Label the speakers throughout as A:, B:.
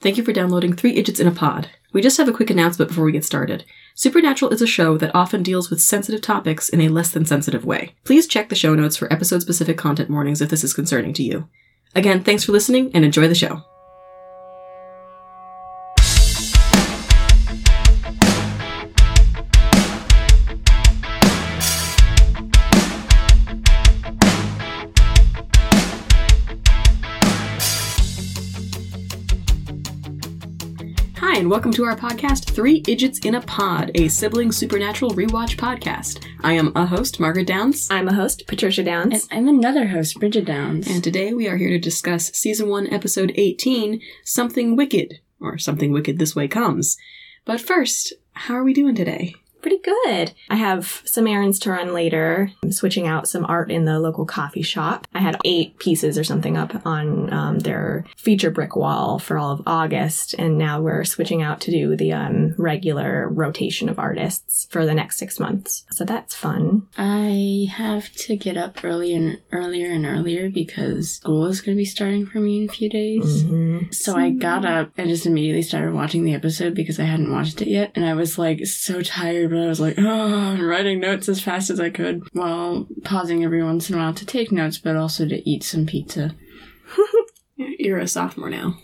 A: Thank you for downloading Three Idiots in a Pod. We just have a quick announcement before we get started. Supernatural is a show that often deals with sensitive topics in a less than sensitive way. Please check the show notes for episode specific content warnings if this is concerning to you. Again, thanks for listening and enjoy the show. Hi, and welcome to our podcast, Three Idiots in a Pod, a sibling supernatural rewatch podcast. I am a host, Margaret Downs,
B: I'm a host, Patricia Downs.
C: And I'm another host, Bridget Downs.
A: and today we are here to discuss Season 1, Episode 18 Something Wicked, or Something Wicked This Way Comes. But first, how are we doing today?
B: Pretty good. I have some errands to run later. I'm switching out some art in the local coffee shop. I had eight pieces or something up on um, their feature brick wall for all of August, and now we're switching out to do the um, regular rotation of artists for the next six months. So that's fun.
C: I have to get up early and earlier and earlier because school is going to be starting for me in a few days.
B: Mhm.
C: So I got up and just immediately started watching the episode because I hadn't watched it yet. And I was like so tired, but I was like, oh, I'm writing notes as fast as I could while pausing every once in a while to take notes, but also to eat some pizza.
A: You're a sophomore now.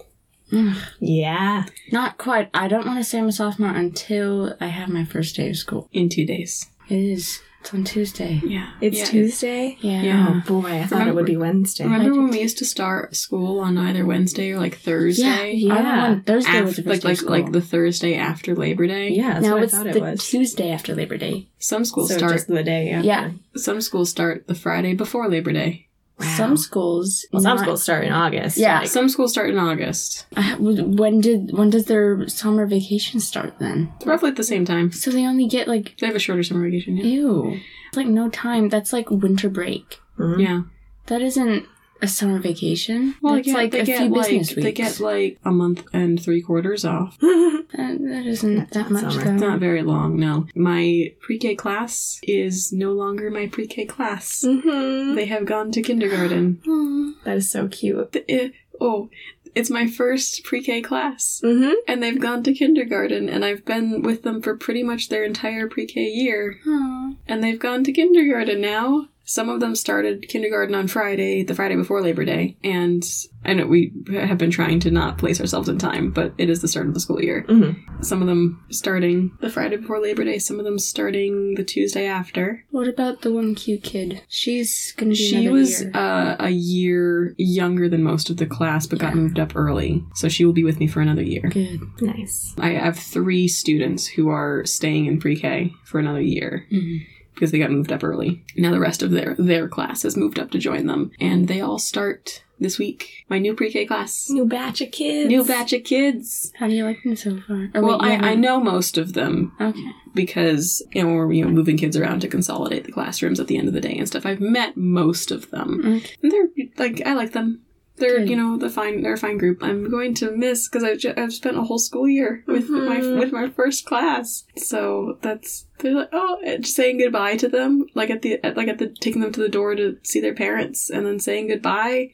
C: Ugh.
B: Yeah.
C: Not quite. I don't want to say I'm a sophomore until I have my first day of school.
A: In two days.
C: It is. It's on Tuesday.
A: Yeah.
B: It's
A: Yeah,
B: Tuesday.
C: Yeah.
A: Yeah.
B: Oh boy, I thought it would be Wednesday.
A: Remember when we used to start school on either Wednesday or like Thursday?
C: Yeah, yeah.
B: Yeah.
C: Thursday was
A: Af-
C: the first
A: like
C: day of
A: like
C: school.
A: like the Thursday after Labor Day.
B: Yeah, that's
C: now
B: what I
C: it's
B: thought
C: the
B: it was.
C: Tuesday after Labor Day.
A: Some schools
B: so
A: start
B: just the day. after.
C: Yeah.
A: some schools start the Friday before Labor Day.
B: Wow.
C: Some schools,
B: Well, some
C: not-
B: schools start in August.
C: Yeah.
B: like-
A: Some schools start in August.
C: Uh, When did when does their summer vacation start then?
A: Roughly at the same time.
C: So they only get like
A: They have a shorter summer vacation. Yeah.
C: ew, it's like no time. That's like winter break.
B: Mhm.
A: yeah.
C: That isn't a summer vacation.
A: Well,
C: That's
A: yeah,
C: like
A: they
C: a
A: get
C: few
A: like
C: business weeks.
A: they get like a month and three quarters off.
C: that, that isn't
B: That's not
C: that much
B: summer.
C: though.
A: It's not very long. No, my pre-K class is no longer my pre-K class.
C: Mm-hmm.
B: Mhm.
A: They have gone to kindergarten.
C: Aw.
B: That is so cute.
A: Th- eh, oh, it's my first pre-K class.
B: Mm-hmm.
A: and they've gone to kindergarten and I've been with them for pretty much their entire pre-K year
C: Aw.
A: and they've gone to kindergarten now. Some of them started kindergarten on Friday, the Friday before Labor Day, and I know we have been trying to not place ourselves in time, but it is the start of the school year.
B: Mhm.
A: Some of them starting the Friday before Labor Day, some of them starting the Tuesday after.
C: What about the one cute kid? She's gonna be
A: She
C: another
A: was
C: year.
A: uh, a year younger than most of the class, but got
C: Yeah.
A: moved up early, so she will be with me for another year.
C: good.
B: Nice.
A: I have three students who are staying in pre-K for another year
C: Mhm.
A: because they got moved up early. Now the rest of their their class has moved up to join them, and they all start this week. My new pre-K class,
B: New batch of kids.
A: new batch of kids.
C: How do you like them so far? Or
A: Well,
C: wait,
A: I, I
C: you haven't-
A: know most of them
C: Okay.
A: because you know, we're you know, moving kids around to consolidate the classrooms at the end of the day and stuff. I've met most of them.
C: Okay.
B: Mm-hmm.
A: And they're like I like them. They're
C: Good.
A: you know the fine they're a fine group. I'm going to miss because I've, ju- I've spent a whole school year with
B: Mhm.
A: my with my first class. So that's they're like oh and just saying goodbye to them like at the at, like at the taking them to the door to see their parents and then saying goodbye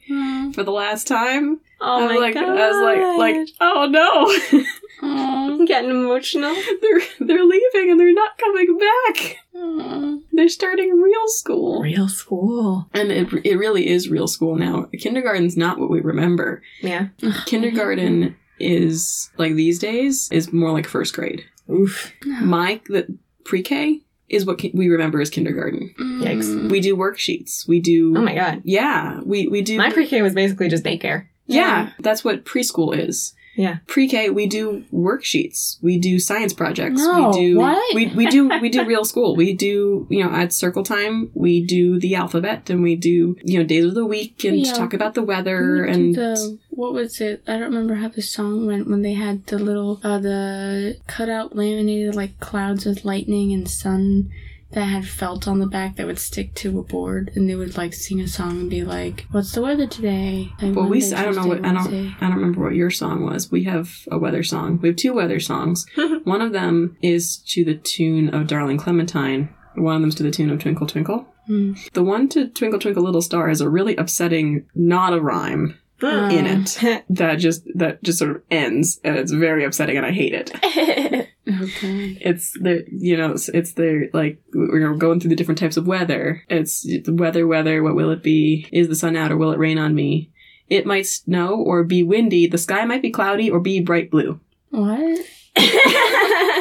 A: for the last time.
B: Oh
A: I was
B: my
A: like
B: god.
A: I was like like oh no
C: Aw.
B: I'm getting emotional.
A: they're they're leaving and they're not coming back.
C: Aw.
A: They're starting real school.
B: Real school.
A: And it, it really is real school now. Kindergarten's not what we remember.
B: Yeah.
A: kindergarten is like these days is more like first grade.
B: Oof.
C: Mm-hmm.
A: My the pre-K is what ki- we remember as kindergarten.
B: Yikes.
C: Mm-hmm.
A: We do worksheets. We do
B: Oh my god.
A: yeah. We we do
B: My pre-K was basically just daycare.
A: yeah. That's what preschool is.
B: Yeah.
A: Pre-K we do worksheets. We do science projects.
C: No,
A: we do
C: what?
A: we we do we do real school. We do you know at circle time we do the alphabet and we do you know days of the week and
C: Yeah.
A: talk about the weather
C: We did
A: and
C: the, what was it? I don't remember how the song went when they had the little uh, the cutout laminated like clouds with lightning and sun that had felt on the back that would stick to a board, and they would like sing a song and be like, "What's the weather today?" Like,
A: Well, we
C: Monday,
A: s- I don't know
C: Tuesday,
A: what- I don't-
C: Wednesday.
A: I don't remember what your song was. We have a weather song. We have two weather songs. One of them is to the tune of Darling Clementine. One of them's to the tune of Twinkle Twinkle.
C: Hmm.
A: The one to Twinkle Twinkle Little Star is a really upsetting, not a rhyme.
C: Mm.
A: in it that just that just sort of ends, and it's very upsetting, and I hate it.
C: Hmm. Okay.
A: It's the you know it's, it's the like we're going through the different types of weather. It's the weather, weather. What will it be? Is the sun out or will it rain on me? It might snow or be windy. The sky might be cloudy or be bright blue.
C: What?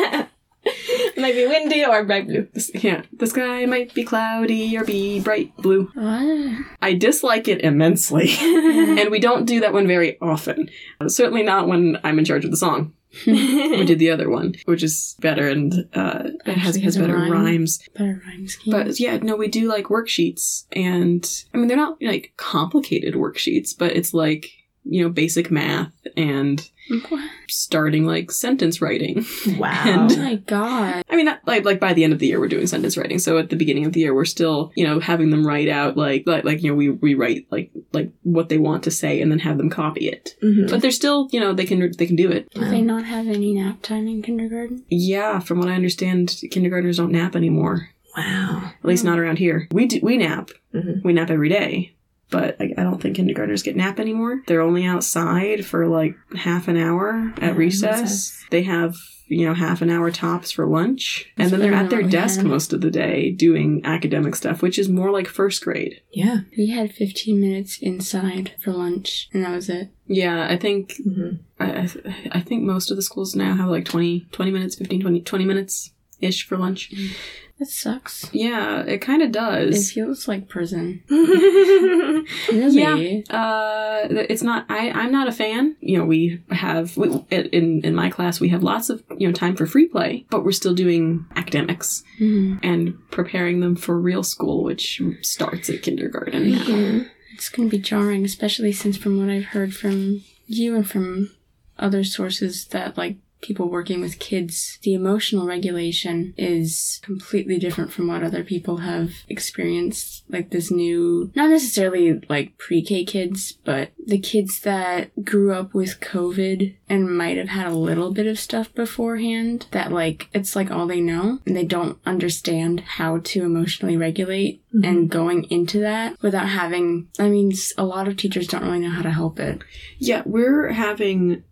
B: Might be windy or bright blue.
A: This- Yeah, the sky might be cloudy or be bright blue.
C: What?
A: I dislike it immensely, and we don't do that one very often. Certainly not when I'm in charge of the song. we did the other one, which is better and uh, it has, has
C: Actually has a
A: better
C: rhyme.
A: rhymes.
C: Better rhyme scheme.
A: But yeah, no, we do like worksheets, and I mean they're not like complicated worksheets, but it's like you know basic math and
C: What?
A: starting like sentence writing.
B: wow.
C: Oh my god.
A: I mean, that, like like by the end of the year, we're doing sentence writing. So at the beginning of the year, we're still you know having them write out like like, like you know we we write like like what they want to say and then have them copy it.
B: Mhm.
A: But they're still you know they can they can do it.
C: Do they not have any nap time in kindergarten?
A: Yeah, from what I understand, kindergartners don't nap anymore.
B: Wow.
A: At least
C: Yeah.
A: not around here. We do, we nap.
B: Mhm.
A: We nap every day. But I, I don't think kindergartners get nap anymore. They're only outside for like half an hour
B: Yeah,
A: at recess.
B: recess.
A: They have you know half an hour tops for lunch, and
C: That's
A: then they're at their
C: really
A: desk
C: bad.
A: most of the day doing academic stuff, which is more like first grade.
B: Yeah.
C: We had 15 minutes inside for lunch, and that was it.
A: Yeah, I think
B: hmm
A: I, I- I think most of the schools now have like 20, 20 minutes, 15, 20, 20 minutes ish for lunch.
C: That sucks.
A: Yeah, it kind of
C: It
A: does.
C: feels like prison.
B: yeah.
C: Really?
A: uh it's not i i'm not a fan you know we have we, in in my class we have lots of you know time for free play but we're still doing academics
C: Hmm.
A: and preparing them for real school which starts at kindergarten now.
C: It's going to be jarring, especially since, from what I've heard from you and from other sources, that like people working with kids, the emotional regulation is completely different from what other people have experienced. Like this new, not necessarily like pre K kids, but the kids that grew up with COVID and might have had a little bit of stuff beforehand that like it's like all they know and they don't understand how to emotionally regulate and going into that without having i mean s- a lot of teachers don't really know how to help it
A: yeah we're having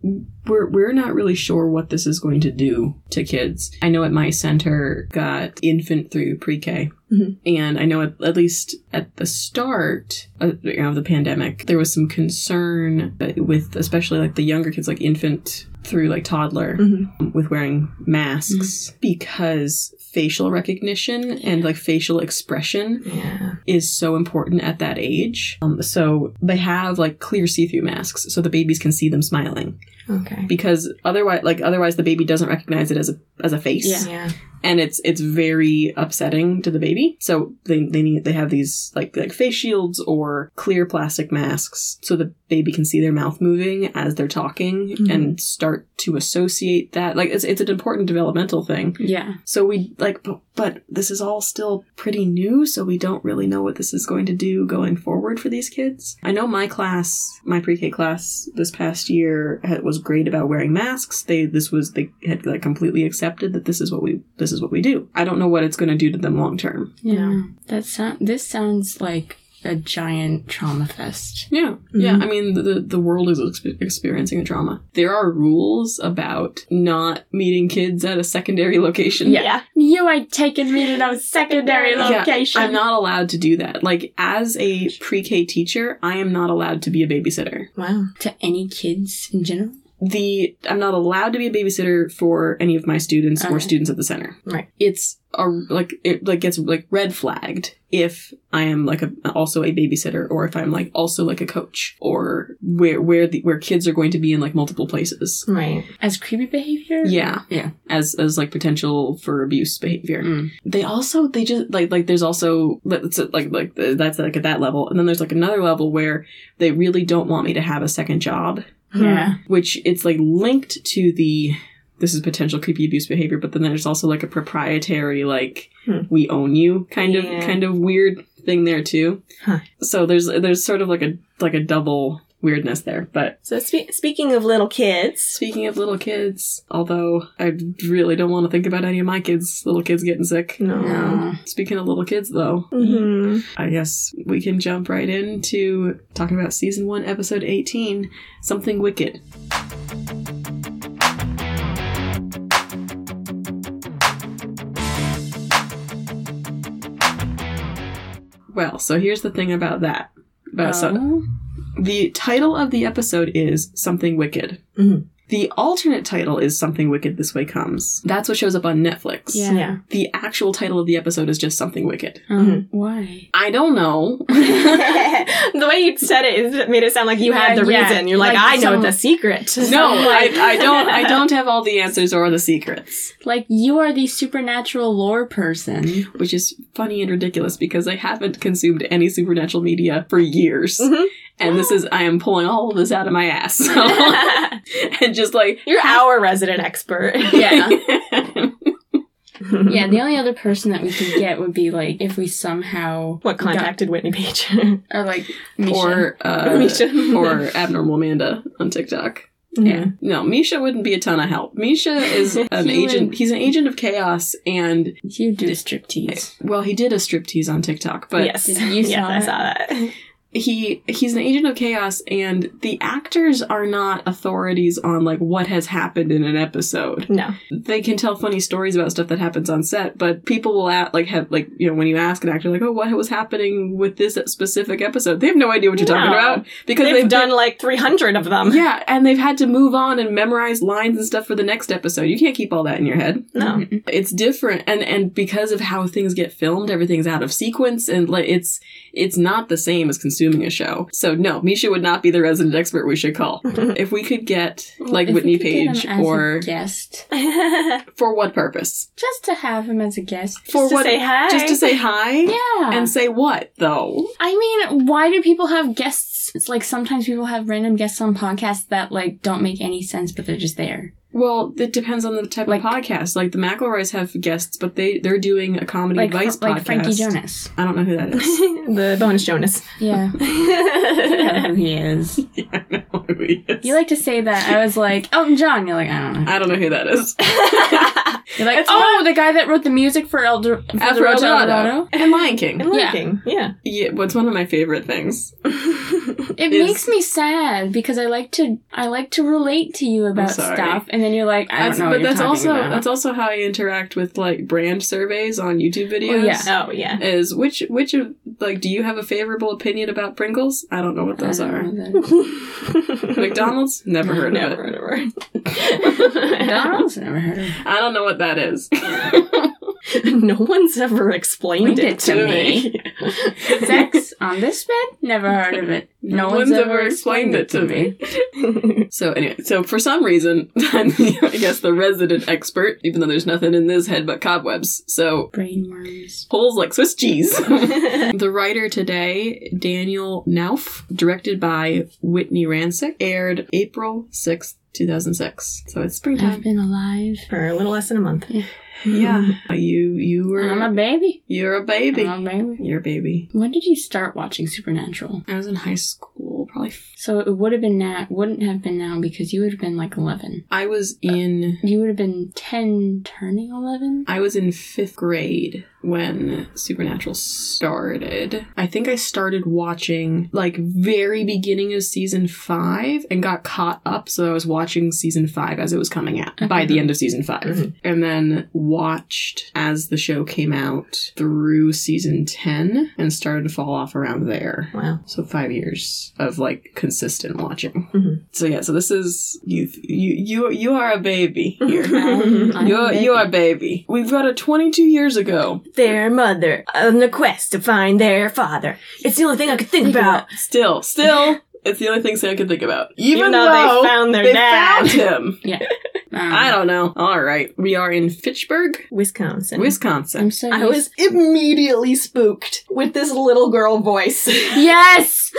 A: we're we're not really sure what this is going to do to kids i know at my center got infant through pre-k
B: Mhm.
A: and i know at, at least at the start of, you know, of the pandemic there was some concern uh, with especially like the younger kids like infant through like toddler
B: Mhm.
A: with wearing masks because facial recognition and like facial expression
B: Yeah.
A: is so important at that age. Um, so they have like clear see-through masks so the babies can see them smiling
B: Okay.
A: because otherwise, like otherwise, the baby doesn't recognize it as a as a face,
C: Yeah.
B: Yeah.
A: and it's it's very upsetting to the baby. So they they need they have these like like face shields or clear plastic masks so the baby can see their mouth moving as they're talking
B: Mhm.
A: and start to associate that. Like it's it's an important developmental thing.
C: yeah
A: So we like, but, but this is all still pretty new, so we don't really know what this is going to do going forward for these kids. I know my class, my pre-K class this past year had, was great about wearing masks. They this was they had like completely accepted that this is what we this is what we do. I don't know what it's going to do to them long term.
C: yeah that sound this sounds like a giant trauma fest
A: Yeah, yeah.
B: Mhm.
A: I mean, the the world is ex- experiencing a trauma. There are rules about not meeting kids at a secondary location.
C: Yeah. you ain't taking me to no secondary
A: Yeah,
C: location
A: I'm not allowed to do that. Like, as a pre K teacher, I am not allowed to be a babysitter.
B: Wow.
C: to any kids in general
A: The I'm not allowed to be a babysitter for any of my students or
C: Okay.
A: students at the center.
B: Right.
A: It's a like it like gets like red flagged if I am like a also a babysitter or if I'm like also like a coach or where where the where kids are going to be in like multiple places.
B: Right.
C: as creepy behavior
A: Yeah.
C: Yeah.
A: As as like potential for abuse behavior.
C: Mm.
A: they also they just like like there's also that's like like that's like at that level and then there's like another level where they really don't want me to have a second job
B: Hmm.
C: yeah
A: which it's like linked to the this is potential creepy abuse behavior but then there's also like a proprietary like
B: Hmm.
A: we own you kind of
B: Yeah.
A: kind of weird thing there too
B: Huh.
A: so there's there's sort of like a like a double weirdness there. But
B: So spe- speaking of little kids,
A: speaking of little kids, although I really don't want to think about any of my kids, little kids getting sick.
B: no.
C: No.
A: Speaking of little kids, though,
B: hmm
A: I guess we can jump right into talking about season one, episode 18 Something Wicked. Well, so here's the thing about that. About so,
C: Oh.
A: the title of the episode is Something Wicked.
B: Mhm.
A: The alternate title is Something Wicked This Way Comes. That's what shows up on Netflix.
C: Yeah.
B: Yeah.
A: The actual title of the episode is just Something Wicked.
C: Um,
B: Mhm.
C: Why?
A: I don't know.
B: the way you said it is- it made it sound like you had
C: Yeah,
B: the
C: yeah.
B: reason. You're like,
C: Like
B: I know
C: some-
B: the secret.
A: No, I,
B: Like-
A: I don't. I don't have all the answers or the secrets,
C: Like you are the supernatural lore person.
A: which is funny and ridiculous because I haven't consumed any supernatural media for years,
B: Mhm.
A: and this is I am pulling all of this out of my ass, so, and just like
B: You're our resident expert.
C: Yeah. Yeah, the only other person that we could get would be like if we somehow
B: What contacted Whitney Page? or
C: got- or like Misha.
A: or uh,
B: Misha.
A: or abnormal Amanda on TikTok.
C: yeah.
A: No, Misha wouldn't be a ton of help. Misha is an
C: He
A: agent.
C: would-
A: He's an agent of chaos, and
C: You do a striptease.
A: well, he did a striptease on TikTok, but
B: yes.
C: Did you
B: yes,
C: saw
B: I
C: it?
B: saw that.
A: he he's an agent of chaos and the actors are not authorities on like what has happened in an episode
B: No.
A: they can tell funny stories about stuff that happens on set but people will act like have like you know when you ask an actor like oh what was happening with this specific episode they have no idea what you're talking
B: No.
A: about because
B: They've, done like 300 of them.
A: yeah and they've had to move on and memorize lines and stuff for the next episode you can't keep all that in your head
B: No.
C: Mhm.
A: it's different and and because of how things get filmed everything's out of sequence and like it's it's not the same as consuming a show so no misha would not be the resident expert we should call if we could get like
C: If we
A: whitney
C: could get him
A: page
C: as a
A: or
C: guest,
A: for what purpose
C: just to have him as a guest.
A: for
B: Just to
A: what
B: say hi.
A: just to say hi
C: Yeah,
A: and say what though
C: I mean, why do people have guests? It's like sometimes people have random guests on podcasts that like don't make any sense, but they're just there.
A: well it depends on the type
C: Like-
A: of podcast like the mcelroys have guests but they they're doing a comedy
C: Like
A: advice
C: Fra- like
A: podcast
C: Frankie Jonas.
A: i don't know who that is
B: the bonus Jonas.
C: Yeah, I don't know who he is.
A: i don't know who he is
C: You like to say that. I was like Elton John. You're like I don't know.
A: i don't know who that is
C: You're like
A: It's
C: oh, the guy that wrote the music for El for the Road to El
A: Eldorado.
C: Dorado.
A: And Lion King.
B: And Lion
C: Yeah.
B: King. Yeah.
A: Yeah, what's one of my favorite things?
C: It
A: Is-
C: makes me sad because I like to I like to relate to you about
A: sorry.
C: stuff, and then you're like I don't
A: That's-
C: know.
A: but
C: what
A: that's
C: you're
A: also
C: talking about.
A: that's also how I interact with like brand surveys on YouTube videos.
C: yeah.
B: oh, yeah.
A: Is which which of like do you have a favorable opinion about Pringles? I don't know what those
C: I don't
A: are.
C: know that-
A: McDonald's? Never heard of
B: Never
A: it.
B: heard of
C: McDonald's never heard of. it.
A: I don't know what that is.
B: it. no one's ever explained
C: Explained
B: it to me.
C: Sex on this bed? Never heard of it. No one's, ever explained it to me.
A: so anyway, so for some reason, I'm I guess the resident expert, even though there's nothing in this head but cobwebs. So
C: Brainworms.
A: holes like Swiss cheese.
B: eh?
A: The writer today, Daniel Nauf, directed by Whitney Rancic, aired April 6th, 2006. So it's
C: I've
A: springtime.
C: been alive.
B: For a little less than a month.
C: Yeah.
A: yeah. You you were
C: I'm a baby.
A: you're a baby.
C: I'm a baby.
A: you're a baby.
C: When did you start watching Supernatural?
A: I was in high school, probably. F-
C: So it would have been now, wouldn't have been now because you would have been like 11.
A: I was in
C: You would have been 10 turning 11?
A: I was in 5th grade when Supernatural started. I think I started watching like very beginning of season 5 and got caught up so I was watching season 5 as it was coming out by the end of season 5
B: Mhm.
A: and then watched as the show came out through season 10 and started to fall off around there.
B: Wow.
A: So 5 years of like consistent watching.
B: Mhm.
A: So yeah, so this is you you you you are a baby here.
C: I'm- I'm
A: You're,
C: a baby.
A: you are baby. We've got a 22 years ago.
B: Their mother on the quest to find their father. It's the only thing I could think about.
A: Still, still, it's the only thing Sam can think about. Even,
B: Even, though, they found their
A: they
B: dad.
A: found him.
C: Yeah.
A: I don't know. All right. We are in Fitchburg,
B: Wisconsin.
A: Wisconsin.
C: I'm so
B: I
C: used-
B: was immediately spooked with this little girl voice.
C: Yes.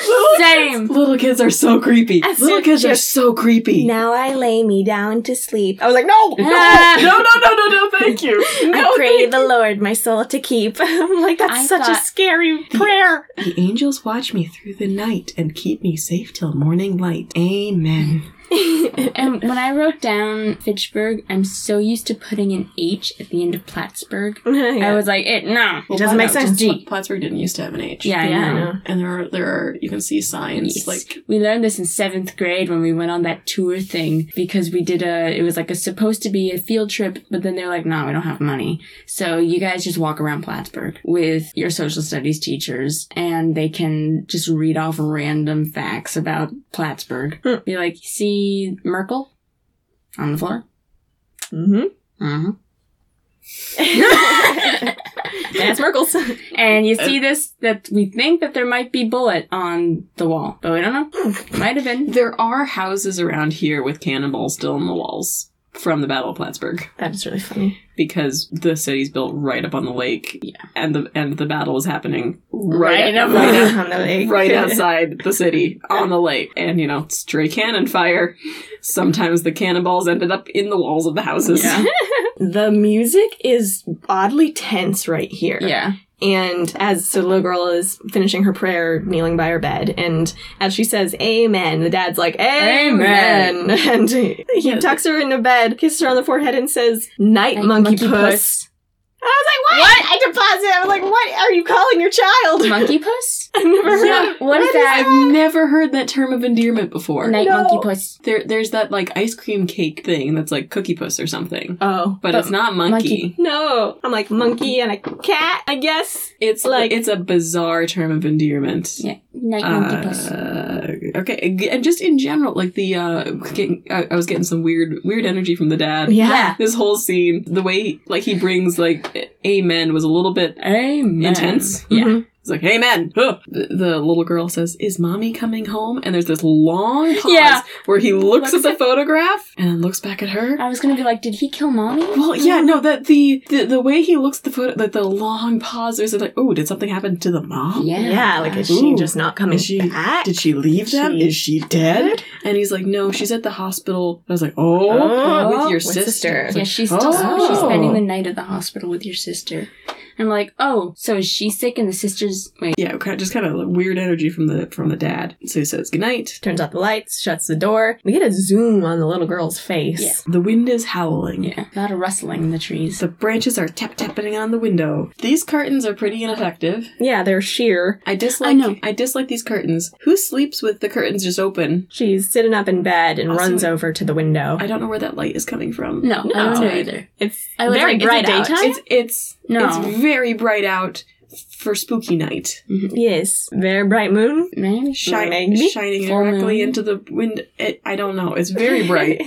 C: Same.
A: Little kids are so creepy.
B: As
A: Little
B: if
A: kids are
B: just-
A: so creepy.
B: now I lay me down to sleep. I was like, no,
C: Ah.
B: no,
A: no, no, no, no, no, thank you.
B: I
A: No,
B: pray the Lord my soul to keep. I'm like, that's
C: I
B: such a
C: thought-
B: scary prayer.
A: The angels watch me through the night and keep me safe till morning light. Amen.
C: And Um, when I wrote down Fitchburg, I'm so used to putting an H at the end of Plattsburg. I was like, it no.
B: It doesn't make sense.
A: Pla- Plattsburgh didn't used to have an H.
C: Yeah, I
B: Yeah, I
C: know.
B: know.
A: And there are there are you can see signs
C: Yes.
A: like
C: we learned this in seventh grade when we went on that tour thing because we did a it was like a supposed to be a field trip but then they're like no we don't have money so you guys just walk around plattsburgh with your social studies teachers and they can just read off random facts about plattsburgh
B: Hmm.
C: be like see merkel on the floor
B: Mm-hmm.
C: uh-huh.
B: that's Merkel's.
C: and you see this that we think that there might be bullet on the wall but we don't know might have been
A: there are houses around here with cannonballs still in the walls from the Battle of Plattsburgh.
B: That's really funny.
A: because the city's built right up on the lake.
C: Yeah.
A: And the and the battle is happening
C: Right
A: right
C: up
A: up,
C: on
A: right,
B: on the lake.
A: up- right outside the city on the lake. And you know, stray cannon fire. Sometimes the cannonballs ended up in the walls of the houses.
C: Yeah.
B: The music is oddly tense right here.
C: yeah
B: And as so the little girl is finishing her prayer, kneeling by her bed, and as she says "Amen," the dad's like "Amen,", and he he tucks her into bed, kisses her on the forehead, and says "Night,
C: Night,
B: monkey,
C: monkey
B: puss.
C: puss.
B: I was like, "What?" I deposit. I was like, "What are you calling your child?"
C: monkey puss
B: I never heard.
C: Yeah, what is that?
A: I've never heard that term of endearment before.
C: Night
B: No.
C: monkey puss.
A: There there's that like ice cream cake thing that's like cookie puss or something.
B: Oh
A: But,
C: But
A: it's not monkey.
C: monkey-
B: no! I'm like monkey and a cat. I guess.
A: It's like
B: Like-
A: it's a bizarre term of endearment.
C: Yeah, night monkey puss.
A: Uh, okay, and just in general, like the uh, getting, I, I was getting some weird, weird energy from the dad.
C: Yeah.
A: This whole scene, the way like he brings like "Amen" was a little bit
C: Amen.
A: intense.
C: Yeah.
B: Mhm.
A: He's like "Amen." Huh. The, the little girl says, "Is mommy coming home?" And there's this long pause
C: Yeah.
A: where he looks,
C: Looks
A: at the photograph and then looks back at her.
C: I was gonna be like, did he kill mommy?
A: Well, yeah, no, that the, the the way he looks at the photo, like the long pause, there's like, oh, did something happen to the mom?
C: Yeah.
B: Yeah, like is
A: Ooh.
B: she just not coming
A: Is she-
B: back?
A: Did she leave them?
B: She-
A: Is she dead? And he's like, no, she's at the hospital. I was like, oh,
B: Oh,
A: with your
B: with
A: sister.
B: sister.
C: Yeah, she's still
A: Oh.
C: she's spending the night at the hospital with your sister. I'm like, oh, so is she sick and the sister's wait.
A: Yeah, kind of, just kind of weird energy from the from the dad. So he says goodnight.
B: Turns out the lights, shuts the door. We get a zoom on the little girl's face.
C: Yeah.
A: The wind is howling.
C: Yeah. A lot of rustling in the trees.
A: The branches are tap tapping on the window. These curtains are pretty ineffective.
B: Yeah, they're sheer.
A: I dislike.
C: I know.
A: dislike these curtains. Who sleeps with the curtains just open?
B: She's sitting up in bed and
A: Also-
B: runs over to the window.
A: I don't know where that light is coming from.
C: No, I don't know
A: Outside.
C: either.
B: It's
C: I was
B: very
C: like, is it
B: bright out.
C: daytime?
A: It's it's
C: No.
A: it's very bright out for spooky night.
B: Yes, very bright moon.
C: Maybe she
A: shi-
B: Maybe.
A: shining
C: Full
A: directly
C: moon.
A: into the wind. It, I don't know. It's very bright,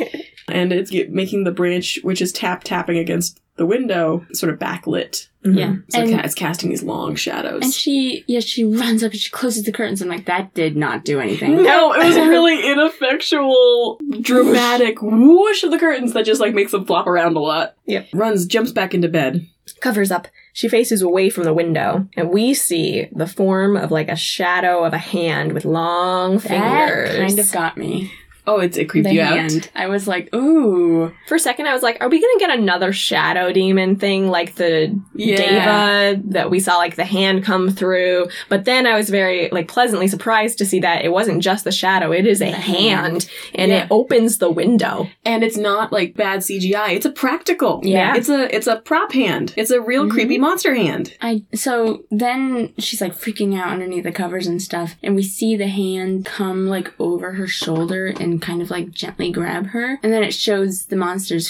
A: and it's ge- making the branch, which is tap tapping against the window, sort of backlit.
C: Yeah.
A: So
C: and
A: ca- it's casting these long shadows.
C: and she yeah, she runs up and she closes the curtains. I'm like, that did not do anything.
A: no, it was a really ineffectual, dramatic whoosh of the curtains that just like makes them flop around a lot.
B: Yep.
A: Runs, jumps back into bed.
B: Covers up. She faces away from the window, and we see the form of like a shadow of a hand with long
C: That
B: fingers.
C: kind of got me.
A: Oh, it's it creeped
C: the
A: you out.
C: hand. I was like, ooh.
B: For a second, I was like, "Are we gonna get another shadow demon thing like the
A: Yeah.
B: Deva that we saw like the hand come through. But then I was very like pleasantly surprised to see that it wasn't just the shadow, it is a
C: The
B: hand
C: hand.
B: and
A: Yeah.
B: it opens the window.
A: and it's not like bad CGI. It's a practical.
C: Yeah.
A: It's a it's a prop hand. It's a real
C: Mhm.
A: creepy monster hand.
C: I so then she's like freaking out underneath the covers and stuff, and we see the hand come like over her shoulder and kind of like gently grab her, and then it shows the monster's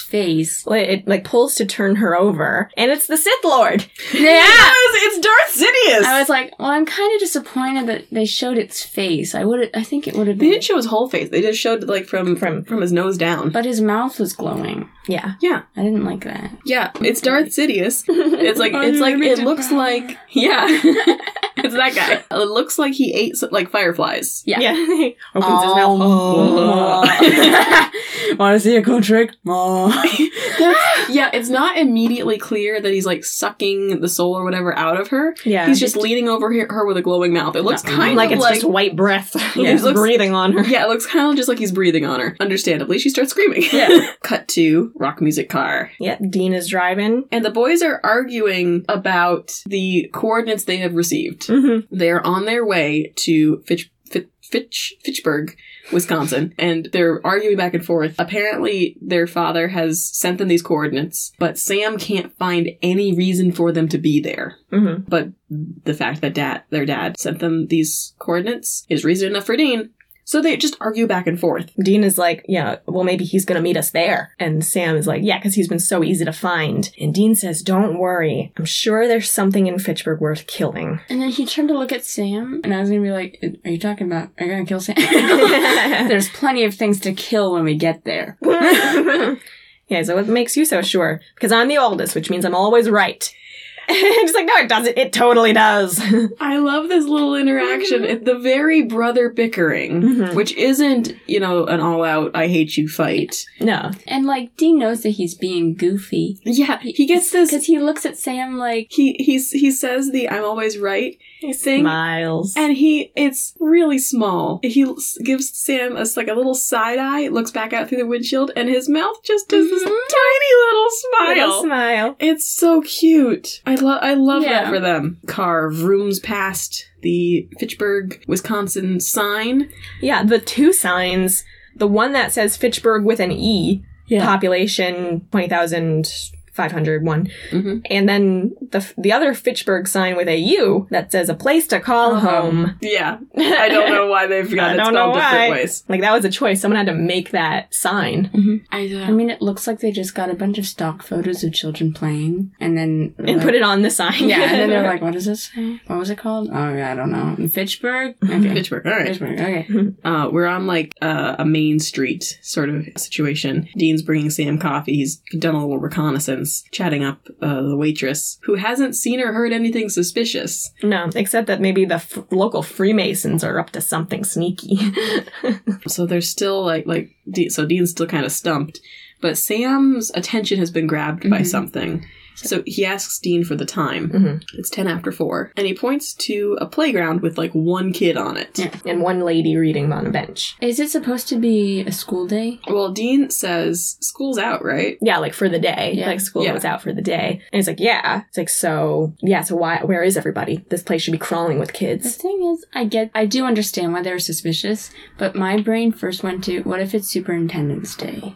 C: face.
B: Like, It like pulls to turn her over and it's the Sith Lord.
C: Yeah.
A: It's Darth Sidious.
C: I was like, well, I'm kind of disappointed that they showed its face. I would, I think it would have
A: They
C: been,
A: didn't show his whole face. They just showed like from from,
B: From
A: from his nose down.
C: but his mouth was glowing.
B: yeah.
C: I didn't like that.
A: yeah, it's Darth Sidious. It's like it's like it looks like yeah. it's that guy. It looks like he ate some, like fireflies.
C: Yeah.
B: Opens his mouth.
C: Oh. Want to see a cool trick? Oh.
A: That's- yeah, it's not immediately clear that he's like sucking the soul or whatever out of her.
B: Yeah.
A: He's just leaning over he- her with a glowing mouth. It looks
C: Not
A: kind
B: like
A: of
B: it's
A: like
B: just white breath.
A: Yeah.
B: He's
A: Looks-
B: breathing on her.
A: yeah, it looks kind of just like he's breathing on her. Understandably, she starts screaming.
B: Yeah.
A: Cut to rock music car.
B: Yep. Dean is driving.
A: And the boys are arguing about the coordinates they have received.
B: Mm-hmm.
A: They're on their way to Fitch, Fitch, Fitch, Fitchburg, Wisconsin, and they're arguing back and forth. Apparently, their father has sent them these coordinates, but Sam can't find any reason for them to be there.
B: Mm-hmm.
A: But the fact that dad, their dad, sent them these coordinates is reason enough for Dean. So they just argue back and forth.
B: Dean is like, yeah, well, maybe he's going to meet us there. And Sam is like, yeah, because he's been so easy to find. And Dean says, don't worry. I'm sure there's something in Fitchburg worth killing.
C: and then he turned to look at Sam, and I was gonna be like, "Are you talking about? Are you gonna kill Sam?" There's plenty of things to kill when we get there.
B: yeah, so what makes you so sure? Because I'm the oldest, which means I'm always right. And he's like, no, it doesn't. It totally does.
A: I love this little interaction. It- the very brother bickering,
B: Mhm.
A: which isn't, you know, an all out I hate you fight.
B: no.
C: And like Dean knows that he's being goofy
A: Yeah, he gets
C: because
A: this
C: he looks at Sam like,
A: he he's he says the I'm always right thing.
B: Miles.
A: And he, it's really small. He l- gives Sam a, like a little side eye, looks back out through the windshield, and his mouth just does this
C: Mhm.
A: tiny little
B: Mm-hmm. Little
A: smile.
B: smile.
A: It's so cute. I love I love that
C: Yeah.
A: for them. Car rooms past the Fitchburg, Wisconsin sign.
B: Yeah, the two signs. The one that says Fitchburg with an E,
C: Yeah.
B: population 20,501.
A: Mm-hmm.
B: And then the, the other Fitchburg sign with a U that says a place to call
C: Oh.
B: home.
A: Yeah, I don't know why they've got
B: I
A: it
B: don't
A: spelled
B: know
A: different
B: why.
A: ways.
B: Like, that was a choice. Someone had to make that sign.
A: I
B: uh,
C: I mean, it looks like they just got a bunch of stock photos of children playing, and then
B: and put it on the sign.
C: Yeah, and then they're like, "What does this say? What was it called? Oh, yeah, I don't know." In Fitchburg, okay,
A: Fitchburg. All right,
C: Fitchburg, okay.
A: uh, we're on like uh, a main street sort of situation. Dean's bringing Sam coffee. He's done a little reconnaissance, chatting up uh, the waitress who hasn't seen or heard anything suspicious.
B: no, except that maybe the f- local Freemasons are up to something sneaky.
A: So they're still like like De- so Dean's still kind of stumped, but Sam's attention has been grabbed by
C: Mhm.
A: something. So he asks Dean for the time.
B: Mhm.
A: It's ten after four, and he points to a playground with like one kid on it.
C: Yeah.
B: and one lady reading on a bench.
C: Is it supposed to be a school day?
A: Well, Dean says school's out, right?
B: Yeah, like for the day.
C: Yeah.
B: Like school
A: Yeah.
B: was out for the day. And he's like, yeah. It's like, so, yeah, so why, where is everybody? This place should be crawling with
C: The
B: kids.
C: thing is, I get, I do understand why they're suspicious, but my brain first went to, "What if it's Superintendent's Day?"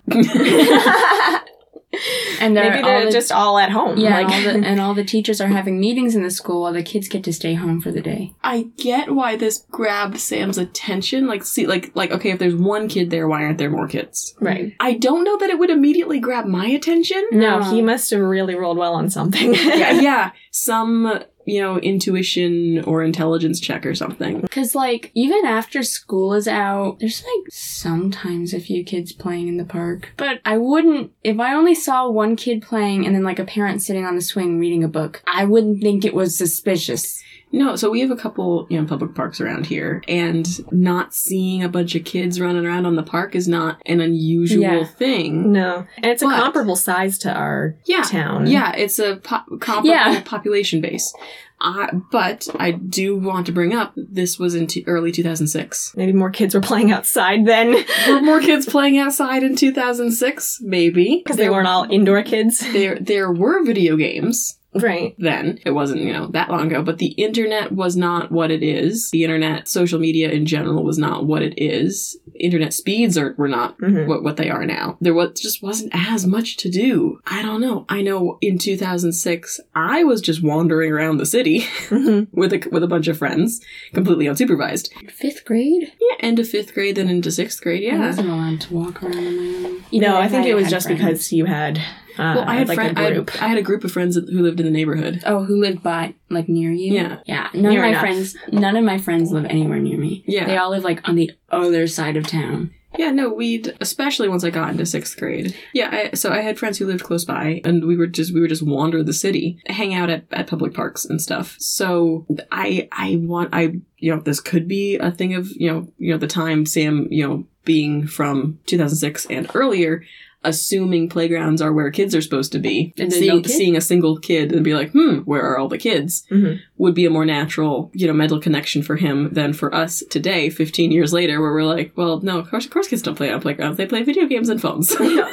C: And they're,
B: Maybe they're
C: all the-
B: just all at home.
C: yeah,
B: like,
C: and all the, and all the teachers are having meetings in the school while the kids get to stay home for the day.
A: I get why this grabbed Sam's attention. Like, see, like, like, okay, if there's one kid there, why aren't there more kids?
B: right.
A: I don't know that it would immediately grab my attention.
B: No,
C: No.
B: he must have really rolled well on something.
A: yeah, yeah, some you know intuition or intelligence check or something.
C: Cause like even after school is out, there's like sometimes a few kids playing in the park. But I wouldn't if I only saw one kid playing and then like a parent sitting on the swing reading a book, I wouldn't think it was suspicious.
A: No, so we have a couple, you know, public parks around here, and not seeing a bunch of kids running around on the park is not an unusual
C: Yeah.
A: thing.
B: No. And it's
A: But-
B: a comparable size to our
A: Yeah,
B: town.
A: yeah, it's a po- comparable
C: Yeah.
A: population base. Uh, but I do want to bring up this was in t- early 2006.
B: Maybe more kids were playing outside then
A: Were more kids playing outside in 2006? Maybe
B: because they
A: There-
B: weren't all indoor kids.
A: There, there were video games.
B: Right.
A: then. It wasn't, you know, that long ago, but the internet was not what it is. The internet, social media in general, was not what it is. Internet speeds are, were not
B: Mhm.
A: what, what they are now. There was just wasn't as much to do. I don't know. I know in 2006, I was just wandering around the city
B: Mhm.
A: with a, with a bunch of friends, completely unsupervised.
C: Fifth grade?
A: Yeah, end of fifth grade, then into sixth grade.
C: I
A: Yeah.
C: wasn't allowed to walk around on my own. Even
B: No,
C: if
B: I think it was
C: had
B: just
C: friends.
B: because you had, uh,
A: Well, I had
B: like
A: friend, I
B: a
A: had,
B: group.
A: I had a group of friends who lived in the neighborhood.
C: Oh, who lived by like near you?
A: Yeah.
C: Yeah. None
B: Near
C: of my
B: enough.
C: friends none of my friends live anywhere near me.
A: Yeah.
C: They all live like on the other side of town.
A: Yeah, no, we'd especially once I got into sixth grade. Yeah, I, so I had friends who lived close by, and we would just we would just wander the city, hang out at, at public parks and stuff. So I I want I you know this could be a thing of you know you know the time Sam you know being from 2006 and earlier. Assuming playgrounds are where kids are supposed to be,
B: And then no
A: seeing,
B: kid?
A: seeing a single kid and be like, "Hmm, where are all the kids?"
B: Mhm.
A: would be a more natural, you know, mental connection for him than for us today, 15 years later, where we're like, well, no, of course, of course kids don't play on playgrounds. They play video games and phones.
B: yeah.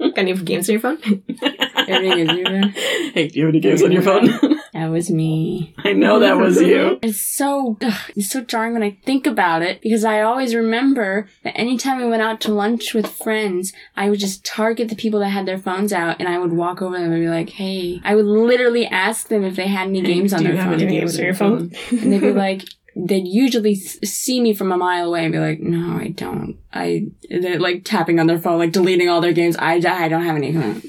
B: Got any games on your phone?
C: Everything is zero.
A: hey, do you have any games on your phone?
C: That was me.
A: I know that was you.
C: It's so ugh, it's so jarring when I think about it because I always remember that anytime we went out to lunch with friends, I would just target the people that had their phones out and I would walk over them and be like, "Hey," I would literally ask them if they had any games
A: Do
C: on
A: you
C: their
A: have
C: phone,
A: any
B: Do you
A: games
B: have
A: on your
B: your phone?
A: phone?
C: and they'd be like. They'd usually s- see me from a mile away and be like, "No, I don't." I they're like tapping on their phone, like deleting all their games. I, I don't have any.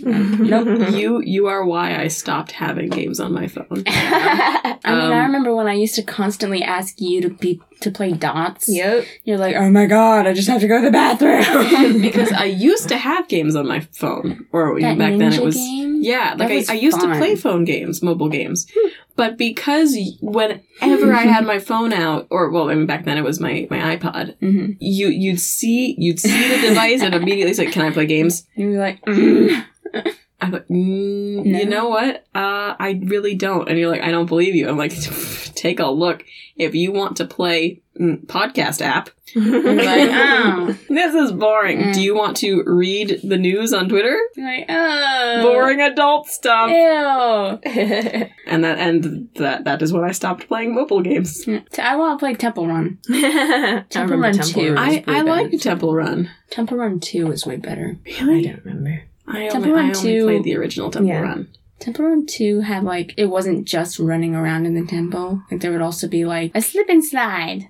A: Nope, you you are why I stopped having games on my phone.
C: I mean,
A: Um,
C: I remember when I used to constantly ask you to be to play dots.
B: Yep.
C: You're like, oh my god, I just have to go to the bathroom.
A: because I used to have games on my phone, or
C: that
A: back
C: ninja
A: then it was
C: game.
A: Yeah, like
C: That was
A: I, I used
C: fun.
A: to play phone games, mobile games. But because y- whenever I had my phone out, or well, I mean back then it was my, my iPod,
C: Mm-hmm.
A: you you'd see you'd see the device and immediately say, "Can I play games?"
C: You'd be like, mm.
A: I'm like, mm,
C: No.
A: "You know what? Uh, I really don't." And you're like, "I don't believe you." I'm like, "Take a look. If you want to play mm, podcast app,
C: You're like, oh.
A: this is boring.
C: Mm.
A: Do you want to read the news on Twitter?
C: You're like, oh,
A: Boring adult
C: eh.
A: stuff."
C: Ew.
A: And that and that that is when I stopped playing mobile games.
C: T- I want to play Temple Run.
B: I
C: Temple Run
B: Run
C: 2.
B: was
A: I,
B: pretty
A: I
B: bad.
A: like Temple Run.
C: Temple Run Two is way better.
B: I
A: Really?
B: don't remember.
A: I,
C: Temple
A: only,
C: Run
A: I only
C: 2
A: played the original Temple
B: Yeah.
A: Run.
C: Temple Run 2 had like, it wasn't just running around in the temple. Like, there would also be like a slip and slide.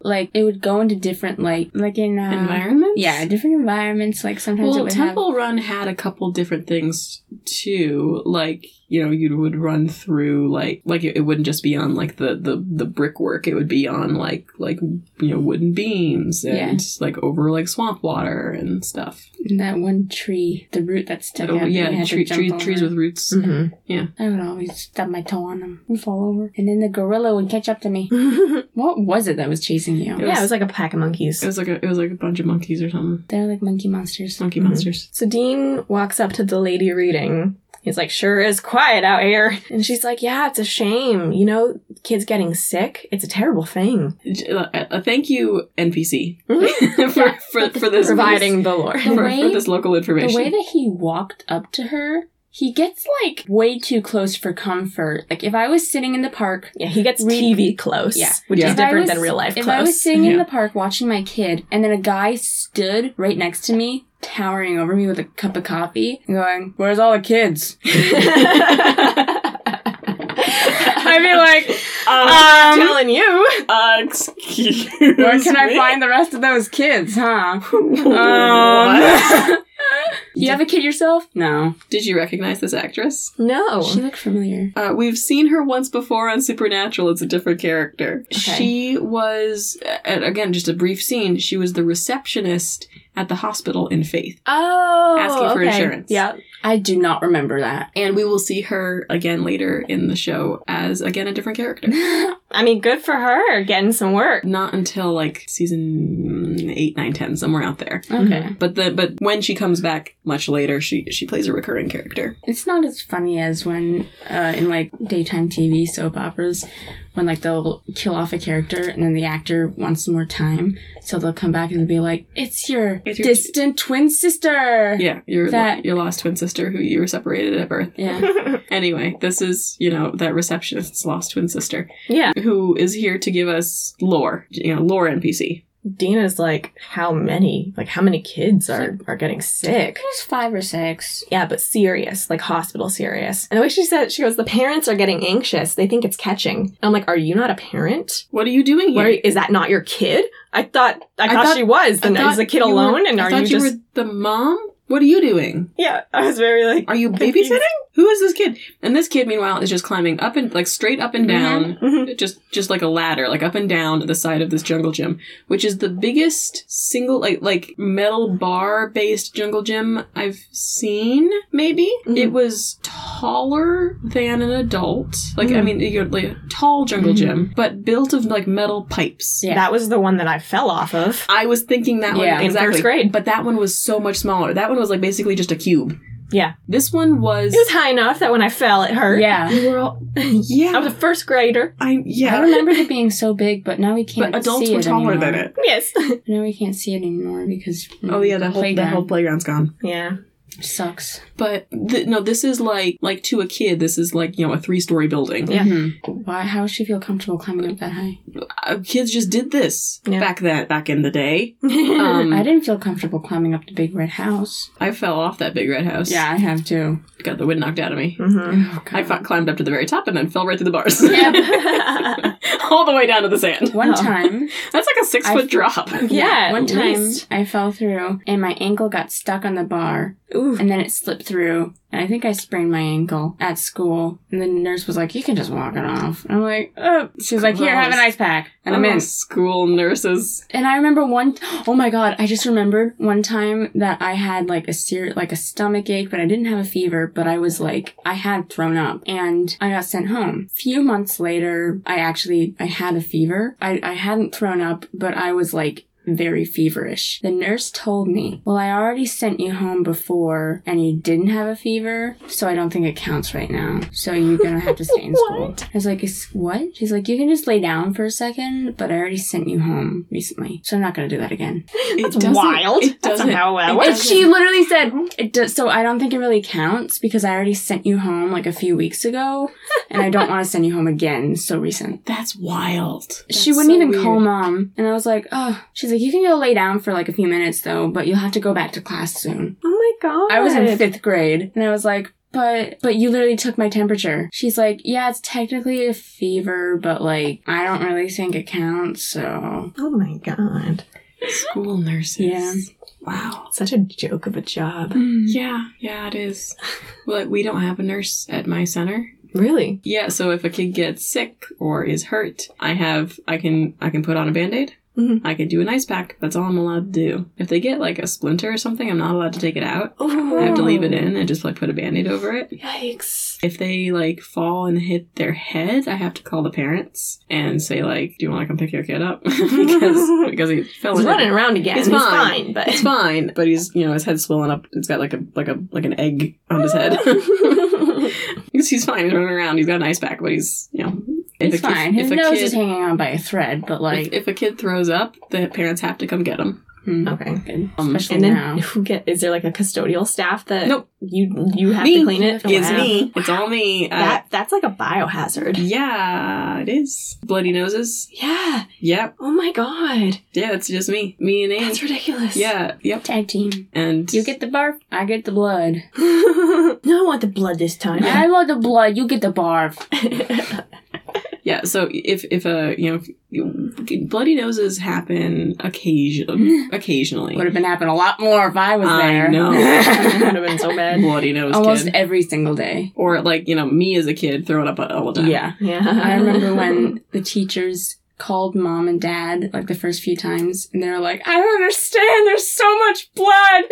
C: Like, it would go into different, like, like in, uh,
A: Environments?
C: Yeah, different environments. Like, sometimes it
A: Well,
C: would
A: Temple Run had a couple different things too. Like you know, you would run through like like it, it wouldn't just be on like the the the brickwork. It would be on like like you know wooden beams and like over like swamp water and stuff.
C: have that one tree, the root that stuck out.
A: Oh,
C: that you
A: yeah,
C: had to
A: tree,
C: jump
A: tree,
C: over. Mm-hmm.
A: trees with roots.
B: Mm-hmm.
C: I would always stub my toe on them and fall over. And then the gorilla would catch up to me.
B: yeah,
C: What was it that was chasing you?
A: was-
B: it was like a pack of monkeys.
A: It was like a it was like a bunch of monkeys or something.
C: They're like monkey monsters.
A: Monkey
B: Mhm.
A: monsters.
B: So Dean walks up to the lady reading. He's like, sure is quiet out here. And she's like, yeah, it's a shame. You know, kids getting sick, it's a terrible thing.
A: J- uh, uh, thank you NPC for,
C: Mm-hmm. Yeah.
A: for for this
B: Providing the lore.
A: for, for
C: way-
A: this local information.
C: The way that he walked up to her, he gets like way too close for comfort. Like if I was sitting in the park,
B: Yeah, he gets
C: Re-
B: TV close,
C: Yeah.
B: which
A: Yeah.
B: is
C: If I
B: different
C: was-
B: than real life
C: if
B: close.
C: I was sitting in
A: Yeah.
C: the park watching my kid, and then a guy stood right next to me, towering over me with a cup of coffee, and going, "Where's all the kids?" I'd be like,
B: I'm
C: um,
B: telling you.
A: Uh, excuse me.
C: "Where can I find the rest of those kids,
A: Um,
C: huh?"
A: What?
C: Um, you have a kid yourself? No.
A: Did you recognize this actress?
B: No.
C: She looked familiar.
A: Uh, we've seen her once before on Supernatural. It's a different character.
B: Okay.
A: She was, and again, just a brief scene. She was the receptionist at the hospital in Faith,
B: oh.
A: Asking for
B: okay.
A: insurance.
B: Yeah.
C: I do not remember that.
A: and we will see her again later in the show as again a different character.
B: I mean, good for her getting some work.
A: Not until like season eight, nine, ten, somewhere out there.
C: okay.
A: But the but when she comes back much later, she she plays a recurring character.
C: It's not as funny as when uh, in like daytime TV soap operas, when like they'll kill off a character and then the actor wants some more time, so they'll come back and be like, "It's your,
A: It's your-
C: distant twin sister."
A: Yeah, your
C: That-
A: your lost twin sister who you were separated at birth.
C: Yeah.
A: Anyway, this is you know that receptionist's lost twin sister
B: yeah.
A: who is here to give us lore, you know, lore NPC.
B: Dina's like, how many? Like, how many kids are, are getting sick?
C: There's five or six.
B: Yeah, but serious, like hospital serious. And the way she said it, she goes, the parents are getting anxious. They think it's catching. And I'm like, are you not a parent?
A: What are you doing
B: What
A: here?
B: are you- is that not your kid? I thought I,
A: I
B: thought,
A: thought-
B: she was.
A: I
B: And
A: thought
B: is the kid
A: you were-
B: alone? and
A: I
B: are
A: thought
B: you
A: you
B: just
A: were the mom? What are you doing?
B: Yeah, I was very like,
A: Are you
B: Confused.
A: babysitting? Who is this kid? And this kid, meanwhile, is just climbing up and like straight up and down,
B: Mhm.
A: just just like a ladder, like up and down to the side of this jungle gym, which is the biggest single like like metal bar based jungle gym I've seen. Maybe
B: Mhm.
A: it was taller than an adult. Like I
B: Mhm.
A: mean, you know, like a tall jungle
C: Mhm.
A: gym, but built of like metal pipes.
C: Yeah.
B: that was the one that I fell off of
A: I was thinking that
C: Yeah.
A: one
B: in
A: exactly.
B: first grade.
A: But that one was so much smaller. That one was like basically just a cube.
B: Yeah.
A: This one was.
B: It was high enough that when I fell, it hurt.
C: Yeah.
A: we were all, yeah.
B: I was a first grader.
A: I
C: I
A: yeah.
C: remember it being so big, but now we can't.
A: But adults
C: see
A: were
C: it
A: taller
C: anymore.
A: than it.
B: Yes.
C: Now we can't see it anymore because
A: Oh yeah, the whole the
C: playground
A: whole playground's gone.
B: yeah.
C: sucks.
A: But th- no, this is like like to a kid, this is like you know a three story building.
B: Yeah.
C: Mhm. Why? How does she feel comfortable climbing up that high?
A: Uh, kids just did this
B: Yeah.
A: back then back in the day. Um,
C: I didn't feel comfortable climbing up the big red house.
A: I fell off that big red house.
C: Yeah, I have too.
A: got the wind knocked out of me.
B: Mhm.
C: Oh, God.
A: I fu- climbed up to the very top and then fell right through the bars.
B: yeah.
A: All the way down to the sand.
C: One
B: Oh.
C: time,
A: That's like a six
C: I-
A: foot drop.
B: Yeah,
C: one
B: at
C: time
B: least.
C: I fell through and my ankle got stuck on the bar
B: Ooh.
C: and then it slipped through and I think I sprained my ankle at school and the nurse was like, "You can just walk it off." And I'm like, "Oh," she was like, "Here, have an
A: Gross.
C: ice pack," and I'm
A: I'm
B: Oh.
C: in.
A: school nurses.
C: And I remember one oh my god, I just remembered one time that I had like a ser- like a stomach ache, but I didn't have a fever, but I was like I had thrown up and I got sent home. Few months later, I actually I had a fever. I, I hadn't thrown up, but I was like very feverish. The nurse told me, Well, I already sent you home before and you didn't have a fever, so I don't think it counts right now. So you're gonna have to stay in school. I was like, "Is- What? She's like, You can just lay down for a second, but I already sent you home recently, so I'm not gonna do that again.
A: It's
B: That's wild.
A: It
B: That's
A: doesn't.
B: how
A: it
B: well.
C: And
A: doesn't-
C: she literally said, it does, So I don't think it really counts because I already sent you home like a few weeks ago, and I don't wanna send you home again so recent
A: That's wild.
C: she
A: That's
C: wouldn't
A: so
C: even
A: weird.
C: call mom. And I was like, oh, she's like, you can go lay down for like a few minutes though, but you'll have to go back to class soon.
B: Oh my god.
C: I was in fifth grade and I was like, but, but you literally took my temperature. She's like, yeah, it's technically a fever, but like, I don't really think it counts. So
B: Oh my god.
A: School nurses.
C: Yeah.
A: Wow.
B: Such a joke of a job.
A: Hmm. Yeah, yeah, it is. Well, we don't have a nurse at my center.
B: Really?
A: Yeah, so if a kid gets sick or is hurt, I have I can I can put on a band-aid.
B: Mhm.
A: I can do an ice pack. That's all I'm allowed to do. If they get like a splinter or something, I'm not allowed to take it out.
B: Oh.
A: I have to leave it in and just like put a band-aid over it.
B: Yikes.
A: If they like fall and hit their head, I have to call the parents and say like, "Do you want to come pick your kid up?" because because he fell.
B: He's
A: and hit-
B: running around again.
A: It's
B: He's
A: fine.
B: fine, but
A: It's fine, but he's you know his head's swollen up. It's got like a like a like an egg on his head. He's- he's fine. He's running around. He's got an ice pack, but he's you know if
C: it's
A: a kid-
C: fine. His
A: if a
C: nose
A: kid-
C: is hanging on by a thread, but
A: Like
C: like,
A: if a kid throws up, the parents have to come get him.
C: hmm,
B: okay.
C: good.
A: Um,
C: especially
B: And then
C: now.
B: who get is there like a custodial staff that
A: Nope.
B: you you have
A: Me.
B: to clean
C: Oh,
B: it?
A: It's
B: Wow.
A: me. It's all me. Uh,
B: That that's like a biohazard.
A: yeah, it is. Bloody noses.
B: Yeah.
A: Yep.
B: Oh my god.
A: Yeah, it's just me. Me and Anne.
B: That's ridiculous.
A: Yeah. Yep.
C: Tag team.
A: And
C: You get the barf, I get the blood.
B: no, I want the blood this time.
C: I want the blood, you get the barf.
A: yeah. So if if a you know if- bloody noses happen occasion occasionally.
C: Would have been happening a lot more if I was
A: I
C: there.
A: know.
B: that would have been so bad.
A: bloody nose
C: Almost e-
A: kid.
C: every single day.
A: Or like you know me as a kid throwing up all the time.
C: Yeah.
B: Yeah.
C: I remember when the teachers called mom and dad like the first few times and they were like, I don't understand, there's so much blood.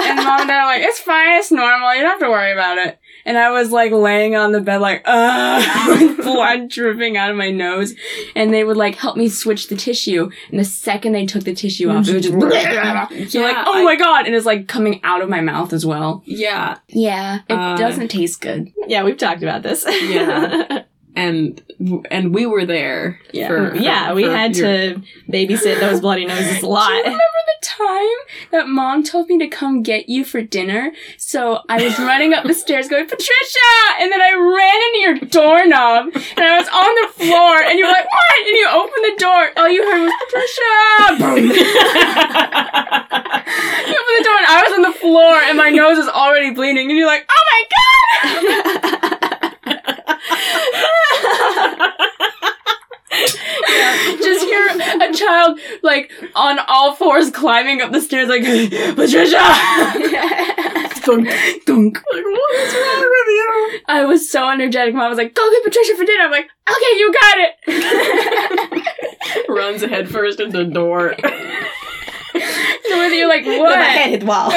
C: And mom and dad were like, It's fine, it's normal, you don't have to worry about it. And I was like laying on the bed like, ugh, blood dripping out of my nose. And they would like help me switch the tissue. And the second they took the tissue off, it was just
A: Yeah,
C: You're like, oh
A: I-
C: my god, and it's like coming out of my mouth as well.
A: Yeah.
C: Yeah, it
A: Uh,
C: doesn't taste good.
B: yeah, we've talked about this.
A: Yeah. And and we were there.
C: Yeah.
A: For, for-
B: yeah, we
A: for
B: had
A: your-
B: to babysit those bloody noses a
C: Do you
B: lot.
C: remember the time that mom told me to come get you for dinner? So I was running up the stairs going, Patricia! And then I ran into your doorknob and I was on the floor and you were like, what? And you opened the door. All you heard was, Patricia! Boom. you opened the door and I was on the floor and my nose was already bleeding and you're like, oh my god! Just hear a child like on all fours climbing up the stairs like Patricia Dunk, dunk. Like, what is wrong with you? I was so energetic. Mom was like, go get Patricia for dinner. I'm like, okay, you got it.
A: Runs head first into the door.
C: so whether you're like,
B: No, my
C: what?
B: head hit the wall.
C: Bow!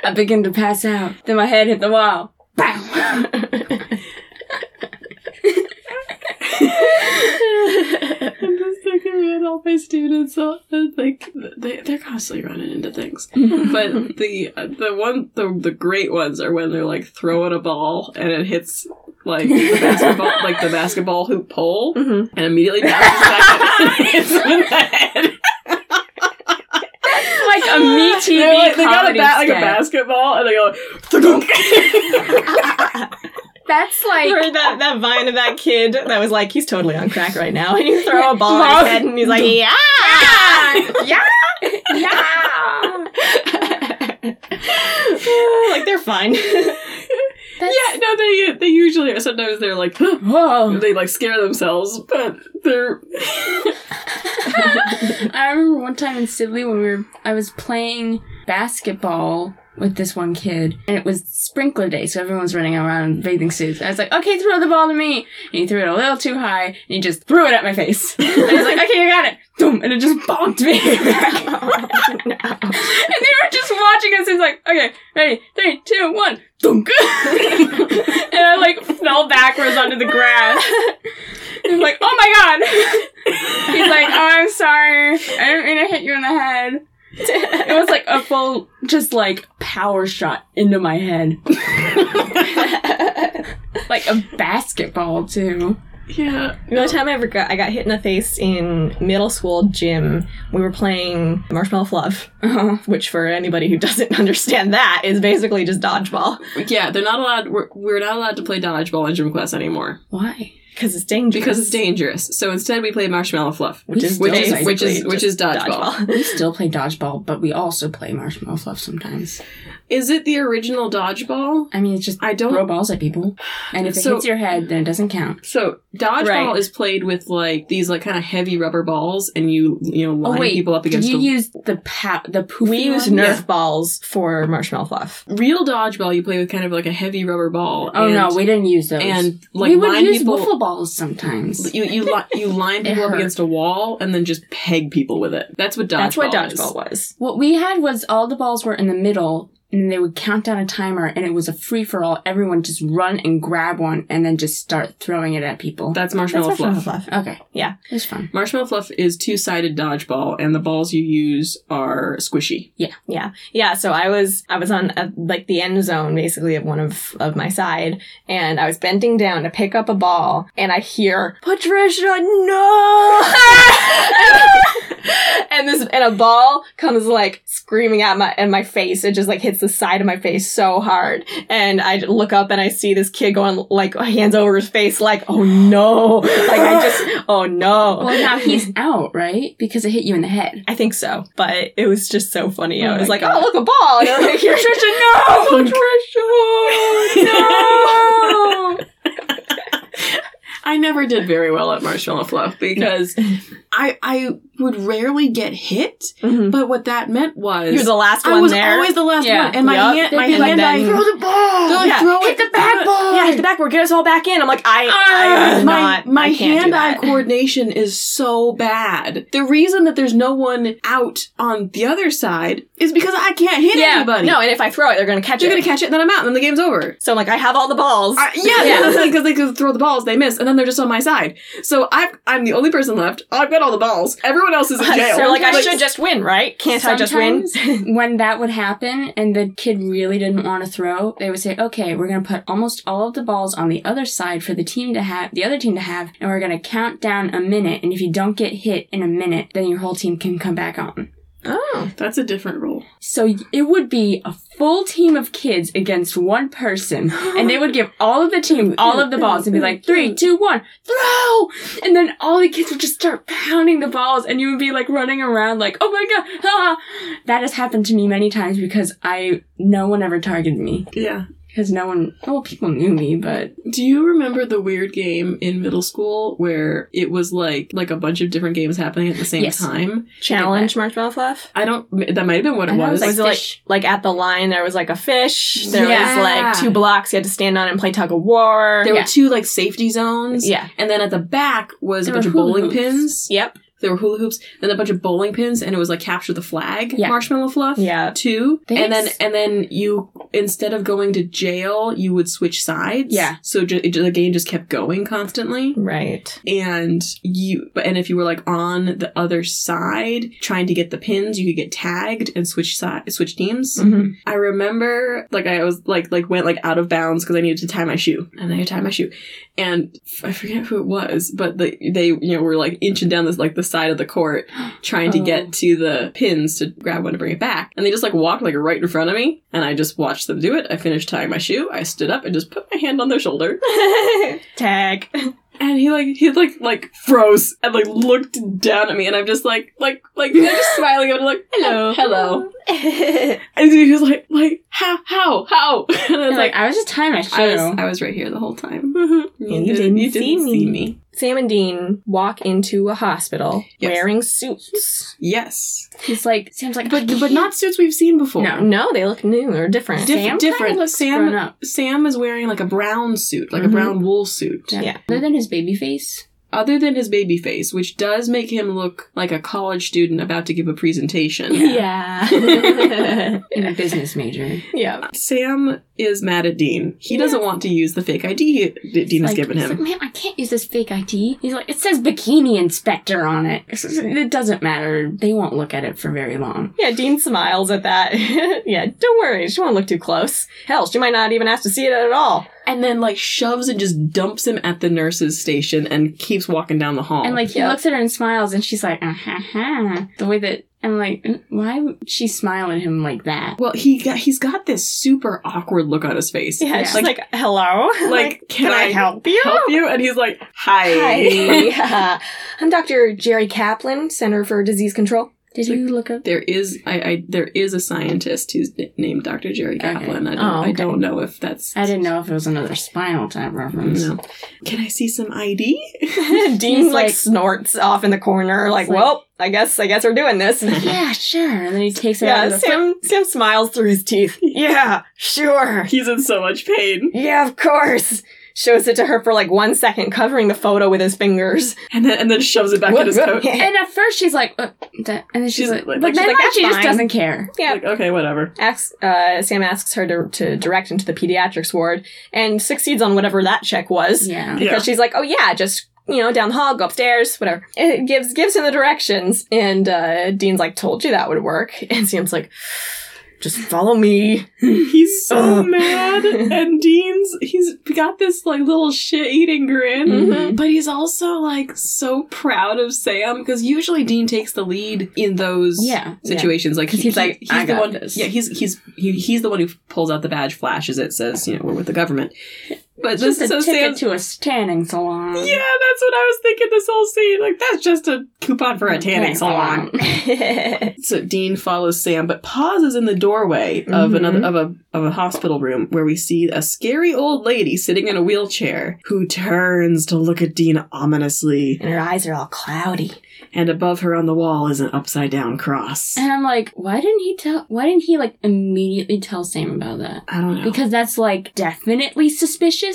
C: I begin to pass out. Then my head hit the wall. Bow!
A: I'm just thinking about my students. uh, Like they, they're constantly running into things. But the uh, the one the the great ones are when they're like throwing a ball and it hits like the basketball like the basketball hoop pole
B: Mhm.
A: and immediately bounces back and hits them in the head.
C: like a me TV
A: They're like, they got a
C: comedy
A: bat like a
C: sketch.
A: basketball and they go. "Thunk."
C: That's
B: I
C: like
B: heard that, that vine of that kid that was like, he's totally on crack right now. And you throw a ball at
C: Mom.
B: his head and he's like, yeah!
C: yeah, yeah.
B: like, they're fine.
C: That's,
A: yeah, no, they they usually are. Sometimes they're like.
C: Whoa!
A: They like scare themselves, but they're
C: I remember one time in Sibley when we were, I was playing basketball with this one kid, and it was sprinkler day, so everyone's running around in bathing suits. I was like, okay, throw the ball to me, and he threw it a little too high, and he just threw it at my face. And I was like, okay, you got it, Boom, and it just bonked me. And they were just watching us. He's like, okay, ready, three, two, one, dunk. and I like fell backwards onto the grass. And I'm like, oh my god. He's like, oh, I'm sorry. I didn't mean to hit you in the head. It was like a full, just like power shot into my head, like a basketball too.
A: yeah.
B: The only time I ever got, I got hit in the face in middle school gym. We were playing Marshmallow Fluff,
C: Uh-huh.
B: which for anybody who doesn't understand that is basically just dodgeball
A: Yeah, they're not allowed. We're, we're not allowed to play dodgeball in gym class anymore
C: Why?
B: because it's dangerous.
A: because it's dangerous. So instead, we play marshmallow fluff,
B: Which is
A: which is
B: basically
A: which is
B: just
A: which is dodgeball.
B: dodgeball.
C: We still play dodgeball, but we also play marshmallow fluff sometimes.
A: Is it the original dodgeball?
C: I mean, it's just
A: I don't.
C: throw balls at people, and if it
A: Oh. So-
C: hits your head, then it doesn't count.
A: so dodgeball
B: Right.
A: is played with like these like kind of heavy rubber balls, and you you know
C: Oh
A: line
C: wait,
A: people up
C: did
A: against
C: you
A: a
C: use the pa- the poofy
B: We use
C: one?
B: Nerf
A: Yeah.
B: balls for Marshmallow Fluff.
A: real dodgeball. You play with kind of like a heavy rubber ball.
C: Oh
A: and,
C: no, we didn't use those.
A: and like
C: we would
A: line
C: use
A: people.
C: wiffle balls sometimes.
A: You you li- you line people up
C: hurt.
A: against a wall and then just peg people with it. That's what dodgeball.
B: That's what
A: is.
B: dodgeball was.
C: What we had was all the balls were in the middle, and they would count down a timer, and it was a free for all. Everyone just run and grab one, and then just start throwing it at people.
A: That's marshmallow
B: That's
A: fluff.
B: Marshmallow Fluff.
C: okay,
B: Yeah.
C: it was fun.
A: Marshmallow Fluff is two sided dodgeball, and the balls you use are squishy.
B: Yeah. Yeah. So I was, I was on uh like the end zone basically of one of, of my side and I was bending down to pick up a ball and I hear, Patricia, no! and this, and a ball comes like screaming at my, and my face. It just like hits the side of my face so hard. And I look up and I see this kid going like hands over his face like, oh no. Like I just, oh no.
C: Well, now he's out, right? Because it hit you in the head.
B: I think so, but it was just so funny.
A: Oh
B: I was
A: my
B: like,
A: God.
B: "Oh, look a ball!" And I'm like, "Here's Trisha, no, Trisha, no."
A: I never did very well at Marshmallow Fluff because I I would rarely get hit,
B: Mhm.
A: but what that meant was
B: You're the last
A: I
B: one
A: was
B: there.
A: always the last
C: Yeah.
A: one, and my
B: Yup.
A: hand
C: They'd
A: my
C: be like
A: hand
B: that.
A: I
B: Throw
C: the ball.
A: Throw it,
B: Yeah.
A: throw
C: Hit
A: it,
C: the back
A: throw it.
C: ball.
B: yeah, hit the backboard, get us all back in. I'm like, I, I
A: Ah,
B: was
A: my
B: not,
A: my
B: I can't do
A: hand eye
B: that.
A: coordination is so bad. The reason that there's no one out on the other side is because I can't hit
C: Yeah,
A: anybody.
B: No, and if I throw it, they're gonna catch
A: you're
B: it.
A: gonna catch it, and then I'm out, and then the game's over.
B: so I'm like, I have all the balls.
A: I, yeah, yeah, that's because they could throw the balls, they miss, and then they're just on my side. So I've, I'm the only person left. I've got all the balls. Everyone else is in jail.
B: so like, I
C: Sometimes-
B: should just win, right? Can't I just win?
C: Sometimes, when that would happen and the kid really didn't want to throw, they would say, "Okay, we're going to put almost all of the balls on the other side for the team to have, the other team to have, and we're going to count down a minute. And if you don't get hit in a minute, then your whole team can come back on."
B: Oh,
A: that's a different rule.
C: So it would be a full team of kids against one person, and they would give all of the team all of the balls and be like, three, two, one, throw! And then all the kids would just start pounding the balls, and you would be like running around like, oh my god, ah. That has happened to me many times because I, no one ever targeted me.
A: Yeah.
C: because no one, well, people knew me, but
A: Do you remember the weird game in middle school where it was like like a bunch of different games happening at the same
C: Yes.
A: time?
B: Challenge marshmallow fluff.
A: I don't. That might have been what it
C: I know it
A: was.
C: was
B: Like,
C: like
B: was it like
C: fish.
B: like at the line there was like a fish. There
A: Yeah.
B: was like two blocks you had to stand on and play tug of war.
A: there
C: yeah.
A: were two like safety zones,
B: yeah.
A: and then at the back was
C: There
A: a bunch
C: were
A: of bowling
C: hula hoops.
A: pins.
B: Yep.
A: There were hula hoops, then a bunch of bowling pins, and it was like capture the flag,
C: Yeah.
A: marshmallow fluff.
B: Yeah.
A: Two,
C: They
A: and
C: had
A: then
C: s-
A: and then you instead of going to jail, you would switch sides.
C: Yeah.
A: So ju- it- the game just kept going constantly.
B: Right.
A: and you but and if you were like on the other side trying to get the pins you could get tagged and switch side switch teams
B: Mhm.
A: i remember like i was like like went like out of bounds because i needed to tie my shoe and i had to tie my shoe and f- i forget who it was but the, they you know were like inching down this like the side of the court trying to
C: Oh.
A: get to the pins to grab one to bring it back and they just like walked like right in front of me and i just watched them do it i finished tying my shoe i stood up and just put my hand on their shoulder
B: Tag.
A: and he like he like like froze and like looked down at me, and I'm just like like like I'm just smiling. I'm like hello hello, and he was like like how how how, and I was
C: like,
A: like,
C: I was just tying my
A: I was
C: shoe.
A: I was right here the whole time.
B: And you didn't see me. Sam and Dean walk into a hospital
A: Yes.
B: wearing suits.
A: Yes,
C: He's like, Sam's like,
A: but but not suits we've seen before.
C: No.
B: No, they look new or different.
A: Diff-
C: Sam
A: different.
C: kinda looks
A: Sam-
C: grown up.
A: Sam is wearing like a brown suit, like
B: Mhm.
A: a brown wool suit.
B: Yeah.
C: Other than his baby face.
A: Other than his baby face, which does make him look like a college student about to give a presentation.
B: Yeah.
C: And a business major.
B: yeah.
A: Sam is mad at Dean. He doesn't want to use the fake ID that Dean has
C: like,
A: given
C: he's
A: him.
C: like, man, I can't use this fake ID. He's like, it says bikini inspector on it. It's just- It doesn't matter. They won't look at it for very long.
B: Yeah, Dean smiles at that. yeah, don't worry, she won't look too close. Hell, she might not even have to see it at all.
A: and then like shoves and just dumps him at the nurse's station and keeps walking down the hall.
C: And like, he
B: yeah.
C: looks at her and smiles, and she's like, uh huh, huh. The way that I'm like, "Uh, why would she smile at him like that?
A: well, he got he's got this super awkward look on his face.
B: Yeah,
C: Yeah.
B: she's like, hello?
A: Like, can,
B: can I, help you?
A: help you? And he's like, hi.
B: Hi. yeah. I'm Dr. Jerry Kaplan, Center for Disease Control.
C: Did you look up?
A: There is I, I there is a scientist who's n- named Dr. Jerry
C: Okay.
A: Kaplan. I don't
B: Oh, okay.
A: I don't know if that's
C: I didn't know if it was another spinal tap reference.
A: no. Can I see some ID?
B: Dean like,
C: like-
B: snorts off in the corner, like,
C: He's like-
B: well, I guess I guess we're doing this.
C: Yeah, sure. And then he takes it out
B: yeah,
C: of the flip-
B: Sam Sam smiles through his teeth. Yeah, sure.
A: He's in so much pain.
B: Yeah, of course. Shows it to her for like one second, covering the photo with his fingers.
A: And then and then shoves it back in his coat.
B: yeah.
C: And at first she's like, uh, that, and then she's,
A: She's
C: like,
A: like-
C: but
A: she's
C: then
B: like,
C: like,
B: "That's
C: she just
B: fine."
C: doesn't care.
B: Yeah.
A: Like, okay, whatever.
B: Asks, uh, Sam asks her to, to direct him to the pediatrics ward and succeeds on whatever that check was.
C: Yeah.
B: Because
A: Yeah.
B: she's like, oh yeah, just you know, down the hall, go upstairs, whatever. It gives gives him the directions, and uh, Dean's like, told you that would work, and Sam's like, just follow me.
A: He's so
B: Ugh.
A: mad, and Dean's he's got this like little shit-eating grin,
C: Mhm.
A: but he's also like so proud of Sam because usually Dean takes the lead in those
C: Yeah.
A: situations. Like
C: 'Cause he's like, "I
A: the
C: got
A: one,
C: this."
A: yeah, he's he's he, he's the one who pulls out the badge, flashes it, says, you know, we're with the government. But
C: It's
A: this
C: just a
A: so
C: ticket
A: Sam.
C: to a tanning salon.
A: yeah, that's what I was thinking. This whole scene, like, that's just a coupon for a tanning salon. So Dean follows Sam, but pauses in the doorway of
C: Mm-hmm.
B: Mhm.
A: another of a of a hospital room where we see a scary old lady sitting in a wheelchair who turns to look at Dean ominously,
B: and her eyes are all cloudy.
A: and above her on the wall is an upside down cross.
C: And I'm like, why didn't he tell? Why didn't he like immediately tell Sam about that?
A: I don't know.
C: Because that's like definitely suspicious.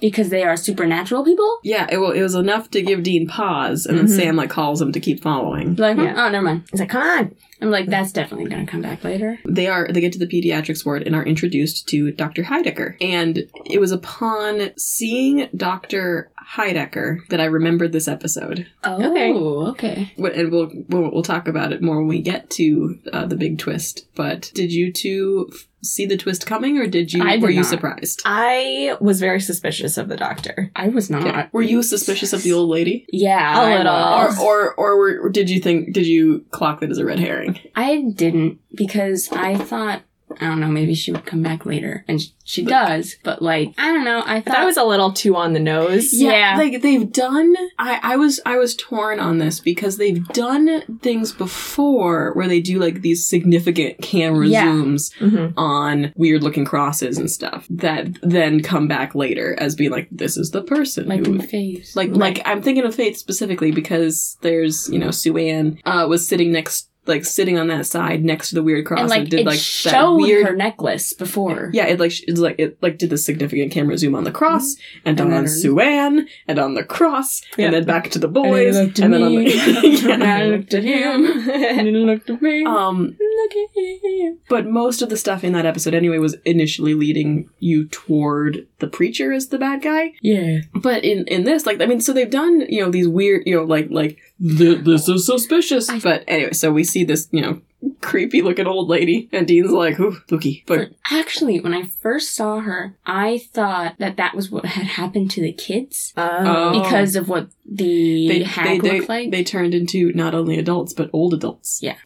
C: Because they are supernatural people.
A: yeah, it, well, it was enough to give Dean pause, and then
B: Mhm.
C: Mm-hmm.
A: Sam like calls him to keep following.
C: Like,
B: Yeah.
C: oh, never mind.
B: He's like, come on.
C: I'm like, that's definitely gonna come back later.
A: They are they get to the pediatrics ward and are introduced to Dr. Heidecker. And it was upon seeing Dr. Heidecker that I remembered this episode.
C: Oh,
B: Okay.
C: okay. okay.
A: Wh- and we'll we'll, we'll talk about it more when we get to uh, the big twist. But did you two f- see the twist coming, or did you
C: I did
A: were you
C: not.
A: surprised?
B: I was very suspicious of the doctor.
C: I was not.
A: Yeah. Were you suspicious of the old lady,
C: Yeah,
B: A
C: I
B: little.
C: was.
A: or or or, were, or did you think did you clock that as a red herring?
C: I didn't because I thought I don't know, maybe she would come back later. And sh- she does, but like, I don't know. I
B: I
C: thought,
B: thought it was a little too on the nose.
C: Yeah.
A: like they've done. I, I was I was torn on this because they've done things before where they do like these significant camera
C: Yeah.
A: zooms
B: hmm
A: on weird looking crosses and stuff that then come back later as being like this is the person
C: like
A: who
C: in phase.
A: like like I'm thinking of Faith specifically because there's you know Sue Ann uh, was sitting next like sitting on that side next to the weird cross
C: and
A: and,
C: like,
A: did
C: it
A: like that
C: showed
A: weird
C: her necklace before.
A: yeah it like sh- it's like it like did the significant camera zoom on the cross and,
C: Mm-hmm. And
A: on
C: then-
A: Sue Ann and on the cross
B: Yeah.
A: and then back to the
C: And then it
A: boys
C: looked
A: and,
C: to
A: then on
C: me.
A: the
C: And I looked at him. And
B: yeah.
C: it looked at me.
A: um
C: Look at him.
A: but most of the stuff in that episode anyway was initially leading you toward the preacher as the bad guy
C: Yeah.
A: But in in this, like, I mean, so they've done you know these weird you know like like "Th- this is suspicious.
C: I-
A: but anyway, so we see this you know creepy looking old lady, and Dean's like, "Ooh, looky," but
C: Actually, when I first saw her, I thought that that was what had happened to the kids
A: Oh.
C: because of what the
A: they they
C: hag
A: they,
C: looked like.
A: they turned into not only adults but old adults.
C: Yeah.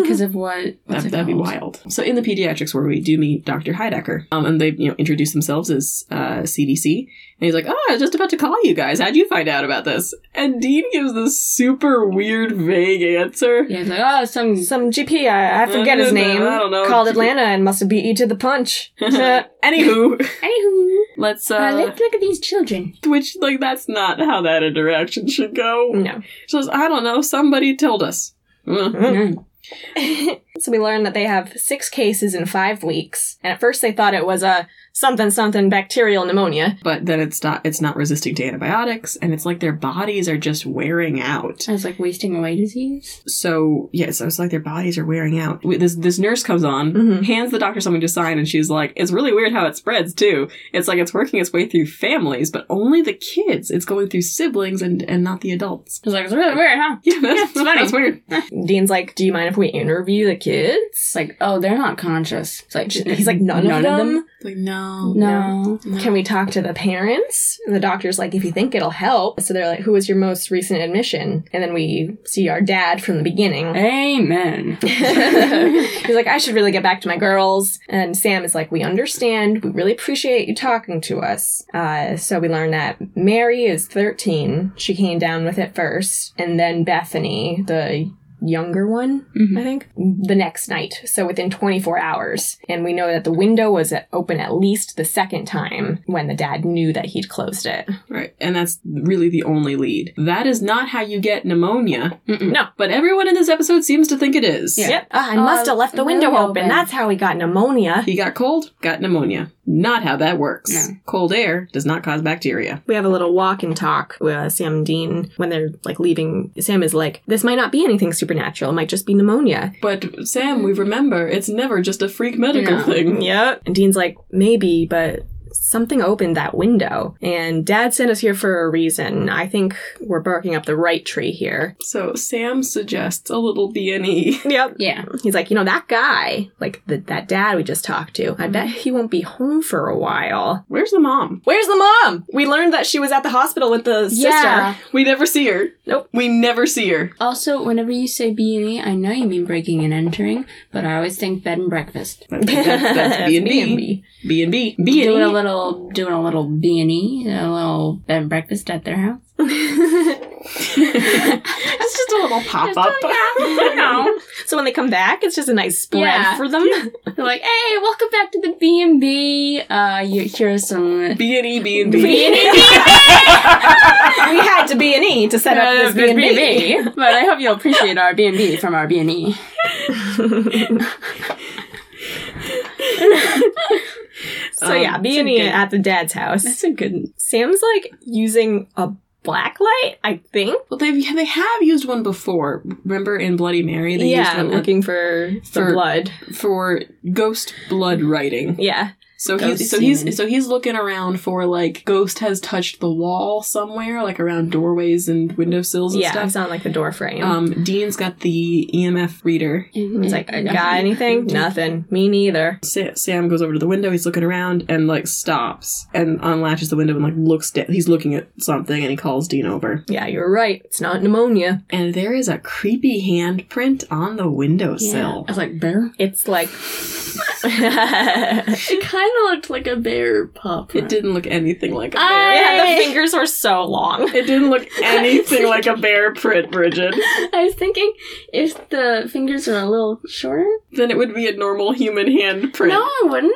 C: because of what what's
A: That,
C: it
A: that'd be
C: called?
A: wild. So in the pediatrics where we do meet Dr. Heidecker, um, and they you know introduce themselves as uh, CDC, and he's like, "Oh, I was just about to call you guys. How'd you find out about this?" And Dean gives this super weird, vague answer.
C: Yeah, it's like oh, some
B: Some GP, I, I forget his name,
A: I don't know.
B: called Atlanta and must have beat you to the punch.
A: Anywho,
C: anywho.
A: Let's
C: Uh,
A: uh
C: let's look at these children.
A: which like that's not how that interaction should
C: Mm.
A: go.
B: no.
A: She says, I don't know, somebody told us. Mm.
B: Mm-hmm. so we learned that they have six cases in five weeks, and at first they thought it was a something something bacterial pneumonia.
A: But then it's not it's not resisting to antibiotics and it's like their bodies are just wearing out.
C: I was like wasting away disease.
A: So yes, so it's like their bodies are wearing out. We- This this nurse comes on,
B: Mhm.
A: hands the doctor something to sign, and she's like, "It's really weird how it spreads too. It's like it's working its way through families, but only the kids. It's going through siblings and and not the adults."
C: I was like, it's really weird, huh?
A: Yeah, that's,
C: Yeah, it's funny.
A: that's weird.
B: Dean's like, "Do you mind if we interview the
C: It's
B: kids?"
C: like, oh, they're not conscious. It's like
B: He's like, "None, of, them?
A: Like no,
C: No.
B: Can we talk to the parents? And the doctor's like, "If you think it'll help." So they're like, "Who was your most recent admission?" And then we see our dad from the beginning.
C: Amen.
B: He's like, I should really get back to my girls. And Sam is like, We understand. We really appreciate you talking to us. Uh, so we learn that Mary is 13. She came down with it first. And then Bethany, the younger one, I
C: Mhm.
B: think, the next night. So within 24 hours. And we know that the window was open at least the second time when the dad knew that he'd closed it.
A: Right. And that's really the only lead. That is not how you get pneumonia,
C: Mm-mm.
A: but everyone in this episode seems to think it is.
C: Yeah.
B: Yep. Ah, I
C: Oh,
B: must have left the window
C: window
B: open.
C: open.
B: That's how he got pneumonia.
A: He got cold, got pneumonia. Not how that works.
C: No.
A: Cold air does not cause bacteria.
B: We have a little walk and talk with uh, Sam and Dean when they're like leaving. Sam is like, "This might not be anything supernatural. It might just be pneumonia."
A: But Sam, we remember it's never just a freak medical
C: No.
B: Mm-hmm.
A: thing.
B: Yep. And Dean's like, "Maybe, but something opened that window, and Dad sent us here for a reason. I think we're barking up the right tree here."
A: So Sam suggests a little B and E.
B: Yep.
C: Yeah.
B: He's like, "You know that guy, like the, that dad we just talked to. I bet he won't be home for a while."
A: Where's the mom?
B: Mm-hmm. Where's the mom? We learned that she was at the hospital with the
C: Yeah.
A: We never see her.
B: Nope.
A: We never see her.
C: Also, whenever you say B and E, I know you mean breaking and entering, but I always think bed and breakfast.
A: That- that- that's B and B. B and B. B
C: Doing a
A: and E.
C: little, doing a little B and E, a little bed and breakfast at their house.
A: It's just a little pop up.
C: I know.
B: So when they come back, it's just a nice spread
C: Yeah.
B: for them.
C: They're like, hey, welcome back to the B and B. Uh, you here's some
A: B and E. B and
C: B and
A: B.
C: E.
B: we had to be an E to set up this B&B.
C: B&B. But I hope you'll appreciate our B&B from our E. B&E.
A: E.
B: So yeah,
A: Um,
B: B and
A: it's
B: E
A: a good-
B: at the dad's house.
A: That's a good
B: Sam's like using a black light, I think.
A: Well, they they have used one before. Remember in Bloody Mary, they
B: yeah,
A: used one
B: looking for,
A: for-
B: the blood.
A: for ghost blood writing.
B: Yeah,
A: So he's
C: Ghost
A: so he's
C: semen.
A: so he's looking around for like ghost has touched the wall somewhere, like around doorways and windowsills and
B: yeah,
A: stuff.
B: it's on like the door frame.
A: Um, Dean's got the EMF reader.
C: And-
B: it's
C: and-
B: like, I
C: and-
B: got anything? Nothing. Me neither.
A: Sa- Sam goes over to the window. He's looking around and like stops and unlatches the window and like looks. Da- he's looking at something and he calls Dean over.
B: Yeah, you're right. It's not pneumonia.
A: And there is a creepy handprint on the
C: Yeah. I
A: windowsill.
C: was like, bear?
B: It's like. yeah,
C: She kind of looked like a bear pup.
A: It didn't look anything like a
C: Ah!
A: bear.
B: the fingers were so long.
A: It didn't look anything like a bear print, Bridget.
C: I was thinking if the fingers are a little shorter.
A: Then it would be a normal human hand print.
C: No, I wouldn't.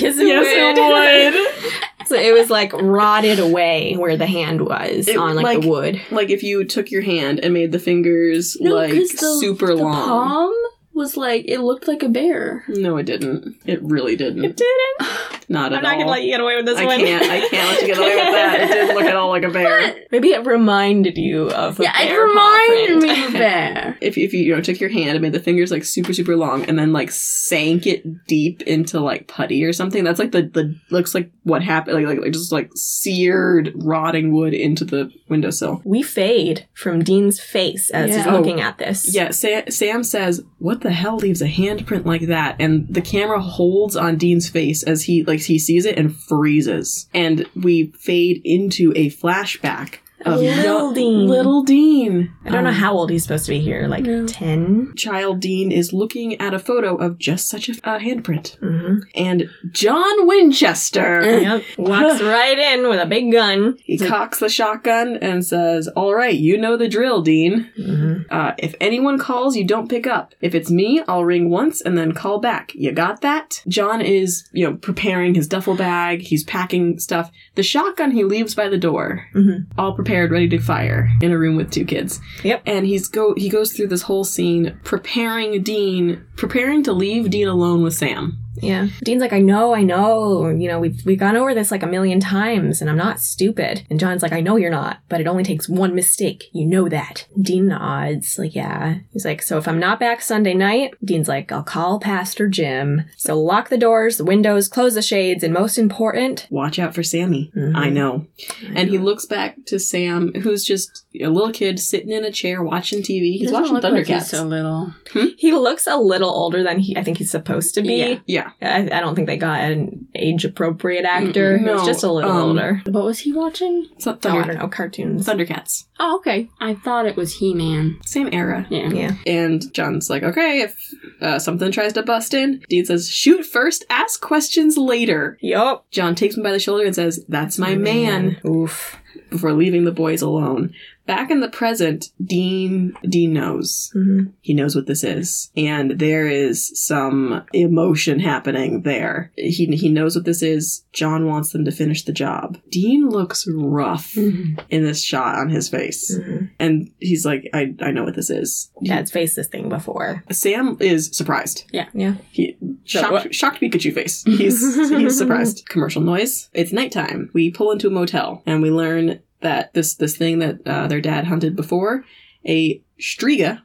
B: Yes, it
A: Yes, it would.
B: would. so it was like rotted away where the hand was
A: It-
B: on like,
A: like-
B: the wood.
A: like if you took your hand and made the fingers
C: No,
A: like
C: 'cause the-
A: super
C: The
A: long.
C: palm was like it looked like a bear.
A: No, it didn't. It really didn't.
B: didn't.
A: Not at all.
B: you get away with this
A: I can't. I can't let you get away with that. It didn't look at all like a bear.
B: Maybe it reminded you of.
C: yeah,
B: a
C: it
B: bear paw
C: reminded
B: print.
C: me of a bear.
A: If, if you you know took your hand and made the fingers like super super long and then like sank it deep into like putty or something, that's like the the looks like what happened like like, like just like seared rotting wood into the windowsill.
B: we fade from Dean's face as he's
C: Yeah.
B: looking at this.
A: Yeah, Sa- Sam says, "What the hell leaves a handprint like that?" And the camera holds on Dean's face as he like he sees it and freezes. And we fade into a flashback of
C: Yeah.
A: yo-
B: Little Dean.
A: little Dean.
B: I don't know
A: Um,
B: how old he's supposed to be here. Like
C: No.
B: 10
A: Child Dean is looking at a photo of just such a uh, handprint,
B: Mm-hmm.
A: and John Winchester.
B: Yep. Walks right in with a big gun.
A: He cocks the shotgun and says, "All right, you know the drill, Dean."
B: Mm-hmm.
A: Uh, if anyone calls, you don't pick up. If it's me, I'll ring once and then call back. You got that? John is, you know, preparing his duffel bag. He's packing stuff. The shotgun he leaves by the door,
B: Mhm.
C: Mm-hmm.
A: all prepared, ready to fire, in a room with two kids.
B: Yep.
A: And he's go he goes through this whole scene preparing Dean, preparing to leave Dean alone with Sam.
B: Yeah. Dean's like, I know, I know. You know, we've, we've gone over this like a million times and I'm not stupid. And John's like, I know you're not, but it only takes one mistake. You know that. Dean nods, like, yeah. He's like, so if I'm not back Sunday night, Dean's like, I'll call Pastor Jim. So lock the doors, the windows, close the shades, and most important,
A: Watch out for Sammy.
B: Mhm.
C: Mm-hmm.
A: I know. And he looks back to Sam, who's just a little kid sitting in a chair watching TV. He's
C: Doesn't
A: watching
C: look like he's
A: Thundercats.
C: so little.
B: he looks a little older than he I think he's supposed to be.
C: Yeah.
A: yeah.
B: I, I don't think they got an age appropriate actor.
A: Mm-mm.
B: He was
A: No,
B: just a little
A: um,
B: older.
C: What was he watching?
A: It's not
B: Oh, I
A: Thunder-
B: don't know, cartoons.
A: Thundercats.
C: Oh, okay. I thought it was He Man.
A: Same era.
C: Yeah.
B: Yeah.
A: And John's like, okay, if uh, something tries to bust in, Dean says, shoot first, ask questions later.
B: Yup.
A: John takes him by the shoulder and says, that's my man,
B: Oof.
A: before leaving the boys alone. Back in the present, Dean Dean knows.
B: Mhm.
A: He knows what this is. And there is some emotion happening there. He he knows what this is. John wants them to finish the job. Dean looks rough in this shot on his face.
B: Mhm.
A: And he's like, I, I know what this is.
B: Dad's faced this thing before.
A: Sam is surprised.
B: Yeah.
A: He
B: So
A: shocked,
B: what-
A: shocked Pikachu face. He's he's surprised. Commercial noise. It's nighttime. We pull into a motel and we learn that this this thing that uh, their dad hunted before, a striga.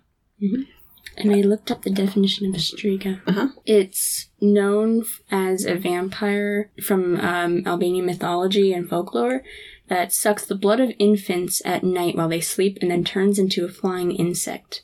C: And I looked up the definition of a striga.
A: Uh-huh.
C: It's known f- as a vampire from um, Albanian mythology and folklore that sucks the blood of infants at night while they sleep and then turns into a flying insect.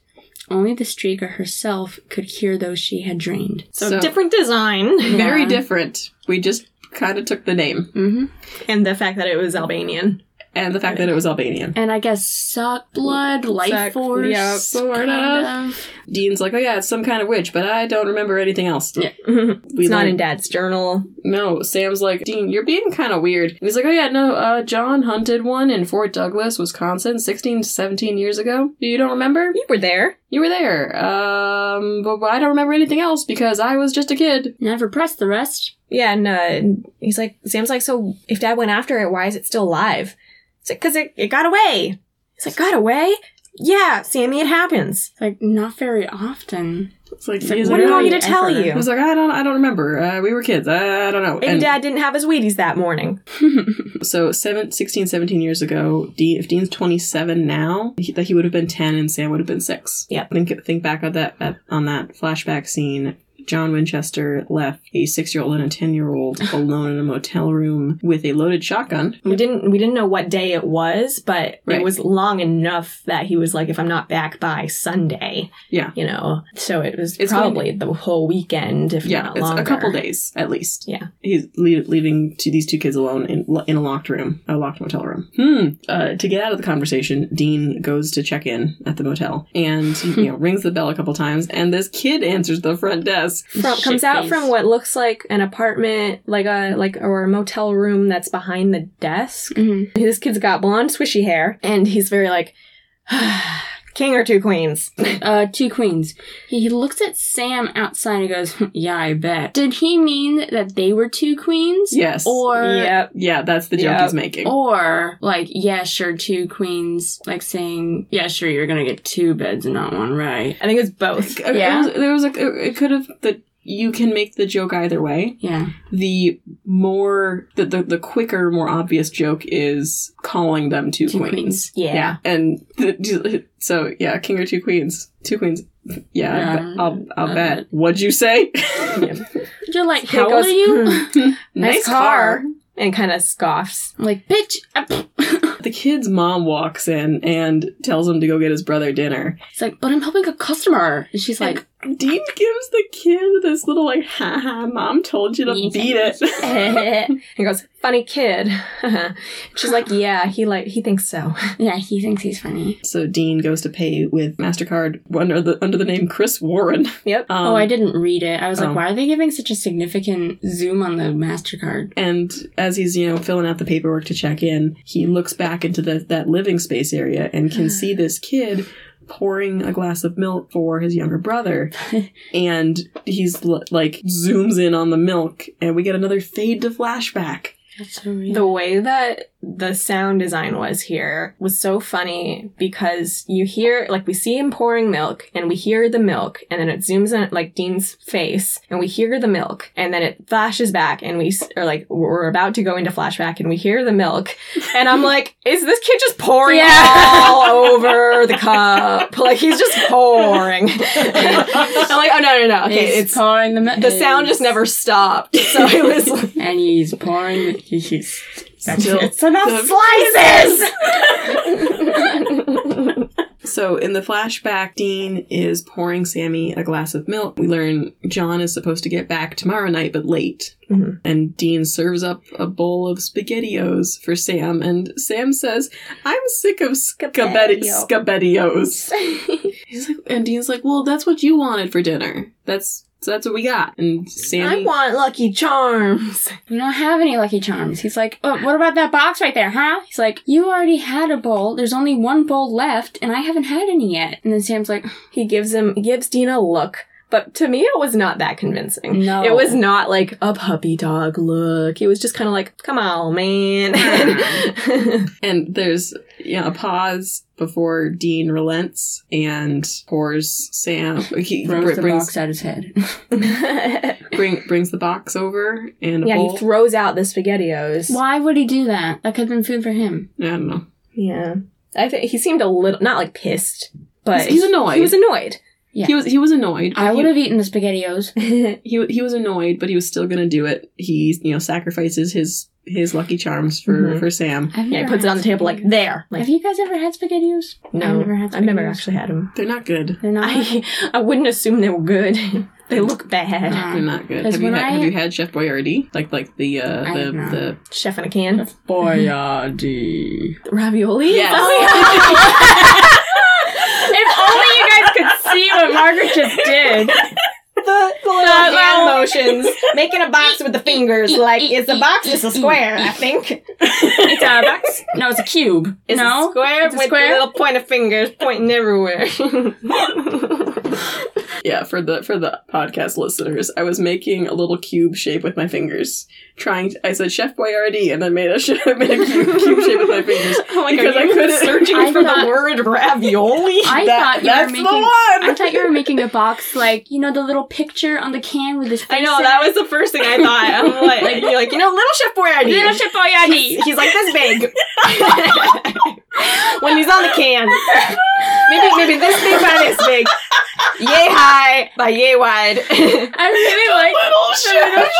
C: Only the striga herself could cure those she had drained.
B: So,
A: So-
B: different design
A: Very
C: Yeah.
A: different. We just kind of took the name
C: Mm-hmm.
B: and the fact that it was Albanian.
A: and the fact that it was Albanian.
C: And I guess suck blood, life
B: Suck-
C: force.
B: yeah,
A: sort
C: kind of.
A: Dean's like, oh yeah, it's some kind of witch, but I don't remember anything else.
C: Yeah.
B: it's
A: We
B: not
A: learn-
B: in Dad's journal.
A: No, Sam's like, Dean, you're being kind of weird. And he's like, oh yeah, no, uh, John hunted one in Fort Douglas, Wisconsin, 16 to 17 years ago. You don't remember?
B: You were there.
A: You were there. Um, but I don't remember anything else because I was just a kid.
C: Never press the rest.
B: Yeah, and uh, he's like, Sam's like, so if Dad went after it, why is it still alive? It's like, because it, it got away. It's like, got away? Yeah, Sammy, it happens.
C: Like, not very often.
A: It's like,
C: Like,
A: he's
B: what do you
A: like,
B: want me to
C: Really
B: tell
C: effort.
B: you?
A: I was like, I don't, I don't remember. Uh, we were kids. I, I don't know.
B: Maybe
A: And
B: Dad didn't have his Wheaties that morning.
A: so seven, 16, 17 years ago, Dean, if Dean's 27 now, he, that he would have been 10 and Sam would have been 6.
B: Yep.
A: Think, think back on that, at, on that flashback scene. John Winchester left a six year old and a 10 year old alone in a motel room with a loaded shotgun.
B: We didn't we didn't know what day it was, but
A: Right.
B: it was long enough that he was like, if I'm not back by Sunday,
A: Yeah.
B: you know. So it was
A: It's
B: probably the whole weekend, if
A: Yeah,
B: not
A: it's
B: longer.
A: a couple days at least.
B: Yeah.
A: He's le- leaving to these two kids alone in, lo- in a locked room, a locked motel room. Hmm. Uh, to get out of the conversation, Dean goes to check in at the motel and you know rings the bell a couple times, and this kid answers the front desk.
B: From, comes out
C: Shitface.
B: from what looks like an apartment, like a like or a motel room that's behind the desk.
C: Mhm.
B: This kid's got blonde swishy hair, and he's very like king or two queens.
C: Uh, two queens. He, he looks at Sam outside and goes, "Yeah, I bet." Did he mean that they were two queens?
A: Yes.
C: Or
B: yep.
A: yeah, that's the joke
B: Yeah.
A: he's making.
C: Or like, yeah, sure, two queens. Like saying, yeah, sure, you're gonna get two beds and not one, right?
B: I think it's both.
A: It- it
C: Yeah.
A: was- there was like it, it could have that you can make the joke either way.
C: Yeah.
A: The more the the, the quicker, more obvious joke is calling them two,
C: Two
A: queens.
C: queens.
B: Yeah.
A: and the, so yeah, king or two queens, two queens. Yeah,
C: Yeah.
A: I'll I'll
C: Uh,
A: bet. What'd you say?
C: You're like,
B: Kid
C: how
B: goes,
C: old are you?
A: nice
B: car. And kind of scoffs.
C: I'm like, bitch. ah, pff."
A: The kid's mom walks in and tells him to go get his brother dinner.
C: it's like, but I'm helping a customer. And she's like,
A: And Dean gives the kid this little like, ha ha, mom told you to
C: You
A: beat it.
B: and he goes, funny kid. She's like, yeah, he like he thinks so.
C: yeah, he thinks he's funny.
A: so Dean goes to pay with Mastercard under the under the name Chris Warren.
B: Yep.
A: Um,
C: oh, I didn't read it. I was
A: oh.
C: like, why are they giving such a significant zoom on the Mastercard?
A: And as he's, you know, filling out the paperwork to check in, he looks back into the, that living space area and can see this kid pouring a glass of milk for his younger brother. and he's l- like, zooms in on the milk, and we get another fade to flashback.
C: That's so weird.
B: The way that the sound design was here was so funny because you hear like we see him pouring milk and we hear the milk and then it zooms in like Dean's face and we hear the milk and then it flashes back and we s- are like we're about to go into flashback and we hear the milk and I'm like is this kid just pouring
C: Yeah.
B: all over the cup like he's just pouring I'm like oh no no no okay
C: He's
B: it's
C: pouring the
B: the sound just never stopped so it was like
C: And he's pouring. The, he's
A: Still-
C: it's enough
A: the-
C: slices.
A: So in the flashback, Dean is pouring Sammy a glass of milk. We learn John is supposed to get back tomorrow night, but late.
B: Mhm.
A: And Dean serves up a bowl of spaghettios for Sam, and Sam says, "I'm sick of scabetti-
C: Scabedio.
A: scabettios." He's like, and Dean's like, "Well, that's what you wanted for dinner. That's so that's what we got." And
B: I
A: Sammy,
B: want Lucky Charms.
C: We don't have any Lucky Charms. He's like, oh, what about that box right there, huh? He's like, you already had a bowl. There's only one bowl left, and I haven't had any yet. And then Sam's like,
B: He gives him gives Dean a look, but to me it was not that convincing.
C: no,
B: It was not like a puppy dog look. It was just kind of like, come on, man.
A: and there's yeah a pause before Dean relents and pours Sam. He
C: throws
A: br-
C: the
A: brings
C: box at his head.
A: bring brings the box over and a
B: yeah,
A: bowl.
B: he throws out the spaghettios.
C: Why would he do that? That could have been food for him.
A: I don't know.
B: Yeah, I think he seemed a little not like pissed, but
A: He's annoyed.
B: He was annoyed.
C: Yeah.
A: He was he was annoyed. but
C: I
A: he-
C: would have eaten the spaghettios.
A: He he was annoyed, but he was still gonna do it. He you know sacrifices his his lucky charms for
C: Mm-hmm.
B: Mhm.
A: for Sam.
C: I've
B: yeah,
C: never
B: he puts it
C: had
B: on the table like
C: spaghettios.
B: there. Like
C: have you guys ever had spaghettios?
B: no,
C: I've never had. Spaghettios.
B: I've never actually had him.
A: They're not good.
C: They're not.
B: I I wouldn't assume they were good. they look bad.
C: Uh,
A: They're not good.
C: 'cause
A: Have you,
C: when
A: had,
C: I-
A: have you had Chef Boyardee? Like like the uh,
C: I have not.
A: the
B: Chef in a can.
C: Boyardee.
B: Ravioli? Oh,
A: Yes.
C: if only you guys could see what Margaret just did.
B: the, the little hand motions. Making a box with the fingers. Like, is a box? It's a square, I think.
C: It's a box. No, it's a cube.
B: It's a
C: no,
B: square
C: It's a
B: with
C: square?
B: little point of fingers pointing everywhere.
A: the yeah for the for the podcast listeners. I was making a little cube shape with my fingers, trying. To, I said Chef Boyardee, and I made a sh- I made a cube, cube shape with my fingers.
B: I'm like,
A: Because
B: are
A: I
B: you
A: couldn't-
B: searching
C: I
B: for
C: thought-
B: the word ravioli?
C: I
A: That-
C: thought you
A: that's
C: were
A: the
C: making.
A: one!
C: I thought you were making a box like you know the little picture on the can with his. Face
B: I know, that was the first thing I thought. I'm like, you're like, you know, little chef Boyardee.
C: little Chef Boyardee.
B: He's like this big. when he's on the can. Maybe maybe this big by this big. Yay high by yay wide.
C: I really like
A: Little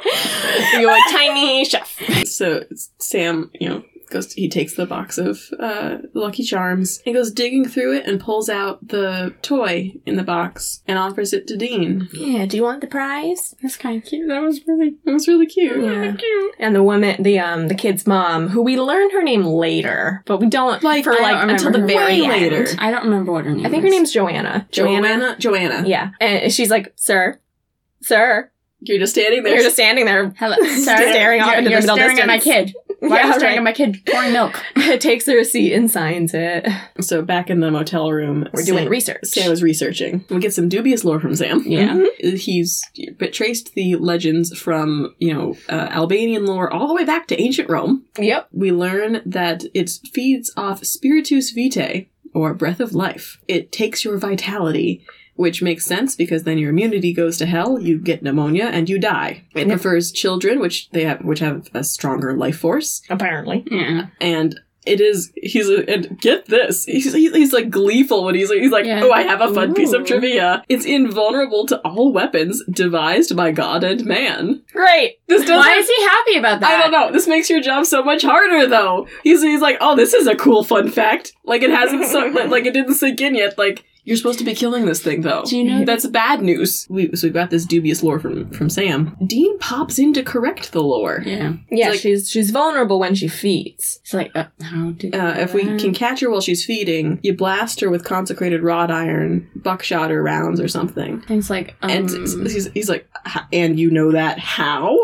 C: the Little Chef
B: You're a tiny chef.
A: So Sam, you know, goes. he takes the box of uh, Lucky Charms and goes digging through it and pulls out the toy in the box and offers it to Dean.
B: Yeah, do you want the prize?
C: That's kind of cute. That was really
A: It was really cute.
B: Yeah. And the woman the um the kid's mom, who we learn her name later, but we don't
A: Like,
B: for
A: I
B: like
C: don't
B: until the
C: remember her
B: very
A: name. Way
B: end.
A: later.
C: I don't remember what her name.
B: I think her
C: is.
B: name's Joanna.
A: Joanna. Joanna.
B: Yeah. And she's like, Sir, sir.
A: You're just standing there.
B: You're just standing there
C: Hello,
B: Staring off
C: You're-
B: into the
C: you're
B: middle
C: staring at my
B: distance.
C: kid. Why are
B: Yeah,
C: you staring
B: right.
C: at my kid? Pouring milk.
B: takes the receipt and signs it.
A: so back in the motel room.
B: We're doing
A: Sam-
B: research.
A: Sam is researching. We get some dubious lore from Sam.
B: Yeah.
A: Mhm. He's but traced the legends from, you know, uh, Albanian lore all the way back to ancient Rome.
B: Yep.
A: We learn that it feeds off spiritus vitae or breath of life. It takes your vitality, which makes sense because then your immunity goes to hell, you get pneumonia and you die. It
B: Yep.
A: prefers children which they have which have a stronger life force
B: Apparently.
C: Yeah.
A: and it is he's a, and get this he's, he's, he's like gleeful when he's like he's like
C: Yeah.
A: oh I have a fun piece of
C: Ooh.
A: trivia it's invulnerable to all weapons devised by God and man
B: Great.
A: this doesn't
C: Why is he happy about that?
A: I don't know this makes your job so much harder though he's he's like oh this is a cool fun fact like it hasn't sunk like, like it didn't sink in yet like you're supposed to be killing this thing though
C: Do you know
A: that's bad news we so we got this dubious lore from from Sam Dean pops in to correct the lore
C: Yeah.
A: It's
B: Yeah,
A: like-
B: she's she's vulnerable when she feeds.
C: It's like, uh, how did
A: Uh, if we
C: Mm.
A: can catch her while she's feeding, you blast her with consecrated wrought iron, buckshot her rounds or something.
C: things like um,
A: And s- he's, he's like, "H- and you know that how?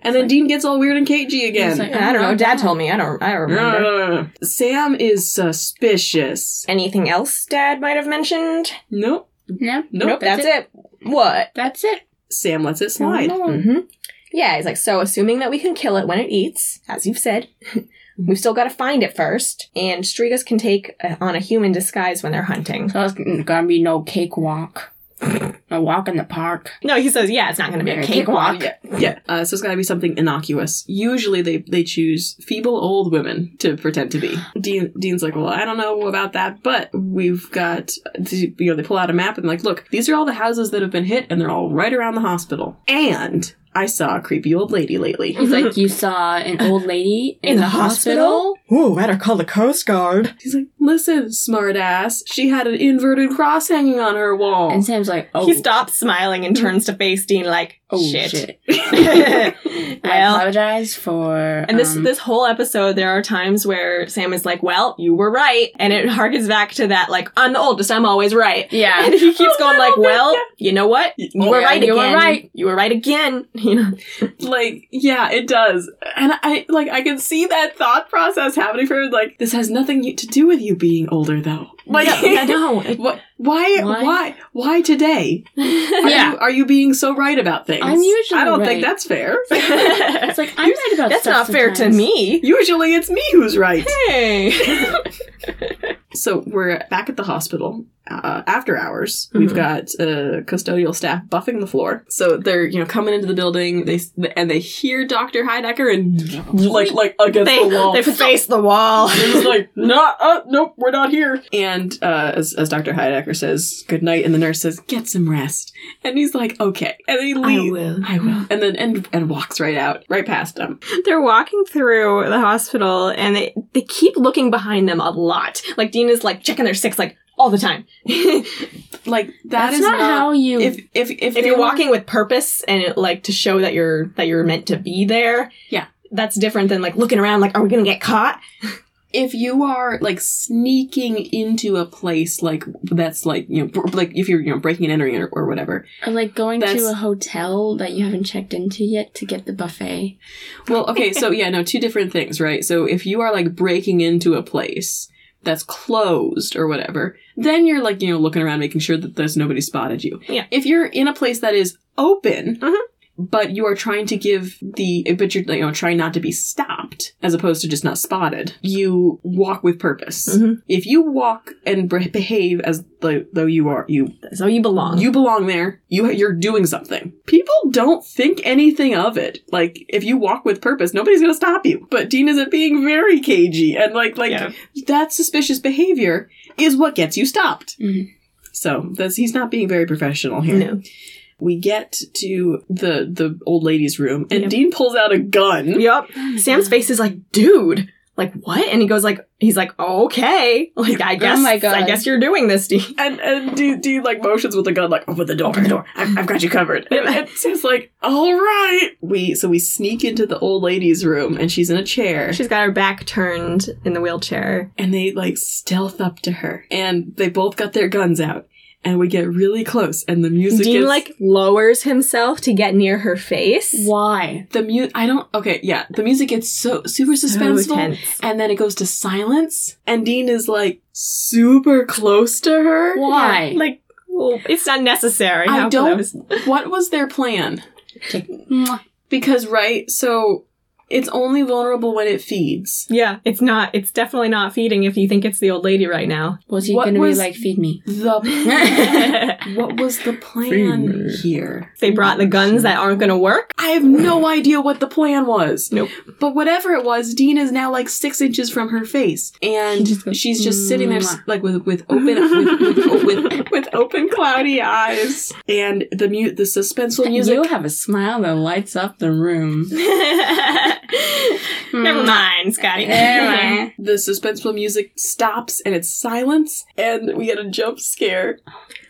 A: And then
C: like-
A: Dean gets all weird and cagey again.
C: He's like,
B: I don't know. Dad told me. I don't. I don't remember.
A: Sam is suspicious.
B: Anything else Dad might have mentioned?
A: Nope,
C: no,
A: nope.
B: that's, it. What?
C: that's it.
A: Sam lets it slide.
C: No, no.
B: Mm-hmm. Yeah, he's like, so assuming that we can kill it when it eats, as you've said, we've still got to find it first. And Strigas can take uh, on a human disguise when they're hunting.
C: So it's gonna be no cakewalk. A walk in the park.
B: No, he says, yeah, it's not going to be a
C: Very
B: cakewalk.
C: cakewalk.
A: Yeah, uh, so it's got to be something innocuous. Usually, they they choose feeble old women to pretend to be. Dean Dean's like, well, I don't know about that, but we've got you know they pull out a map and like, look, these are all the houses that have been hit, and they're all right around the hospital. And I saw a creepy old lady lately.
C: He's like, you saw an old lady
B: Mm-hmm. In
C: in, the,
B: the
C: hospital?
B: Ooh, better call the Coast Guard.
A: He's like, listen, smartass, she had an inverted cross hanging on her wall.
C: And Sam's like, oh,
B: He stops smiling and turns to face Dean like,
C: oh
B: shit.
C: shit. I
B: well,
C: apologize for.
B: And this
C: um,
B: this whole episode, there are times where Sam is like, "Well, you were right," and it harkens back to that, like, "I'm the oldest, I'm always right."
C: Yeah.
B: And he keeps
A: Oh,
B: going
A: no,
B: like,
A: but-
B: "Well, you know what? You
A: Yeah,
B: were right
C: you were
B: again.
C: right.
B: You were right again." You know,
A: like yeah it does and i like i can see that thought process happening for her like this has nothing to do with you being older though like
B: I know.
A: What, why,
C: Why?
A: why, why, today? Are
C: Yeah.
A: you, are you being so right about things?
C: I'm usually
A: I don't
C: right.
A: think that's fair.
C: It's like, I'm right about
B: That's
C: stuff
B: not fair to
C: sometimes.
B: me.
A: usually, it's me who's right.
B: Hey.
A: So we're back at the hospital uh, after hours. We've
C: Mm-hmm.
B: Mhm.
A: got uh, custodial staff buffing the floor. So they're you know coming into the building. They s- and they hear Doctor Heidecker and like like against
B: they
A: the wall.
B: they face the wall.
A: They're just like, no, uh, nope, we're not here. And uh, as, as Dr. Heidecker says, good night, and the nurse says, get some rest. And he's like, okay. And he leaves.
C: will.
A: I will. And then and and walks right out, right past them.
B: They're walking through the hospital, and they they keep looking behind them a lot. Like Dean is like checking their six like all the time.
A: Like
C: That's
A: That's
C: not, how you.
A: if if if,
B: if
A: they
B: you're
A: were-
B: walking with purpose and it, like to show that you're that you're meant to be there
A: Yeah.
B: that's different than like looking around like are we gonna get caught
A: if you are like sneaking into a place like that's like you know br- like if you're you know breaking and entering or, or whatever.
C: or like going to
A: That's-
C: a hotel that you haven't checked into yet to get the buffet.
A: Well, okay, so yeah, no, two different things, right? So if you are like breaking into a place that's closed or whatever, then you're like, you know, looking around making sure that there's nobody spotted you.
B: Yeah.
A: If you're in a place that is open,
B: Mhm.
A: but you are trying to give the but you're you know trying not to be stopped as opposed to just not spotted you walk with purpose
B: Mhm.
A: if you walk and beh- behave as though, though you are you
B: So you belong.
A: you belong there you you're doing something people don't think anything of it like if you walk with purpose nobody's gonna stop you but dean is being very cagey and like like
B: Yeah.
A: that suspicious behavior is what gets you stopped
C: Mhm.
A: so that's he's not being very professional here
B: Mm-hmm. No.
A: we get to the the old lady's room and
B: Yep.
A: Dean pulls out a gun.
B: Yup.
C: Oh my
B: Sam's
C: God.
B: face is like, dude, like what? And he goes like, he's like, okay, like
A: Oh
B: I guess,
C: my God.
B: I guess you're doing this, Dean.
A: And and Dean, Dean like motions with the gun, like open the door,
B: Open the door.
A: I've, I've got you covered. And, and Sam's like, all right. We so we sneak into the old lady's room and she's in a chair.
B: She's got her back turned in the wheelchair.
A: and they like stealth up to her and they both got their guns out and we get really close and the music
B: Dean
A: is
B: like lowers himself to get near her face.
C: Why?
A: the mu I don't okay yeah the music gets so super
B: So
A: suspenseful.
B: tense.
A: and then it goes to silence, and Dean is like super close to her.
C: Why?
B: Yeah, like, well, it's unnecessary.
A: I
B: How
A: don't-
B: close.
A: What was their plan?
C: Mwah.
A: Because, right, so it's only vulnerable when it feeds.
B: Yeah, it's not. It's definitely not feeding. If you think it's the old lady right now.
C: Was he
A: What
C: gonna
A: was-
C: be like, feed me?
A: The
B: they
A: what was the plan here?
B: brought the guns that aren't going to work.
A: I have no idea what the plan was.
B: Nope.
A: But whatever it was, Dean is now like six inches from her face, and
C: She just goes, "Mm."
A: she's just sitting there s-
C: "Mwah."
A: like with with open with, with, with, with open cloudy eyes, and the mute the suspenseful music.
C: You have a smile that lights up the room.
B: Never mind, Scotty.
C: Never
A: The suspenseful music stops and it's silence, and we get a jump scare.
B: Her-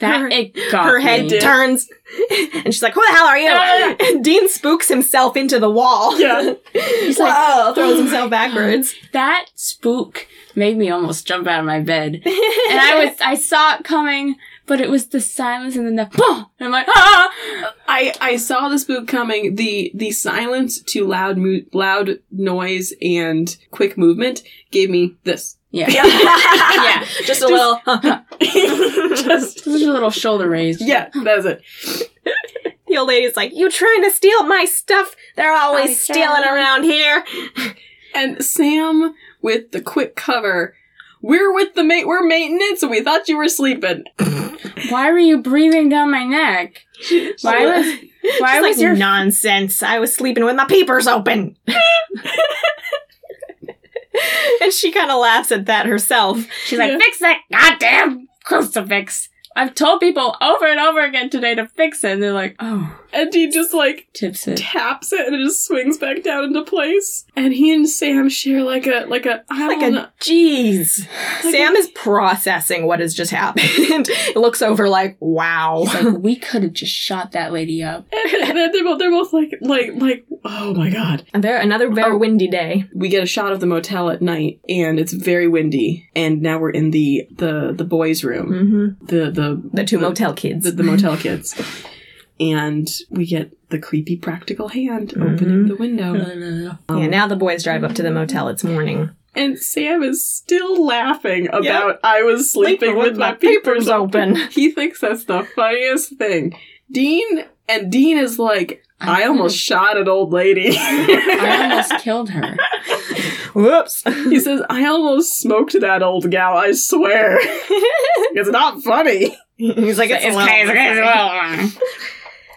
C: That it got
B: Her head
C: me.
A: did.
B: turns, and she's like, "Who the hell are you?"
C: Ah!
B: And Dean spooks himself into the wall.
A: Yeah.
B: he's
C: like,
B: like, "Oh!" Throws
C: "Oh
B: himself
C: my God."
B: backwards.
C: That spook made me almost jump out of my bed. and I was I saw it coming, but it was the silence and then the boom. And I'm like, ah!
A: I I saw the spook coming. The the silence to loud mo- loud noise and quick movement gave me this.
C: Yeah.
A: Yeah.
B: yeah, just a little.
A: Just
C: Just a little shoulder raise.
A: yeah, that's it.
B: The old lady's like, "You trying to steal my stuff? They're always
C: I
B: stealing
C: don't.
B: around here."
A: And Sam with the quick cover. We're with the mate. We're maintenance, and we thought you were sleeping.
C: Why were you breathing down my neck? Why was why
B: She's like,
C: was your
B: nonsense? I was sleeping with my peepers open. and she kind of laughs at that herself.
C: She's like, fix that goddamn crucifix. I've told people over and over again today to fix it, and they're like, oh,
A: And he just like
C: tips it.
A: taps it, and it just swings back down into place. And he and Sam share like a like a I
B: Like
A: don't know.
B: a jeez. Sam is processing what has just happened. Looks over like, wow.
C: It's like, we could have just shot that lady up.
A: and then they're both, they're both like like like oh my god
B: And there, another very
A: Oh.
B: windy day.
A: we get a shot of the motel at night and it's very windy and now we're in the the the boys room
B: Mm-hmm.
A: the the
B: The two
A: the,
B: motel kids.
A: the, the motel kids and we get the creepy practical hand opening
B: Mhm.
A: the window Um,
B: yeah, now the boys drive up to the motel. It's morning.
A: and sam is still laughing about i was sleeping
B: Sleeping
A: with, my papers
B: open.
A: he thinks that's the funniest thing dean and dean is like i almost shot an old lady
C: I almost killed her.
B: Whoops.
A: He says, I almost smoked that old gal, I swear. it's not funny.
B: He's like, it's, low.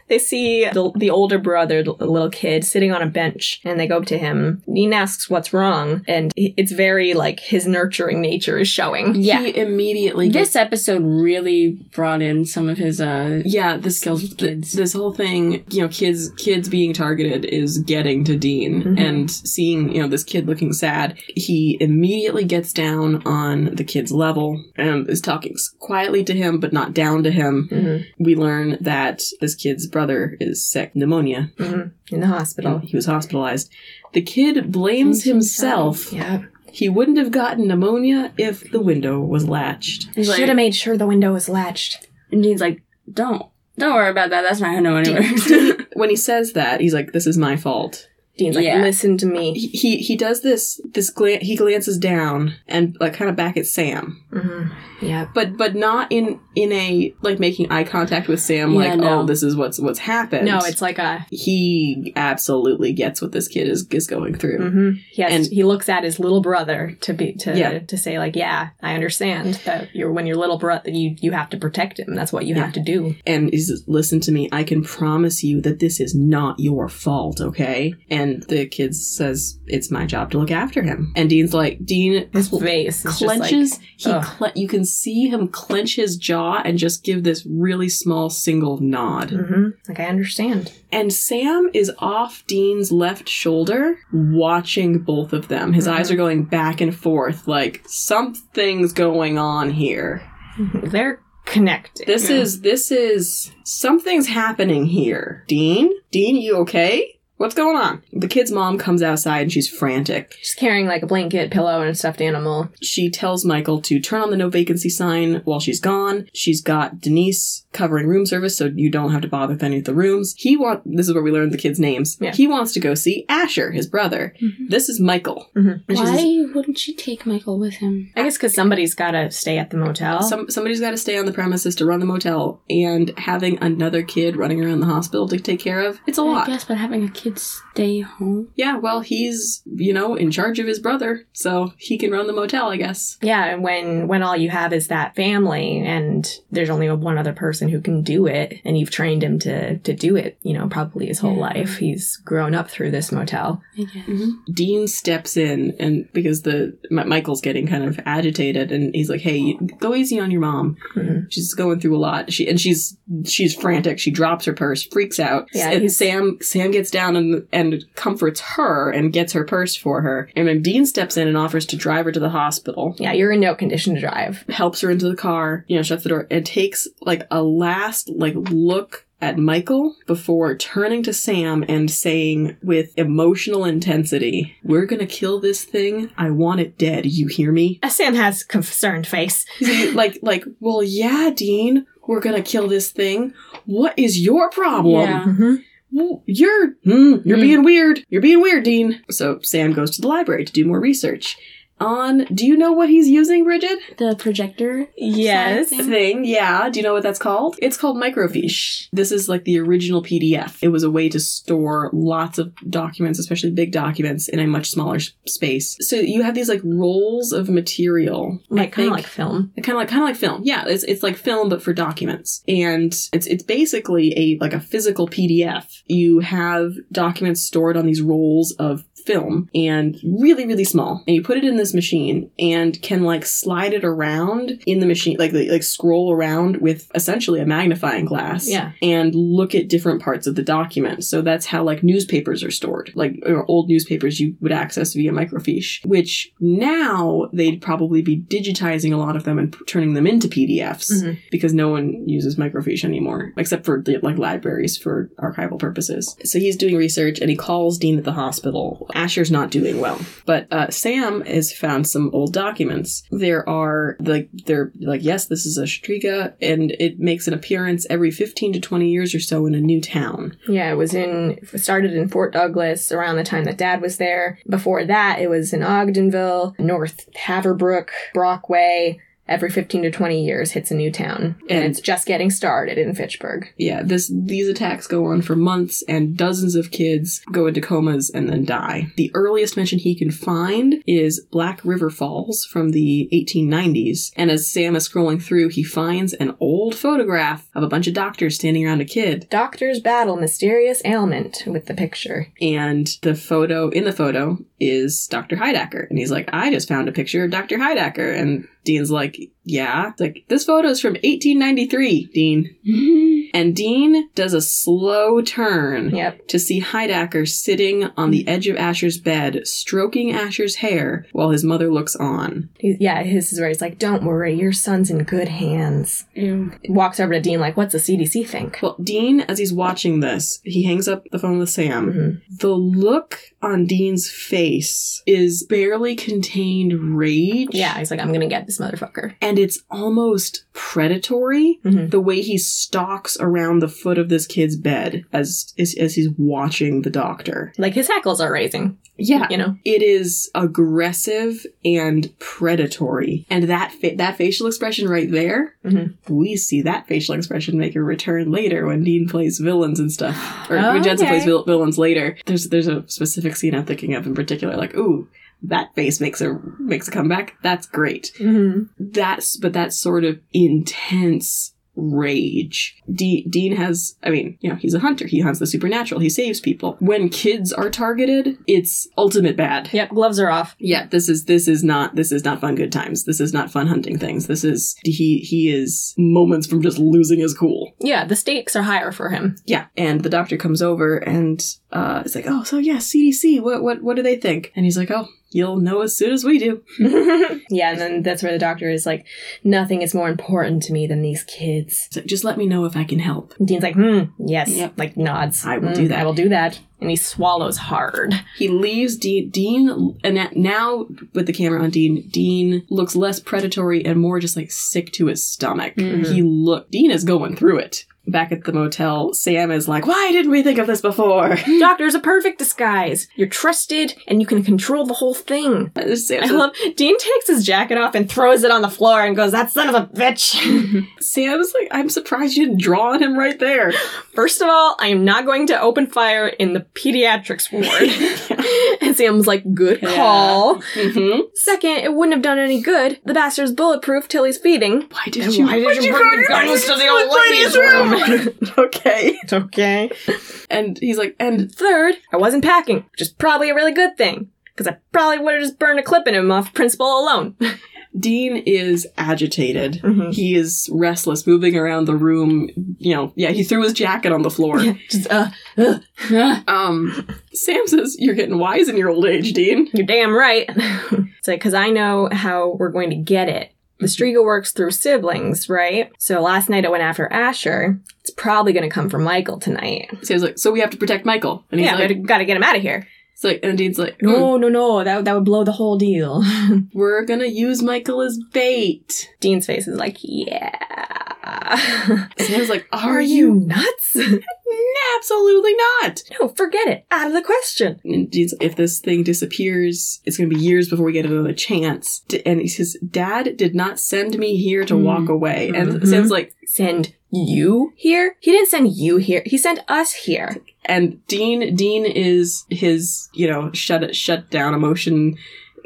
B: They see the, the older brother, the little kid, sitting on a bench, and they go up to him. Dean asks what's wrong, and i- it's very like his nurturing nature is showing.
C: Yeah.
A: He immediately gets.
C: This episode really brought in some of his uh
A: Yeah, this
C: Skills with
A: th-
C: kids.
A: This whole thing, you know, kids kids being targeted is getting to Dean
C: Mm-hmm.
B: Mhm.
A: and seeing, you know, this kid looking sad. He immediately gets down on the kid's level and is talking s- quietly to him, but not down to him.
B: Mhm.
A: We learn that this kid's brother is sick, pneumonia.
B: Mhm. In the hospital.
A: He was hospitalized. The kid blames himself
B: Yeah.
A: He wouldn't have gotten pneumonia if the window was latched.
C: he's
B: Should
C: like,
B: have made sure the window was latched.
C: and Dean's like, Don't don't worry about that, that's not how no one works.
A: when he says that, he's like, This is my fault.
B: Dean's like,
C: Yeah.
B: listen to me.
A: He he, he does this this glan- he glances down and like kind of back at Sam.
B: Mm-hmm. Yep.
A: But but not in in a like making eye contact with Sam
C: Yeah,
A: like
C: no.
A: oh this is what's what's happened.
B: No, it's like a.
A: he absolutely gets what this kid is is going through.
B: hmm Yes,
A: And-
B: he looks at his little brother to be to
A: Yeah.
B: to say like, yeah, I understand that you're when your little brother you you have to protect him. That's what you
A: Yeah.
B: have to do.
A: and he says, listen to me, I can promise you that this is not your fault, okay? And the kid says, it's my job to look after him. And Dean's like, Dean
B: His face is
A: clenches, he
B: ugh.
A: cle- you can see him clench his jaw and just give this really small single nod.
B: Just like, hmm like I understand.
A: And Sam is off Dean's left shoulder, watching both of them. His eyes
B: Mhm.
A: are going back and forth, like something's going on here.
B: They're connected.
A: Mm-hmm. This is this is something's happening here. Dean? Dean, you okay? What's going on? The kid's mom comes outside and she's frantic.
B: she's carrying like a blanket, pillow, and a stuffed animal.
A: She tells Michael to turn on the no vacancy sign while she's gone. She's got Denise covering room service so you don't have to bother with any of the rooms. He want this is where we learn the kids' names.
B: Yeah.
A: He wants to go see Asher, his brother.
C: Mhm.
A: This is Michael.
B: Mhm.
A: And she
C: Why
A: says,
C: wouldn't she take Michael with him?
B: I guess because somebody's got to stay at the motel.
C: Oh.
A: Some, somebody's got to stay on the premises to run the motel, and having another kid running around the hospital to take care of, it's a lot.
C: I guess, but having a kid stay home.
A: Yeah, well, he's, you know, in charge of his brother, so he can run the motel, I guess.
B: yeah, and when when all you have is that family, and there's only one other person who can do it, and you've trained him to to do it, you know, probably his whole
C: Yeah.
B: life. He's grown up through this motel.
C: I guess.
A: Mm-hmm. Dean steps in, and because the M- Michael's getting kind of agitated, and he's like, "Hey, you- go easy on your mom.
B: Mhm.
A: She's going through a lot. She and she's she's frantic. She drops her purse, freaks out.
B: Yeah,
A: and
B: he's-
A: Sam Sam gets down and and comforts her and gets her purse for her. And then Dean steps in and offers to drive her to the hospital.
B: Yeah, you're in no condition to drive.
A: helps her into the car, you know, shuts the door, and takes like a last like look at Michael before turning to Sam and saying with emotional intensity, "We're gonna kill this thing. I want it dead. You hear me?"
B: Uh, Sam has concerned face.
A: like, like, well, yeah, Dean, we're gonna kill this thing. What is your problem?
C: Yeah.
B: Mhm.
A: Well, you're mm, you're
B: Mm.
A: being weird. You're being weird, Dean. So Sam goes to the library to do more research. On, do you know what he's using, Bridget?
C: The projector.
B: Yes.
C: Sad thing.
A: thing. Yeah. Do you know what that's called? It's called microfiche. This is like the original PDF. It was a way to store lots of documents, especially big documents, in a much smaller s- space. So you have these like rolls of material,
B: Like kind
A: think-
B: of like film.
A: kind of like kind of like film. Yeah, it's it's like film but for documents, and it's it's basically a like a physical PDF. You have documents stored on these rolls of film and really really small and you put it in this machine and can like slide it around in the machine like like scroll around with essentially a magnifying glass
B: Yeah.
A: and look at different parts of the document. So that's how like newspapers are stored, like or old newspapers you would access via microfiche, which now they'd probably be digitizing a lot of them and p- turning them into PDFs
B: Mhm.
A: because no one uses microfiche anymore, except for the, like libraries for archival purposes. So he's doing research and he calls Dean at the hospital. Asher's not doing well, but uh, Sam has found some old documents. There are like they're like yes, this is a Striga, and it makes an appearance every fifteen to twenty years or so in a new town.
B: Yeah, it was in it started in Fort Douglas around the time that Dad was there. Before that, it was in Ogdenville, North Haverbrook, Brockway. Every fifteen to twenty years, hits a new town, and,
A: And-
B: it's just getting started in Fitchburg.
A: Yeah, this these attacks go on for months, and dozens of kids go into comas and then die. The earliest mention he can find is Black River Falls from the 1890s, and as Sam is scrolling through, he finds an old photograph of a bunch of doctors standing around a kid,
B: Doctors battle mysterious ailment with the picture.
A: And the photo in the photo is Dr. Heidacker. And he's like, I just found a picture of Dr. Heidacker. And Dean's like, Yeah. It's like, this photo is from 1893, Dean.
C: Mm-hmm.
A: And Dean does a slow turn
B: Yep,
A: to see Heidacker sitting on the edge of Asher's bed, stroking Asher's hair while his mother looks on.
B: He- yeah, his is where he's like, "Don't worry, your son's in good hands."
C: Ew.
B: Walks over to Dean like, "What's the CDC think?"
A: Um, Well, Dean, as he's watching this, he hangs up the phone with Sam.
B: Mhm.
A: The look on Dean's face is barely contained rage.
B: Yeah, he's like, I'm gonna get this motherfucker.
A: And it's almost predatory
B: Mhm.
A: the way he stalks around the foot of this kid's bed as as, as he's watching the doctor.
B: Like his hackles are raising.
A: Yeah.
B: You know?
A: It is aggressive and predatory. And that fa- that facial expression right there,
B: Mhm.
A: we see that facial expression make a return later when Dean plays villains and stuff. Or when Jensen
B: Okay.
A: plays vil- villains later. There's there's a specific scene I'm thinking of in particular like, ooh, that face makes a makes a comeback. That's great
B: Mhm.
A: that's but that sort of intense rage De- dean has i mean you know he's a hunter he hunts the supernatural he saves people when kids are targeted it's ultimate bad
B: Yep, gloves are off.
A: yeah this is this is not this is not fun good times this is not fun hunting things this is he he is moments from just losing his cool
B: Yeah, the stakes are higher for him.
A: yeah and the doctor comes over and uh it's like oh so yeah cdc what what what do they think and he's like oh you'll know as soon as we do
B: yeah, and then that's where the doctor is like, nothing is more important to me than these kids.
A: so just let me know if i can help
B: And Dean's like, hmm, yes.
A: Yep.
B: Like nods.
A: I will
B: "Mm,
A: do that."
B: I will do that. And he swallows hard.
A: He leaves Dean. Dean, and at- now with the camera on Dean, Dean looks less predatory and more just like sick to his stomach.
C: Mhm.
A: He look. Dean is going through it. Back at the motel, Sam is like, "Why didn't we think of this before?"
B: Doctor's a perfect disguise. You're trusted and you can control the whole thing. I
A: Sam's,
B: love Dean takes his jacket off and throws it on the floor and goes, That son of a bitch.
A: Sam's like, "I'm surprised you didn't draw on him right there."
B: First of all, I am not going to open fire in the pediatrics ward. and Sam's like, Good
C: Yeah.
B: call.
A: hmm
B: Second, it wouldn't have done any good. The bastard's bulletproof till he's feeding.
A: Why did you? go in okay.
B: It's okay.
A: And he's like, and
B: Third, I wasn't packing, which is probably a really good thing. Because I probably would have just burned a clip in him off principle alone.
A: Dean is agitated.
B: Mm-hmm.
A: He is restless, moving around the room. You know, yeah, he threw his jacket on the floor.
B: Just, uh,
A: Um, Sam says you're getting wise in your old age, Dean.
B: You're damn right. it's like, because I know how we're going to get it. The
A: Mm-hmm.
B: Striga works through siblings, right? So last night I went after Asher. It's probably going to come from Michael tonight.
A: Sam's like, so we have to protect Michael, and he's
B: yeah,
A: like,
B: gotta, gotta get him out of here.
A: it's like, and Dean's like, "Mm,
B: No, no, no. That, that would blow the whole deal.
A: we're gonna use Michael as bait.
B: Dean's face is like, yeah.
A: Sam's like, are you?
B: nuts?
A: Absolutely not.
B: no, forget it. Out of the question.
A: And Dean's like, if this thing disappears, it's gonna be years before we get another chance. D- And he says, Dad did not send me here to
C: Mm.
A: walk away. And
C: Mm-hmm.
B: Mhm.
A: Sam's like,
B: Send you here? He didn't send you here. He sent us here.
A: and Dean Dean is his you know shut shut down emotion.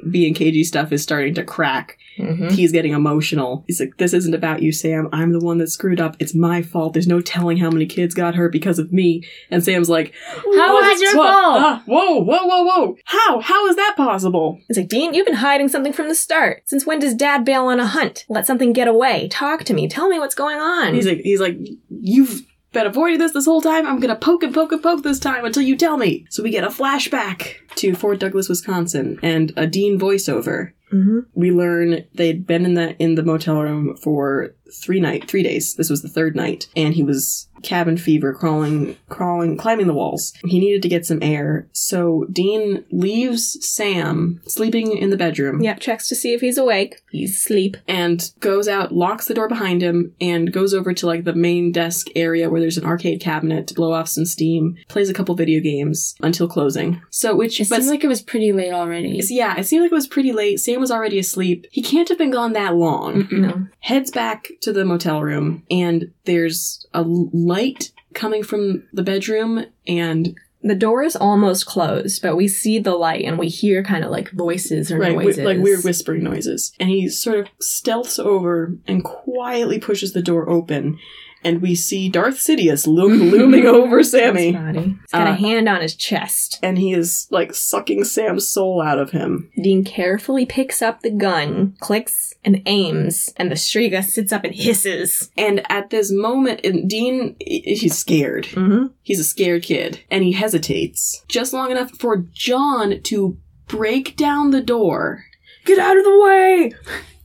A: Being cagey stuff is starting to crack.
C: Hmm.
A: He's getting emotional. He's like, This isn't about you, Sam. I'm the one that screwed up. It's my fault. There's no telling how many kids got hurt because of me. And Sam's like,
C: How
A: "What?
C: was it your
A: Whoa,
C: fault?"
A: ah, whoa, whoa, whoa, whoa. How? How is that possible?
B: It's like, Dean, you've been hiding something from the start. Since when does dad bail on a hunt? Let something get away. Talk to me. Tell me what's going on.
A: And he's like, He's like, You've been avoiding this this whole time. I'm going to poke and poke and poke this time until you tell me. So we get a flashback to Fort Douglas, Wisconsin, and a Dean voiceover.
B: mm-hmm.
A: we learn they'd been in the in the motel room for three night three days this was the third night and he was cabin fever crawling crawling climbing the walls he needed to get some air so dean leaves sam sleeping in the bedroom
B: Yeah, checks to see if he's awake. He's asleep.
A: and goes out locks the door behind him and goes over to like the main desk area where there's an arcade cabinet to blow off some steam plays a couple video games until closing so which
C: It
A: but
C: seems like it was pretty late already.
A: yeah it seemed like it was pretty late sam was already asleep he can't have been gone that long
C: Mm-mm.
B: No.
A: heads back to the motel room and there's a l- light coming from the bedroom and
B: The door is almost closed, but we see the light and we hear kind of like voices or
A: right, we-
B: noises.
A: like weird whispering noises and he sort of stealths over and quietly pushes the door open and we see Darth Sidious loom- looming over
B: His
A: Sammy
B: body. He's got
A: Uh,
B: a hand on his chest.
A: and he is like sucking Sam's soul out of him
B: Dean carefully picks up the gun, clicks, and aims, and the Striga sits up and hisses.
A: and at this moment and Dean i- he's scared
B: Mm-hmm.
A: He's a scared kid, and he hesitates just long enough for John to break down the door
B: Get out of the way!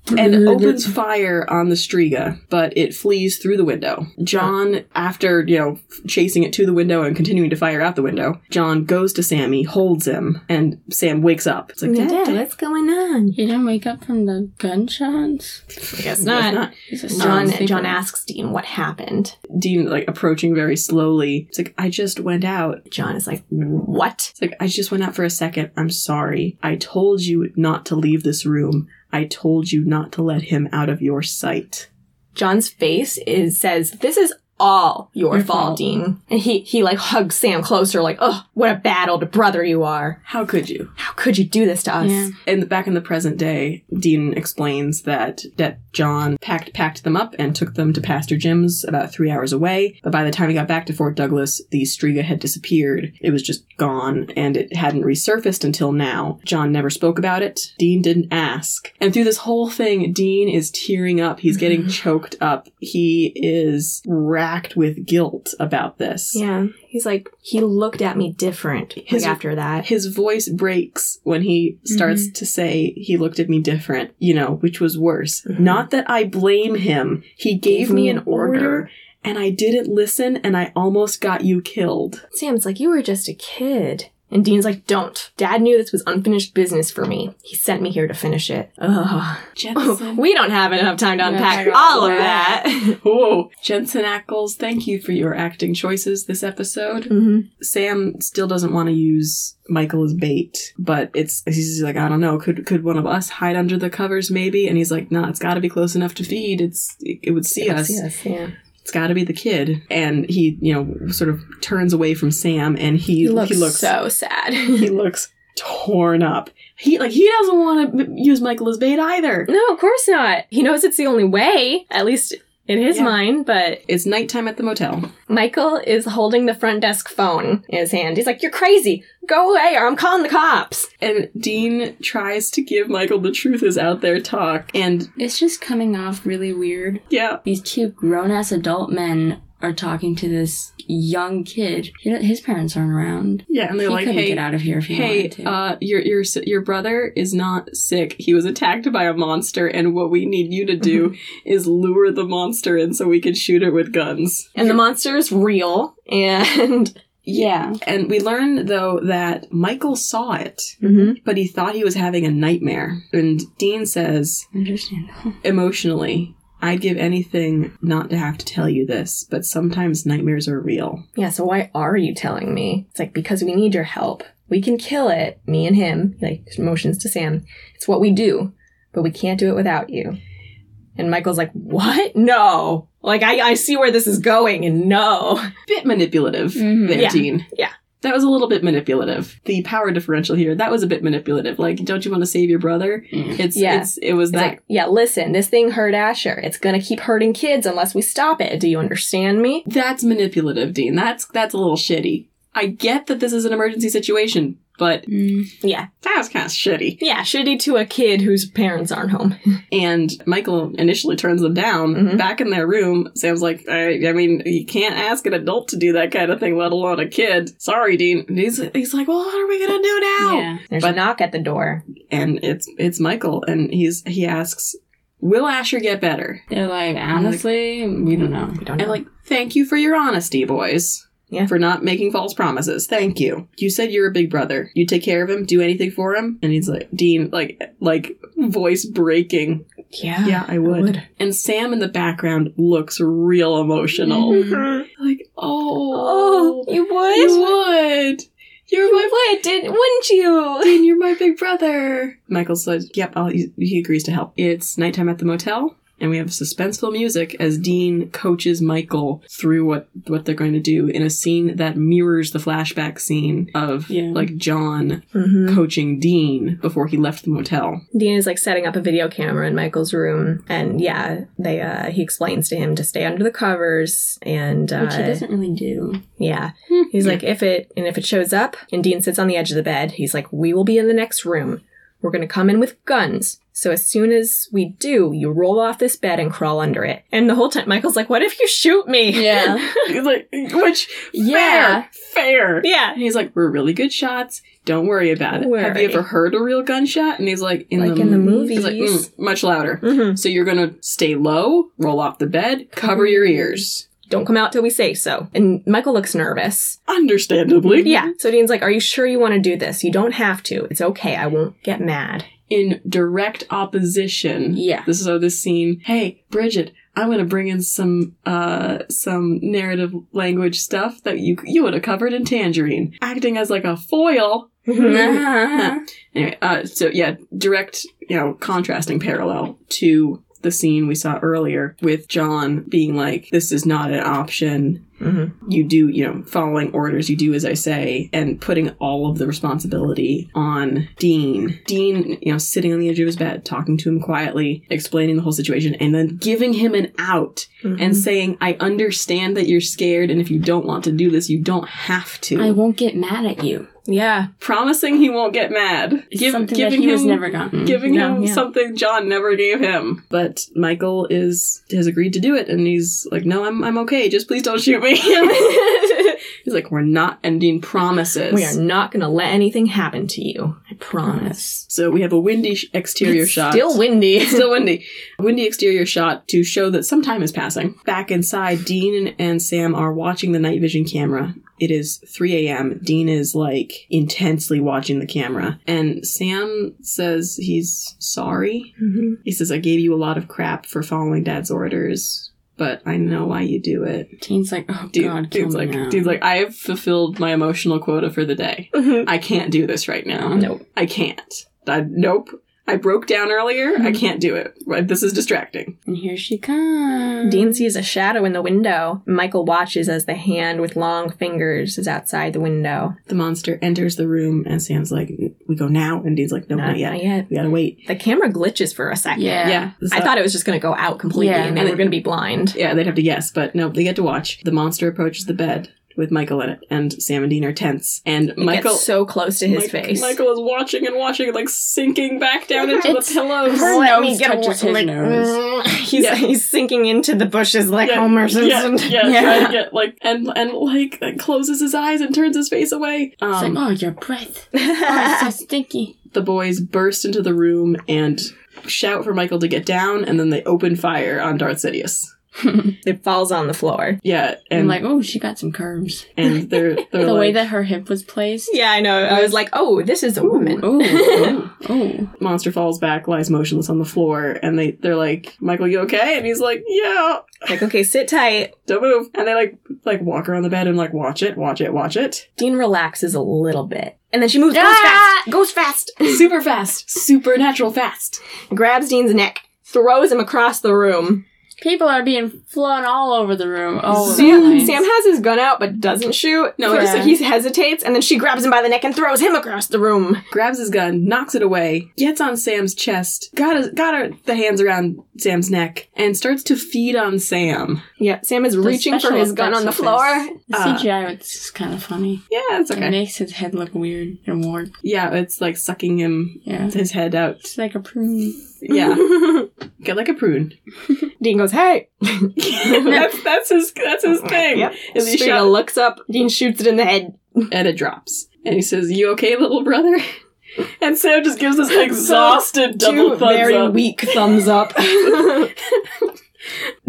A: and opens fire on the Striga, but it flees through the window. John, after, you know, chasing it to the window and continuing to fire out the window, John goes to Sammy, holds him, and Sam wakes up. It's like,
B: Yeah,
A: "Dad, Dad."
B: what's going on?
C: You didn't wake up from the gunshots?
B: I
A: That's
B: guess not.
C: He's a
B: John
C: sleeper.
B: John asks Dean what happened.
A: Dean, like, approaching very slowly. It's like, I just went out.
B: John is like, "What?"
A: It's like, I just went out for a second. I'm sorry. I told you not to leave this room. I told you not to let him out of your sight.
B: John's face is says, "This is all your,
A: Your
B: fault,
A: fault."
B: Dean." And he he like hugs Sam closer, like, "Oh, what a bad old brother you are!
A: How could you?
B: How could you do this to us?"
C: Yeah.
A: And back in the present day, Dean explains that that John packed packed them up and took them to Pastor Jim's about three hours away. But by the time he got back to Fort Douglas, the Striga had disappeared. It was just gone, and it hadn't resurfaced until now. John never spoke about it. Dean didn't ask. And through this whole thing, Dean is tearing up. He's getting choked up. He is racked with guilt about this.
B: Yeah. He's like, he looked at me different like,
A: His-
B: after that.
A: his voice breaks when he starts to say he looked at me different you know which was worse
B: Mhm.
A: not that i blame him he Mm-hmm. gave me an order and i didn't listen and i almost got you killed
B: Sam's like, you were just a kid. And Dean's like, don't. Dad knew this was unfinished business for me. He sent me here to finish it. Ugh.
A: jensen
B: We don't have enough time to
C: Yeah,
B: unpack
C: I got
B: all of
C: that.
B: that.
A: oh jensen ackles thank you for your acting choices this episode
B: Mhm.
A: sam still doesn't want to use michael as bait but it's he's like i don't know could could one of us hide under the covers maybe and he's like no it's got to be close enough to feed it's it, it would see us
B: Yes, yeah.
A: it's got to be the kid. And he, you know, sort of turns away from Sam, and he
B: He looks,
A: he looks,
B: so sad.
A: he looks torn up. He like he doesn't want to use Michael as bait either.
B: no, of course not. He knows it's the only way, at least in his
A: Yeah.
B: mind, but
A: It's nighttime at the motel.
B: Michael is holding the front desk phone in his hand. He's like, You're crazy. Go away or I'm calling the cops.
A: And Dean tries to give Michael the truth is out there talk. And
C: It's just coming off really weird.
A: yeah,
C: These two grown ass adult men are talking to this young kid. You know, his parents aren't around.
A: yeah. And they're
C: he
A: like,
C: couldn't
A: hey,
C: get out of here if he
A: hey,
C: wanted to.
A: uh, your your s- your brother is not sick. He was attacked by a monster, and what we need you to do is lure the monster in so we can shoot it with guns.
B: And the monster is real. And
A: Yeah. And we learn, though, that Michael saw it,
B: Mm-hmm.
A: but he thought he was having a nightmare. And Dean says,
C: Understand.
A: emotionally, I'd give anything not to have to tell you this, but sometimes nightmares are real.
B: yeah, so why are you telling me? It's like, Because we need your help. We can kill it, me and him. He, Like, motions to Sam. It's what we do, but we can't do it without you. And Michael's like, What? No. Like, I, I see where this is going, and no.
A: Bit manipulative
C: Mhm.
A: there,
B: Mm-hmm. Yeah.
A: Dean.
B: Yeah.
A: That was a little bit manipulative. The power differential here, that was a bit manipulative. Like, don't you want to save your brother? It's,
B: Mm. Yeah.
A: it's it was
B: It's
A: that
B: like, yeah, listen, this thing hurt Asher. It's gonna keep hurting kids unless we stop it. Do you understand me?
A: That's manipulative, Dean. That's that's a little shitty. I get that this is an emergency situation, but
C: Mm.
B: Yeah.
A: that was kind of shitty.
B: Yeah, shitty to a kid whose parents aren't home.
A: And Michael initially turns them down.
B: Mhm.
A: Back in their room, Sam's like, I, I mean, you can't ask an adult to do that kind of thing, let alone a kid. Sorry, Dean. And he's, he's like, well, what are we going to do now?
C: Yeah.
B: There's a knock at the door.
A: And it's it's Michael, and he's he asks, will Asher get better?
C: They're like, honestly, we don't know.
B: We don't
A: And like, thank you for your honesty, boys.
B: Yeah.
A: For not making false promises. Thank you. You said you're a big brother. You take care of him, do anything for him. And he's like, Dean, like, like voice breaking.
B: yeah.
A: yeah, I would.
B: would.
A: And Sam in the background looks real emotional.
C: Mhm.
A: Like, oh,
B: Mm-hmm. Oh, you would?
A: you would. You're my
B: would, didn't, wouldn't you?
A: Dean, you're my big brother. Michael says, yep, I'll, he agrees to help. It's nighttime at the motel, and we have suspenseful music as Dean coaches Michael through what, what they're going to do in a scene that mirrors the flashback scene of,
C: Yeah.
A: like, John coaching Dean before he left the motel.
B: Mm-hmm. Dean is like setting up a video camera in Michael's room, and yeah, they uh, he explains to him to stay under the covers, and uh,
C: Which he doesn't really do.
B: Yeah. He's like, if it and if it shows up and Dean sits on the edge of the bed, he's like, We will be in the next room. We're going to come in with guns. So as soon as we do, you roll off this bed and crawl under it. And the whole time, Michael's like, what if you shoot me?
C: Yeah.
A: He's like, which
B: Yeah.
A: fair, fair.
B: Yeah.
A: And he's like, "We're really good shots. Don't worry about it."
B: Don't
A: Have you
B: worry.
A: ever heard a real gunshot? And he's like, "In
C: Like
A: the
C: in the
A: movies." He's like,
C: movies.
A: "Mm, much louder.
B: Mhm.
A: So you're gonna stay low, roll off the bed, cover your ears.
B: Don't come out till we say so. And Michael looks nervous.
A: Understandably.
B: Yeah. So Dean's like, are you sure you want to do this? You don't have to. It's okay. I won't get mad.
A: In direct opposition.
C: Yeah.
A: This is how this scene. Hey, Bridget, I'm gonna bring in some uh some narrative language stuff that you you would have covered in Tangerine, acting as like a foil. Mm-hmm. Anyway, uh, so yeah, direct you know contrasting parallel to the scene we saw earlier with John being like, "This is not an option.
B: Mhm.
A: you do, you know, following orders, you do as I say, and putting all of the responsibility on Dean. Dean, you know, sitting on the edge of his bed, talking to him quietly, explaining the whole situation, and then giving him an out
C: Mm-hmm.
A: and saying, I understand that you're scared, and if you don't want to do this, you don't have to.
C: I won't get mad at you.
B: yeah.
A: Promising he won't get mad.
C: It's
A: Give-
C: something that he was never gotten.
A: Giving
B: No,
A: him
B: yeah.
A: something John never gave him, Mm, but Michael is has agreed to do it, and he's like, "No, I'm I'm okay. Just please don't shoot me." He's like, we're not ending promises.
B: We are not going to let anything happen to you. I promise.
A: So we have a windy sh- exterior
B: It's
A: shot.
B: Still windy.
A: It's still windy. Windy exterior shot to show that some time is passing. Back inside, Dean and, and Sam are watching the night vision camera. It is 3 a.m. Dean is like intensely watching the camera. And Sam says he's sorry.
B: Mhm.
A: He says, I gave you a lot of crap for following dad's orders, but I know why you do it.
C: Dean's like, oh
A: Dude,
C: god, kill
A: dude's
C: me
A: like,
C: now.
A: dude's like, I have fulfilled my emotional quota for the day.
B: Mhm.
A: I can't do this right now.
B: Nope.
A: I can't. I, nope. I broke down earlier. I can't do it. Right, This is distracting.
C: and here she comes.
B: Dean sees a shadow in the window. Michael watches as the hand with long fingers is outside the window.
A: The monster enters the room, and Sam's like, "We go now." And Dean's like, "No, not, yet. We gotta wait."
B: The camera glitches for a second.
C: Yeah.
A: so-
B: I thought it was just going to go out completely
C: Yeah.
B: and they were going to be blind.
A: Yeah, they'd have to guess, but no, they get to watch. The monster approaches the bed with Michael in it, and Sam and Dean are tense. And
B: It
A: Michael,
B: gets so close to his
A: Mike-
B: face.
A: Michael is watching and watching, like sinking back down into
C: It's-
A: the pillows.
C: Her
B: Let me
C: nose
B: get a
C: touches
B: look-
C: his nose.
B: he's,
A: Yeah.
B: he's sinking into the bushes like Homer Simpson.
A: Yeah, yeah,
C: Yeah.
A: trying to get, like and and like closes his eyes and turns his face away.
C: It's
A: Um,
C: like, oh, your breath. Oh, it's so stinky.
A: the boys burst into the room and shout for Michael to get down, and then they open fire on Darth Sidious.
C: and
B: it falls on the floor.
A: Yeah,
C: I'm
A: and
C: like, oh, she got some curves.
A: and they're they're
C: The
A: like,
C: way that her hip was placed.
B: Yeah, I know. I was like, oh, this is a woman.
C: Oh, oh,
A: monster falls back, lies motionless on the floor, and they they're like, Michael, you okay? And he's like, Yeah,
B: Like, okay, sit tight.
A: don't move. And they like like walk around the bed and like watch it, watch it, watch it,
B: Dean relaxes a little bit. And then she moves,
C: Ah!
B: goes fast, goes fast,
A: super fast, supernatural fast.
B: grabs Dean's neck, throws him across the room.
C: people are being flown all over the room. Oh,
B: Sam,
C: nice.
B: Sam has his gun out but doesn't shoot.
A: No,
B: First,
C: yeah.
B: he hesitates, and then she grabs him by the neck and throws him across the room.
A: grabs his gun, knocks it away, gets on Sam's chest, got his, got her, the hands around Sam's neck, and starts to feed on Sam.
B: Yeah, Sam is
C: The
B: reaching for
C: special
B: his gun on the
C: effects
B: floor.
C: of this- The
A: Uh,
C: CGI was kind of funny.
A: Yeah, it's
C: It
B: Mm-hmm.
A: okay.
C: makes his head look weird and warped.
A: Yeah, it's like sucking him
C: Yeah.
A: his head out.
C: It's like a prune.
A: Yeah,
B: Mm-hmm.
A: get like a prune.
B: Dean goes, hey.
A: that's that's his that's his thing.
B: Yep.
A: Is he
B: Strega
A: shot
B: looks up. Dean shoots it in the head.
A: and it drops, and he says, "You okay, little brother?" And Sam just gives this exhausted double
B: Two
A: thumbs
B: very
A: up.
B: weak thumbs up. Mm-hmm.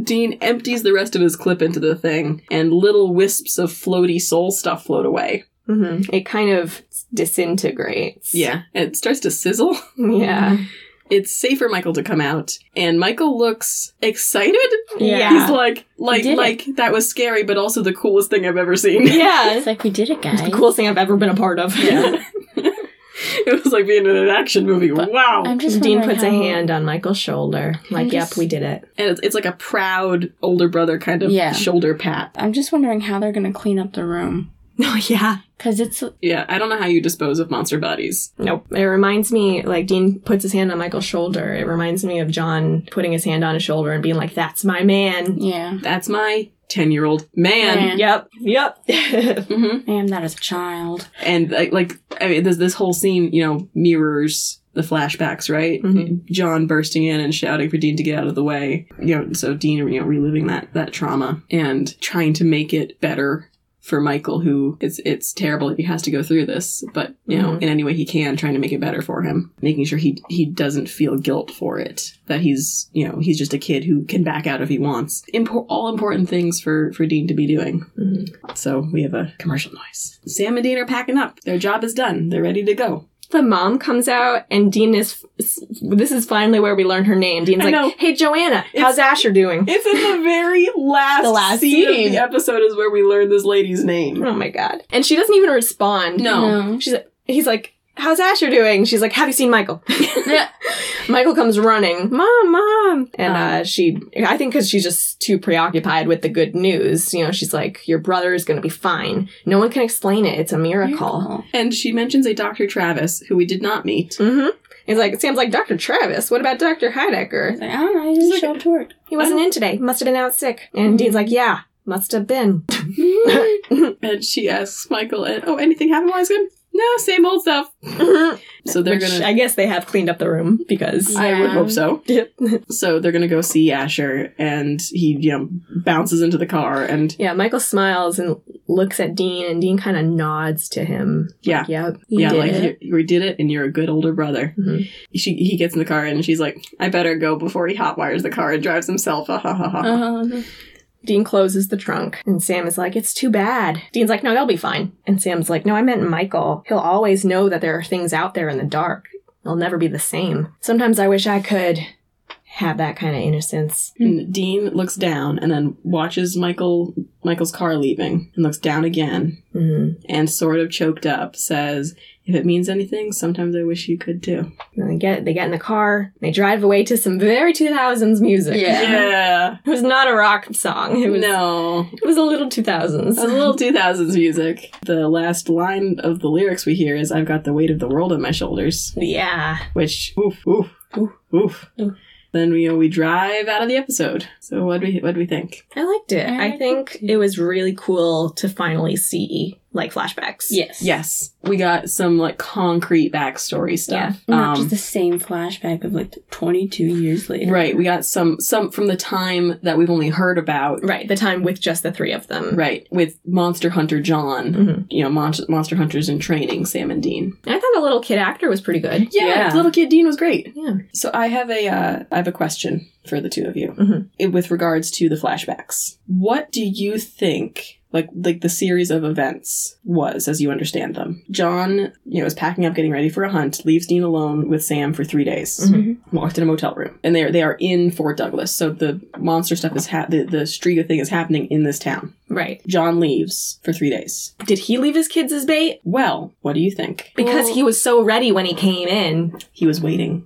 A: Dean empties the rest of his clip into the thing, and little wisps of floaty soul stuff float away.
B: Mhm. It kind of disintegrates.
A: Yeah, and it starts to sizzle.
B: Yeah.
A: It's safe for Michael to come out, and Michael looks excited.
C: Yeah.
A: He's like, like,
C: did it.
A: like that was scary, but also the coolest thing I've ever seen.
B: Yeah.
C: It's like we did it, guys.
B: Uh, It's the coolest thing I've ever been a part of.
A: Yeah. it was like being in an action movie.
C: But
A: wow.
C: I'm just
B: Dean
C: wondering
B: puts a
C: how-
B: hand on Michael's shoulder. Like,
C: just-
B: yep, we did it.
A: and it's, it's like a proud older brother kind of
C: Yeah.
A: shoulder pat.
C: I'm just wondering how they're gonna clean up the room
B: Oh, yeah.
C: because it's
A: Yeah, I don't know how you dispose of monster bodies.
B: Nope. It reminds me, like, Dean puts his hand on Michael's shoulder. It reminds me of John putting his hand on his shoulder and being like, that's my man.
C: yeah.
A: That's my 10 year old man.
C: Man.
B: Yep. Yep.
A: hmm
C: I am that as a child.
A: And like, like, I mean, this, this whole scene, you know, mirrors the flashbacks, right?
B: Mhm.
A: John bursting in and shouting for Dean to get out of the way. You know, so Dean, you know, reliving that, that trauma and trying to make it better for Michael, who it's, it's terrible that he has to go through this, but, you know,
B: Mhm.
A: in any way he can, trying to make it better for him, making sure he, he doesn't feel guilt for it, that he's, you know, he's just a kid who can back out if he wants. Impor- all important things for, for Dean to be doing.
B: Mm-hmm.
A: So we have a commercial noise. Sam and Dean are packing up. Their job is done. They're ready to go.
B: the mom comes out, and Dean is. This is finally where we learn her name. Dean's
A: I know.
B: like, "Hey, Joanna,
A: It's-
B: how's Asher doing?"
A: It's in the very last,
B: The last
A: scene,
B: scene.
A: of the episode is where we learn this lady's name.
B: Oh my god! And she doesn't even respond.
A: No.
B: She's like, he's like, "How's Asher doing?" She's like, "Have you seen Michael?"
C: Yeah.
B: Michael comes running, "Mom, mom!" And
C: Um.
B: uh, she, I think, because she's just too preoccupied with the good news. You know, she's like, "Your brother is going to be fine. No one can explain it. It's a miracle."
A: And she mentions a Dr. Travis, who we did not meet.
B: Mm-hmm. He's like, "It sounds like Dr. Travis. What about Dr. Heidecker?
C: It's like, "Oh, I don't know. He didn't show up to work.
B: He wasn't in today. Must have been out sick."
A: Mm-hmm.
B: And Dean's like, "Yeah, must have been."
A: And she asks Michael, and, oh, anything happened while I was gone? No, same old stuff. So they're
B: Which
A: gonna.
B: I guess they have cleaned up the room because.
A: I would hope so.
B: Yep.
A: So they're gonna go see Asher, and he you know bounces into the car, and
B: Yeah, Michael smiles and looks at Dean, and Dean kind of nods to him.
A: yeah,
B: Yep. you
A: yeah,
B: did
A: like
B: it.
A: you we did it, and you're a good older brother.
B: Mhm.
A: she he gets in the car and she's like, I better go before he hotwires the car and drives himself. Ha ha ha ha.
B: Uh-huh.
C: Uh,
B: Dean closes the trunk, and Sam is like, It's too bad. Dean's like, No, they'll be fine. And Sam's like, No, I meant Michael. He'll always know that there are things out there in the dark. They'll never be the same. Sometimes I wish I could have that kind of innocence.
A: And Dean looks down and then watches Michael Michael's car leaving and looks down again
B: Mm.
A: and sort of choked up says, "If it means anything, sometimes I wish you could too."
B: And they get they get in the car. They drive away to some very 2000s music.
C: Yeah.
B: It was not a rock song. It was
A: no, Oh.
B: it was a little 2000s.
A: it's a little two thousands music. The last line of the lyrics we hear is, "I've got the weight of the world on my shoulders,"
B: yeah.
A: which oof oof oof oof.
C: Oof.
A: Then you know we drive out of the episode. So what do we what do we think?
B: I liked it.
C: I
B: I think
C: did.
B: it was really cool to finally see like flashbacks.
C: yes.
A: Yes, we got some like concrete backstory stuff.
C: Not
A: Um,
C: just the same flashback of like 22 years later.
A: right, we got some some from the time that we've only heard about.
B: Right, the time with just the three of them.
A: Right, with Monster Hunter John,
B: Mhm.
A: you know, monster, monster hunters in training, Sam and Dean.
B: I thought the little kid actor was pretty good.
A: Yeah,
C: Yeah.
A: little kid Dean was great.
B: Yeah.
A: So I have a uh, I have a question for the two of you
B: Mhm.
A: It- with regards to the flashbacks. What do you think? Like, like the series of events was as you understand them. John, you know, is packing up, getting ready for a hunt, leaves Dean alone with Sam for three days.
B: Mm-hmm.
C: Mhm.
A: locked in a motel room, and they are they are in Fort Douglas. So the monster stuff is ha- the the street thing is happening in this town.
B: Right.
A: John leaves for three days.
B: Did he leave his kids as bait?
A: Well, what do you think?
B: Because
C: Well-
A: Oh.
B: he was so ready when he came in.
A: He was waiting.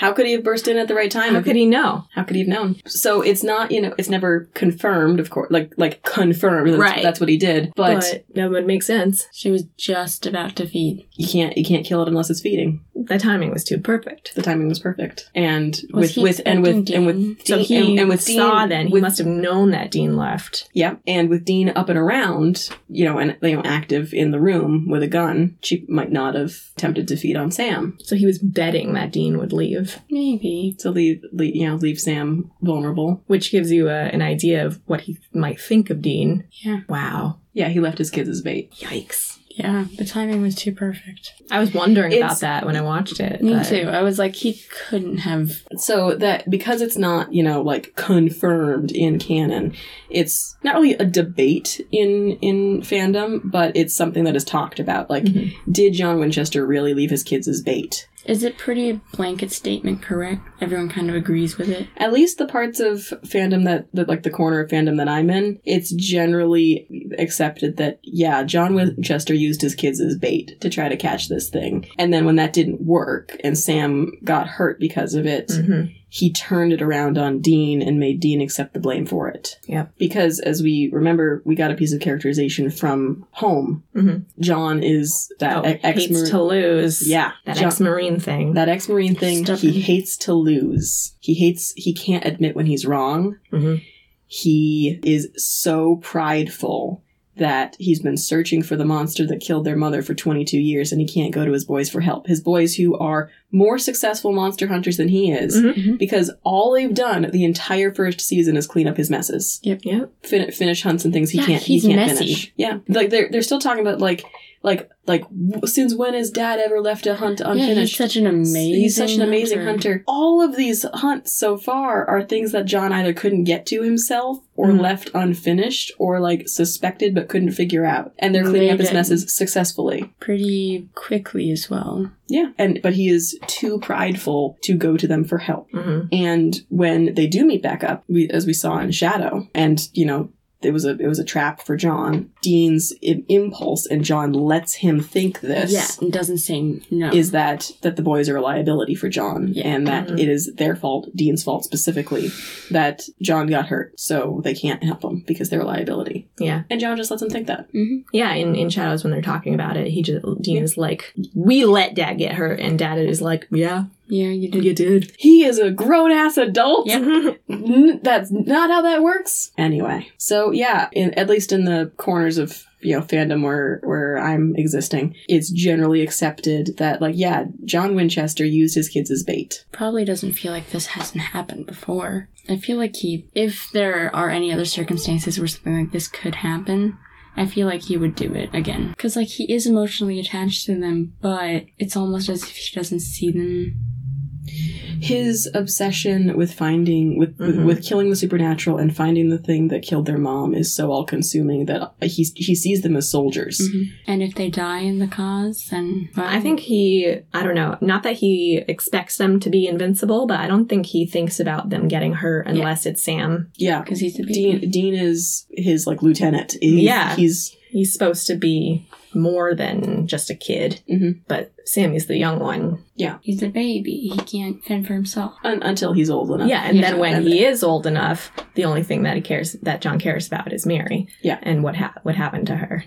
A: How could he have burst in at the right time?
B: How
A: if-
B: could he know?
A: How could he have known? So it's not you know it's never confirmed, of course. Like like confirmed. That's,
B: Right.
A: That's what he did. But,
B: that would make sense.
C: She was just about to feed.
A: you can't you can't kill it unless it's feeding.
B: The timing was too perfect.
A: The timing was perfect. And
C: Was
A: with
C: he
A: with and with
C: expecting
A: and with
C: Dean?
A: Dean,
B: So he
A: and, and with Dean,
B: saw then he
A: with
B: must have known that Dean left.
A: Yeah, and with Dean up and around, you know, and you know, active in the room with a gun, she might not have attempted to feed on Sam
B: So he was betting that Dean would leave,
C: Maybe.
A: to leave, leave you know, leave Sam vulnerable.
B: which gives you a, an idea of what he might think of Dean.
C: Yeah.
B: Wow.
A: Yeah, he left his kids as bait.
B: Yikes.
C: Yeah. The timing was too perfect.
B: I was wondering
A: It's-
B: about that when I watched it.
C: Me
B: but-
C: too. I was like, he couldn't have.
A: So that because it's not you know like confirmed in canon, it's not really a debate in in fandom, but it's something that is talked about. Like,
B: Mhm.
A: did John Winchester really leave his kids as bait?
C: Is it pretty blanket statement correct? Everyone kind of agrees with it.
A: At least the parts of fandom that, that like the corner of fandom that I'm in, it's generally accepted that yeah, John Winchester used his kids as bait to try to catch this thing. And then when that didn't work and Sam got hurt because of it,
B: Mhm.
A: he turned it around on Dean and made Dean accept the blame for it.
B: Yep.
A: Because as we remember, we got a piece of characterization from home.
B: Mhm.
A: John is that
B: Oh,
A: ex
B: hates to lose.
A: Yeah.
B: That
A: John-
B: ex-marine thing.
A: that ex marine thing
C: Stubborn.
A: he hates to lose he hates he can't admit when he's wrong
B: Mhm.
A: He is so prideful that he's been searching for the monster that killed their mother for 22 years and he can't go to his boys for help. His boys, who are more successful monster hunters than he is,
B: Mhm.
C: Mhm.
A: because all they've done the entire first season is clean up his messes
B: Yep.
A: fin- finish hunts and things he
C: Yeah,
A: can't
C: he's
A: he can't
C: messy.
A: finish. Yeah, like they're they're still talking about like like like w- since when has Dad ever left a hunt
C: Oh, Yeah,
A: unfinished?
C: he's such an amazing.
A: He's such an amazing hunter. All of these hunts so far are things that John either couldn't get to himself or
B: Mhm.
A: left unfinished or like suspected but couldn't figure out. And they're cleaning up his
C: Amazing.
A: messes successfully.
C: pretty quickly as well.
A: Yeah. And but he is too prideful to go to them for help.
B: hmm
A: And when they do meet back up, we, as we saw in Shadow, and you know, it was a it was a trap for John. Dean's i- impulse, and John lets him think this.
C: Yeah, and doesn't say no.
A: Is that that the boys are a liability for John,
C: Oh. Yeah.
A: and that
B: Mhm.
A: it is their fault, Dean's fault specifically, that John got hurt, so they can't help him because they're a liability.
B: Yeah.
A: And John just lets him think that.
B: Yeah. In, in Shadows, when they're talking about it, he just, Dean is like, we let dad get hurt. And dad is like, yeah,
C: yeah, you did.
B: you did.
A: He is a grown ass adult.
B: Yeah.
A: N- that's not how that works. Anyway, so yeah, in, at least in the corners of you know fandom where where I'm existing, it's generally accepted that like yeah, John Winchester used his kids as bait.
C: Probably doesn't feel like this hasn't happened before. I feel like he, if there are any other circumstances where something like this could happen, I feel like he would do it again. Because, like, he is emotionally attached to them, but it's almost as if he doesn't see them.
A: His obsession with finding with with-
B: Mhm.
A: with killing the supernatural and finding the thing that killed their mom is so all consuming that he he sees them as soldiers.
B: Mm-hmm.
C: And if they die in the cause, then. well,
B: I think he, I don't know, not that he expects them to be invincible, but I don't think he thinks about them getting hurt unless it's Sam.
A: Yeah.
C: Because he's a baby.
A: Dean, Dean is his like lieutenant. He-
B: Yeah.
A: he's
B: He's supposed to be more than just a kid,
C: Mm-hmm.
A: Mhm.
B: but Sammy's the young one.
C: He's a baby. He can't fend for himself.
A: un- until he's old enough.
B: Yeah, and then
C: Yeah.
B: when he is old enough, the only thing that he cares that John cares about is Mary.
A: Yeah.
B: and what ha- what happened to her?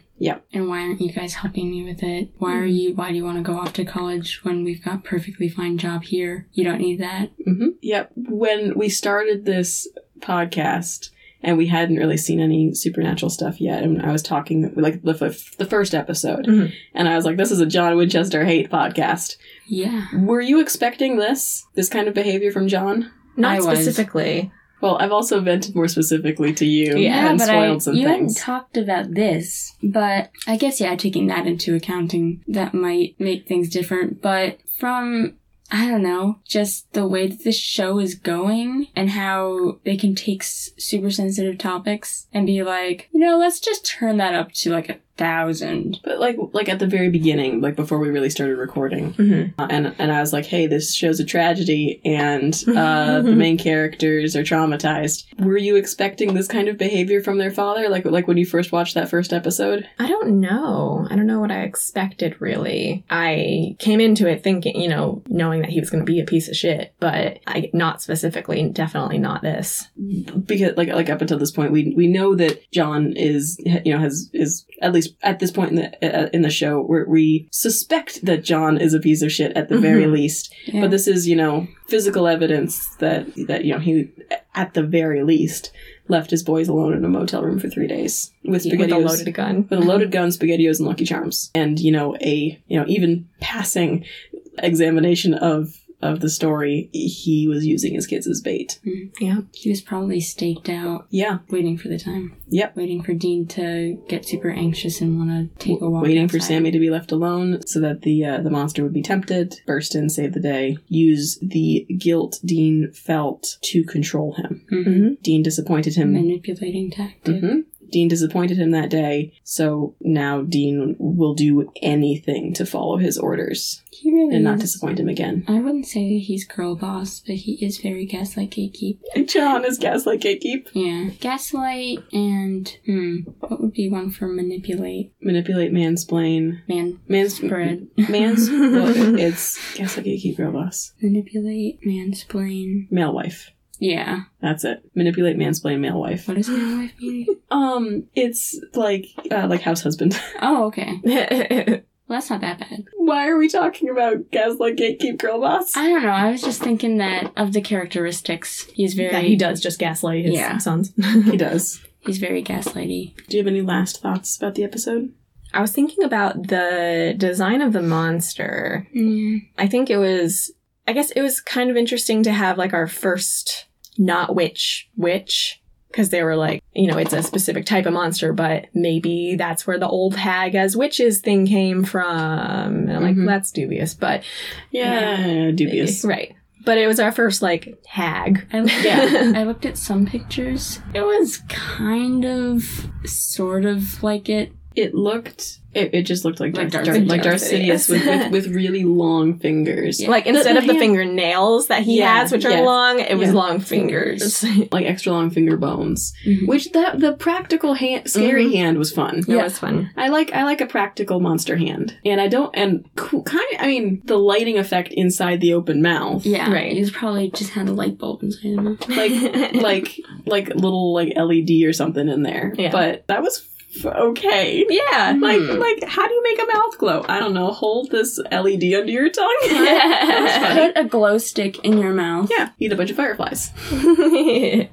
C: And why aren't you guys helping me with it? Why
B: Mm-hmm.
C: are you? Why do you want to go off to college when we've got perfectly fine job here? You don't need that.
A: hmm Yep. When we started this podcast and we hadn't really seen any supernatural stuff yet, and I was talking like the, f- the first episode,
B: Mhm.
A: and I was like, "This is a John Winchester hate podcast."
C: Yeah.
A: Were you expecting this this kind of behavior from John?
B: Not
C: I was.
B: specifically.
A: Well, I've also vented more specifically to you
B: Yeah,
A: and spoiled some
C: you
A: things.
C: hadn't talked about this, but I guess yeah, taking that into accounting, that might make things different. But from I don't know, just the way that this show is going and how they can take s- super sensitive topics and be like, you know, let's just turn that up to like a thousand.
A: but like like at the very beginning, like before we really started recording,
C: Mm-hmm.
B: Mhm.
A: Uh, and and I was like, "Hey, this show's a tragedy, and uh, the main characters are traumatized." Were you expecting this kind of behavior from their father? Like like when you first watched that first episode?
B: I don't know. I don't know what I expected really. I came into it thinking, you know, knowing that he was going to be a piece of shit, but I not specifically, definitely not this.
A: Because like like up until this point, we we know that John is you know has is at least at this point in the uh, in the show where we suspect that John is a piece of shit at the very
B: Mhm.
A: least.
C: Yeah.
A: But this is you know physical evidence that that you know he at the very least left his boys alone in a motel room for three days with
B: With a
A: spaghetti
B: loaded gun.
A: with a loaded gun, spaghettios, and Lucky Charms, and you know a you know even passing examination of of the story, he was using his kids as bait.
C: he was probably staked out.
A: Yeah,
C: Waiting for the time.
A: Yep.
C: Waiting for Dean to get super anxious and want to take a walk.
A: waiting for
C: outside.
A: Sammy to be left alone so that the uh, the monster would be tempted, burst in, save the day, use the guilt Dean felt to control him.
C: Mhm.
A: Dean disappointed him.
C: Mm-hmm. Manipulating tactic.
A: Mhm. Dean disappointed him that day, so now Dean will do anything to follow his orders
C: He really
A: and not
C: is.
A: disappoint him again.
C: I wouldn't say he's girl boss, but he is very gaslight gatekeep.
A: John is gaslight gatekeep.
C: Yeah. Gaslight and, hmm, what would be one for manipulate?
A: manipulate, mansplain,
C: Man,
A: mans,
C: spread.
A: mans. well, it's guess like gatekeep girl boss,
C: manipulate, mansplain.
A: male wife.
C: Yeah.
A: That's it. Manipulate, mansplain, male wife.
C: What does my wife mean?
A: Um, it's like uh, like house husband.
C: Oh, okay. Well, that's not that bad.
A: Why are we talking about Gaslight Gatekeep Girl Boss?
C: I don't know. I was just thinking that of the characteristics, he's very
B: that he does just gaslight his
C: Yeah.
B: sons.
A: he does.
C: he's very gaslighty.
A: Do you have any last thoughts about the episode?
B: I was thinking about the design of the monster. I think it was, I guess it was kind of interesting to have like our first not witch witch because they were like, you know, it's a specific type of monster, but maybe that's where the old hag as witches thing came from. And I'm like,
A: Mhm.
B: that's dubious, but
A: Yeah, Uh, dubious.
B: right. But it was our first like hag.
C: I looked,
B: Yeah.
C: I looked at some pictures. It was kind of, sort of like it.
A: It looked. It, it just looked like
C: Like
A: Darth,
C: Darth-
A: Darth, like
B: Darth
A: Darcidius
B: Sidious.
A: with, with with really long fingers,
C: Yeah.
B: Like
A: The-
B: instead
A: the
B: of the
A: hand-
B: fingernails that he
A: Yeah,
B: has, which are
A: yeah.
B: long, it was
A: Yeah.
B: long fingers.
A: like extra long finger bones.
C: Mm-hmm.
A: Which that the practical hand, scary
B: Mhm.
A: hand was fun.
B: That
C: Yeah.
B: was fun.
A: I like I like a practical monster hand, and I don't and cool, kind of I mean the lighting effect inside the open mouth,
C: Yeah,
B: Right.
C: He's probably just had a light bulb inside him.
A: like like like little like LED or something in there.
B: Yeah.
A: But that was f- okay.
B: yeah.
A: Like
C: Hmm.
A: like how do you make a mouth glow? I don't know. Hold this LED under your tongue.
C: Put a glow stick in your mouth.
A: yeah, eat a bunch of fireflies.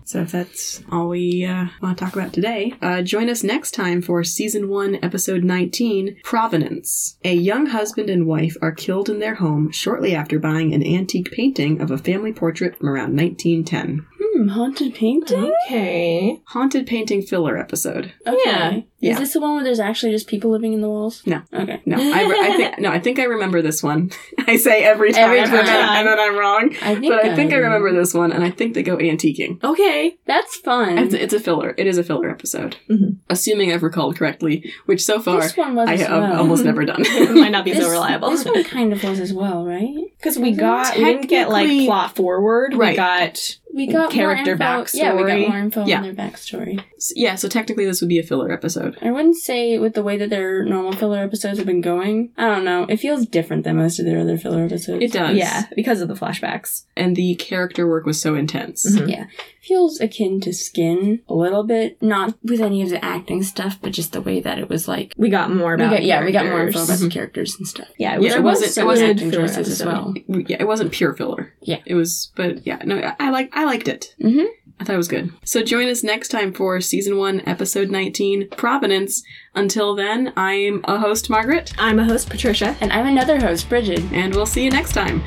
A: So if that's all we uh, want to talk about today, uh, join us next time for season one, episode 19, Provenance. A young husband and wife are killed in their home shortly after buying an antique painting of a family portrait from around 1910.
C: Hmm, haunted painting.
B: okay.
A: Haunted painting filler episode.
C: Okay.
B: Yeah.
A: Uh-huh. Yeah.
C: Is this the one where there's actually just people living in the walls?
A: No.
C: Okay.
A: No, I, re- I think no, I think I remember this one. I say every time,
C: Every
A: and then-
C: time.
A: and then I'm wrong.
C: I think.
A: But I think I remember this one, and I think they go antiquing.
B: Okay.
C: That's fun.
A: It's, it's a filler. It is a filler episode.
C: Mm-hmm.
B: Mhm.
A: Assuming I've recalled correctly, which so far
C: this one was
A: I
C: as
A: have
C: well.
A: almost never done.
B: It might not be
C: This-
B: so reliable.
C: This one kind of was as well, right?
B: Because we got, we didn't get like
A: Technically-
B: plot forward.
A: Right.
B: We got,
C: We got
B: Character
C: more info. Yeah, we
B: backstory.
C: got more info
A: Yeah.
C: on their backstory.
A: S- yeah, so technically this would be a filler episode.
C: I wouldn't say with the way that their normal filler episodes have been going. I don't know. It feels different than most of their other filler episodes.
A: It does.
B: yeah, because of the flashbacks.
A: And the character work was so intense.
C: Mm-hmm.
B: Mhm.
C: feels akin to Skin a little bit, not with any of the acting stuff, but just the way that it was like.
B: We got more
C: We
B: about
C: got, yeah, we got more info about
B: characters.
C: the characters and stuff.
B: Yeah, it
A: Yeah,
B: was,
A: it wasn't-
B: some
A: it wasn't
B: good
C: acting
B: filler
C: choices as
B: episode.
C: well.
A: Yeah, it wasn't pure filler.
C: Yeah.
A: It was but yeah, no, I- I like I liked it.
C: Mhm.
A: I thought it was good. So join us next time for season 1 episode 19 Provenance. Until then, I'm a host Margaret
B: I'm a host, Patricia.
C: And I'm another host, Bridget.
A: and we'll see you next time.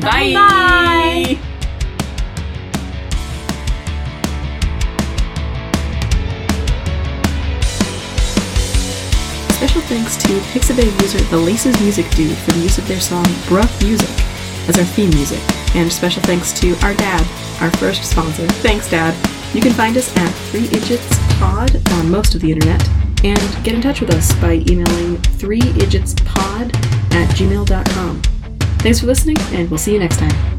A: Bye.
B: Bye.
D: Special thanks to Pixabay user The Laces Music Dude for the use of their song Bruh Music as our theme music. And special thanks to our dad, our first sponsor. Thanks, Dad. You can find us at 3 Idgits Pod on most of the internet. And get in touch with us by emailing 3idgitspod at gmail.com. Thanks for listening, and we'll see you next time.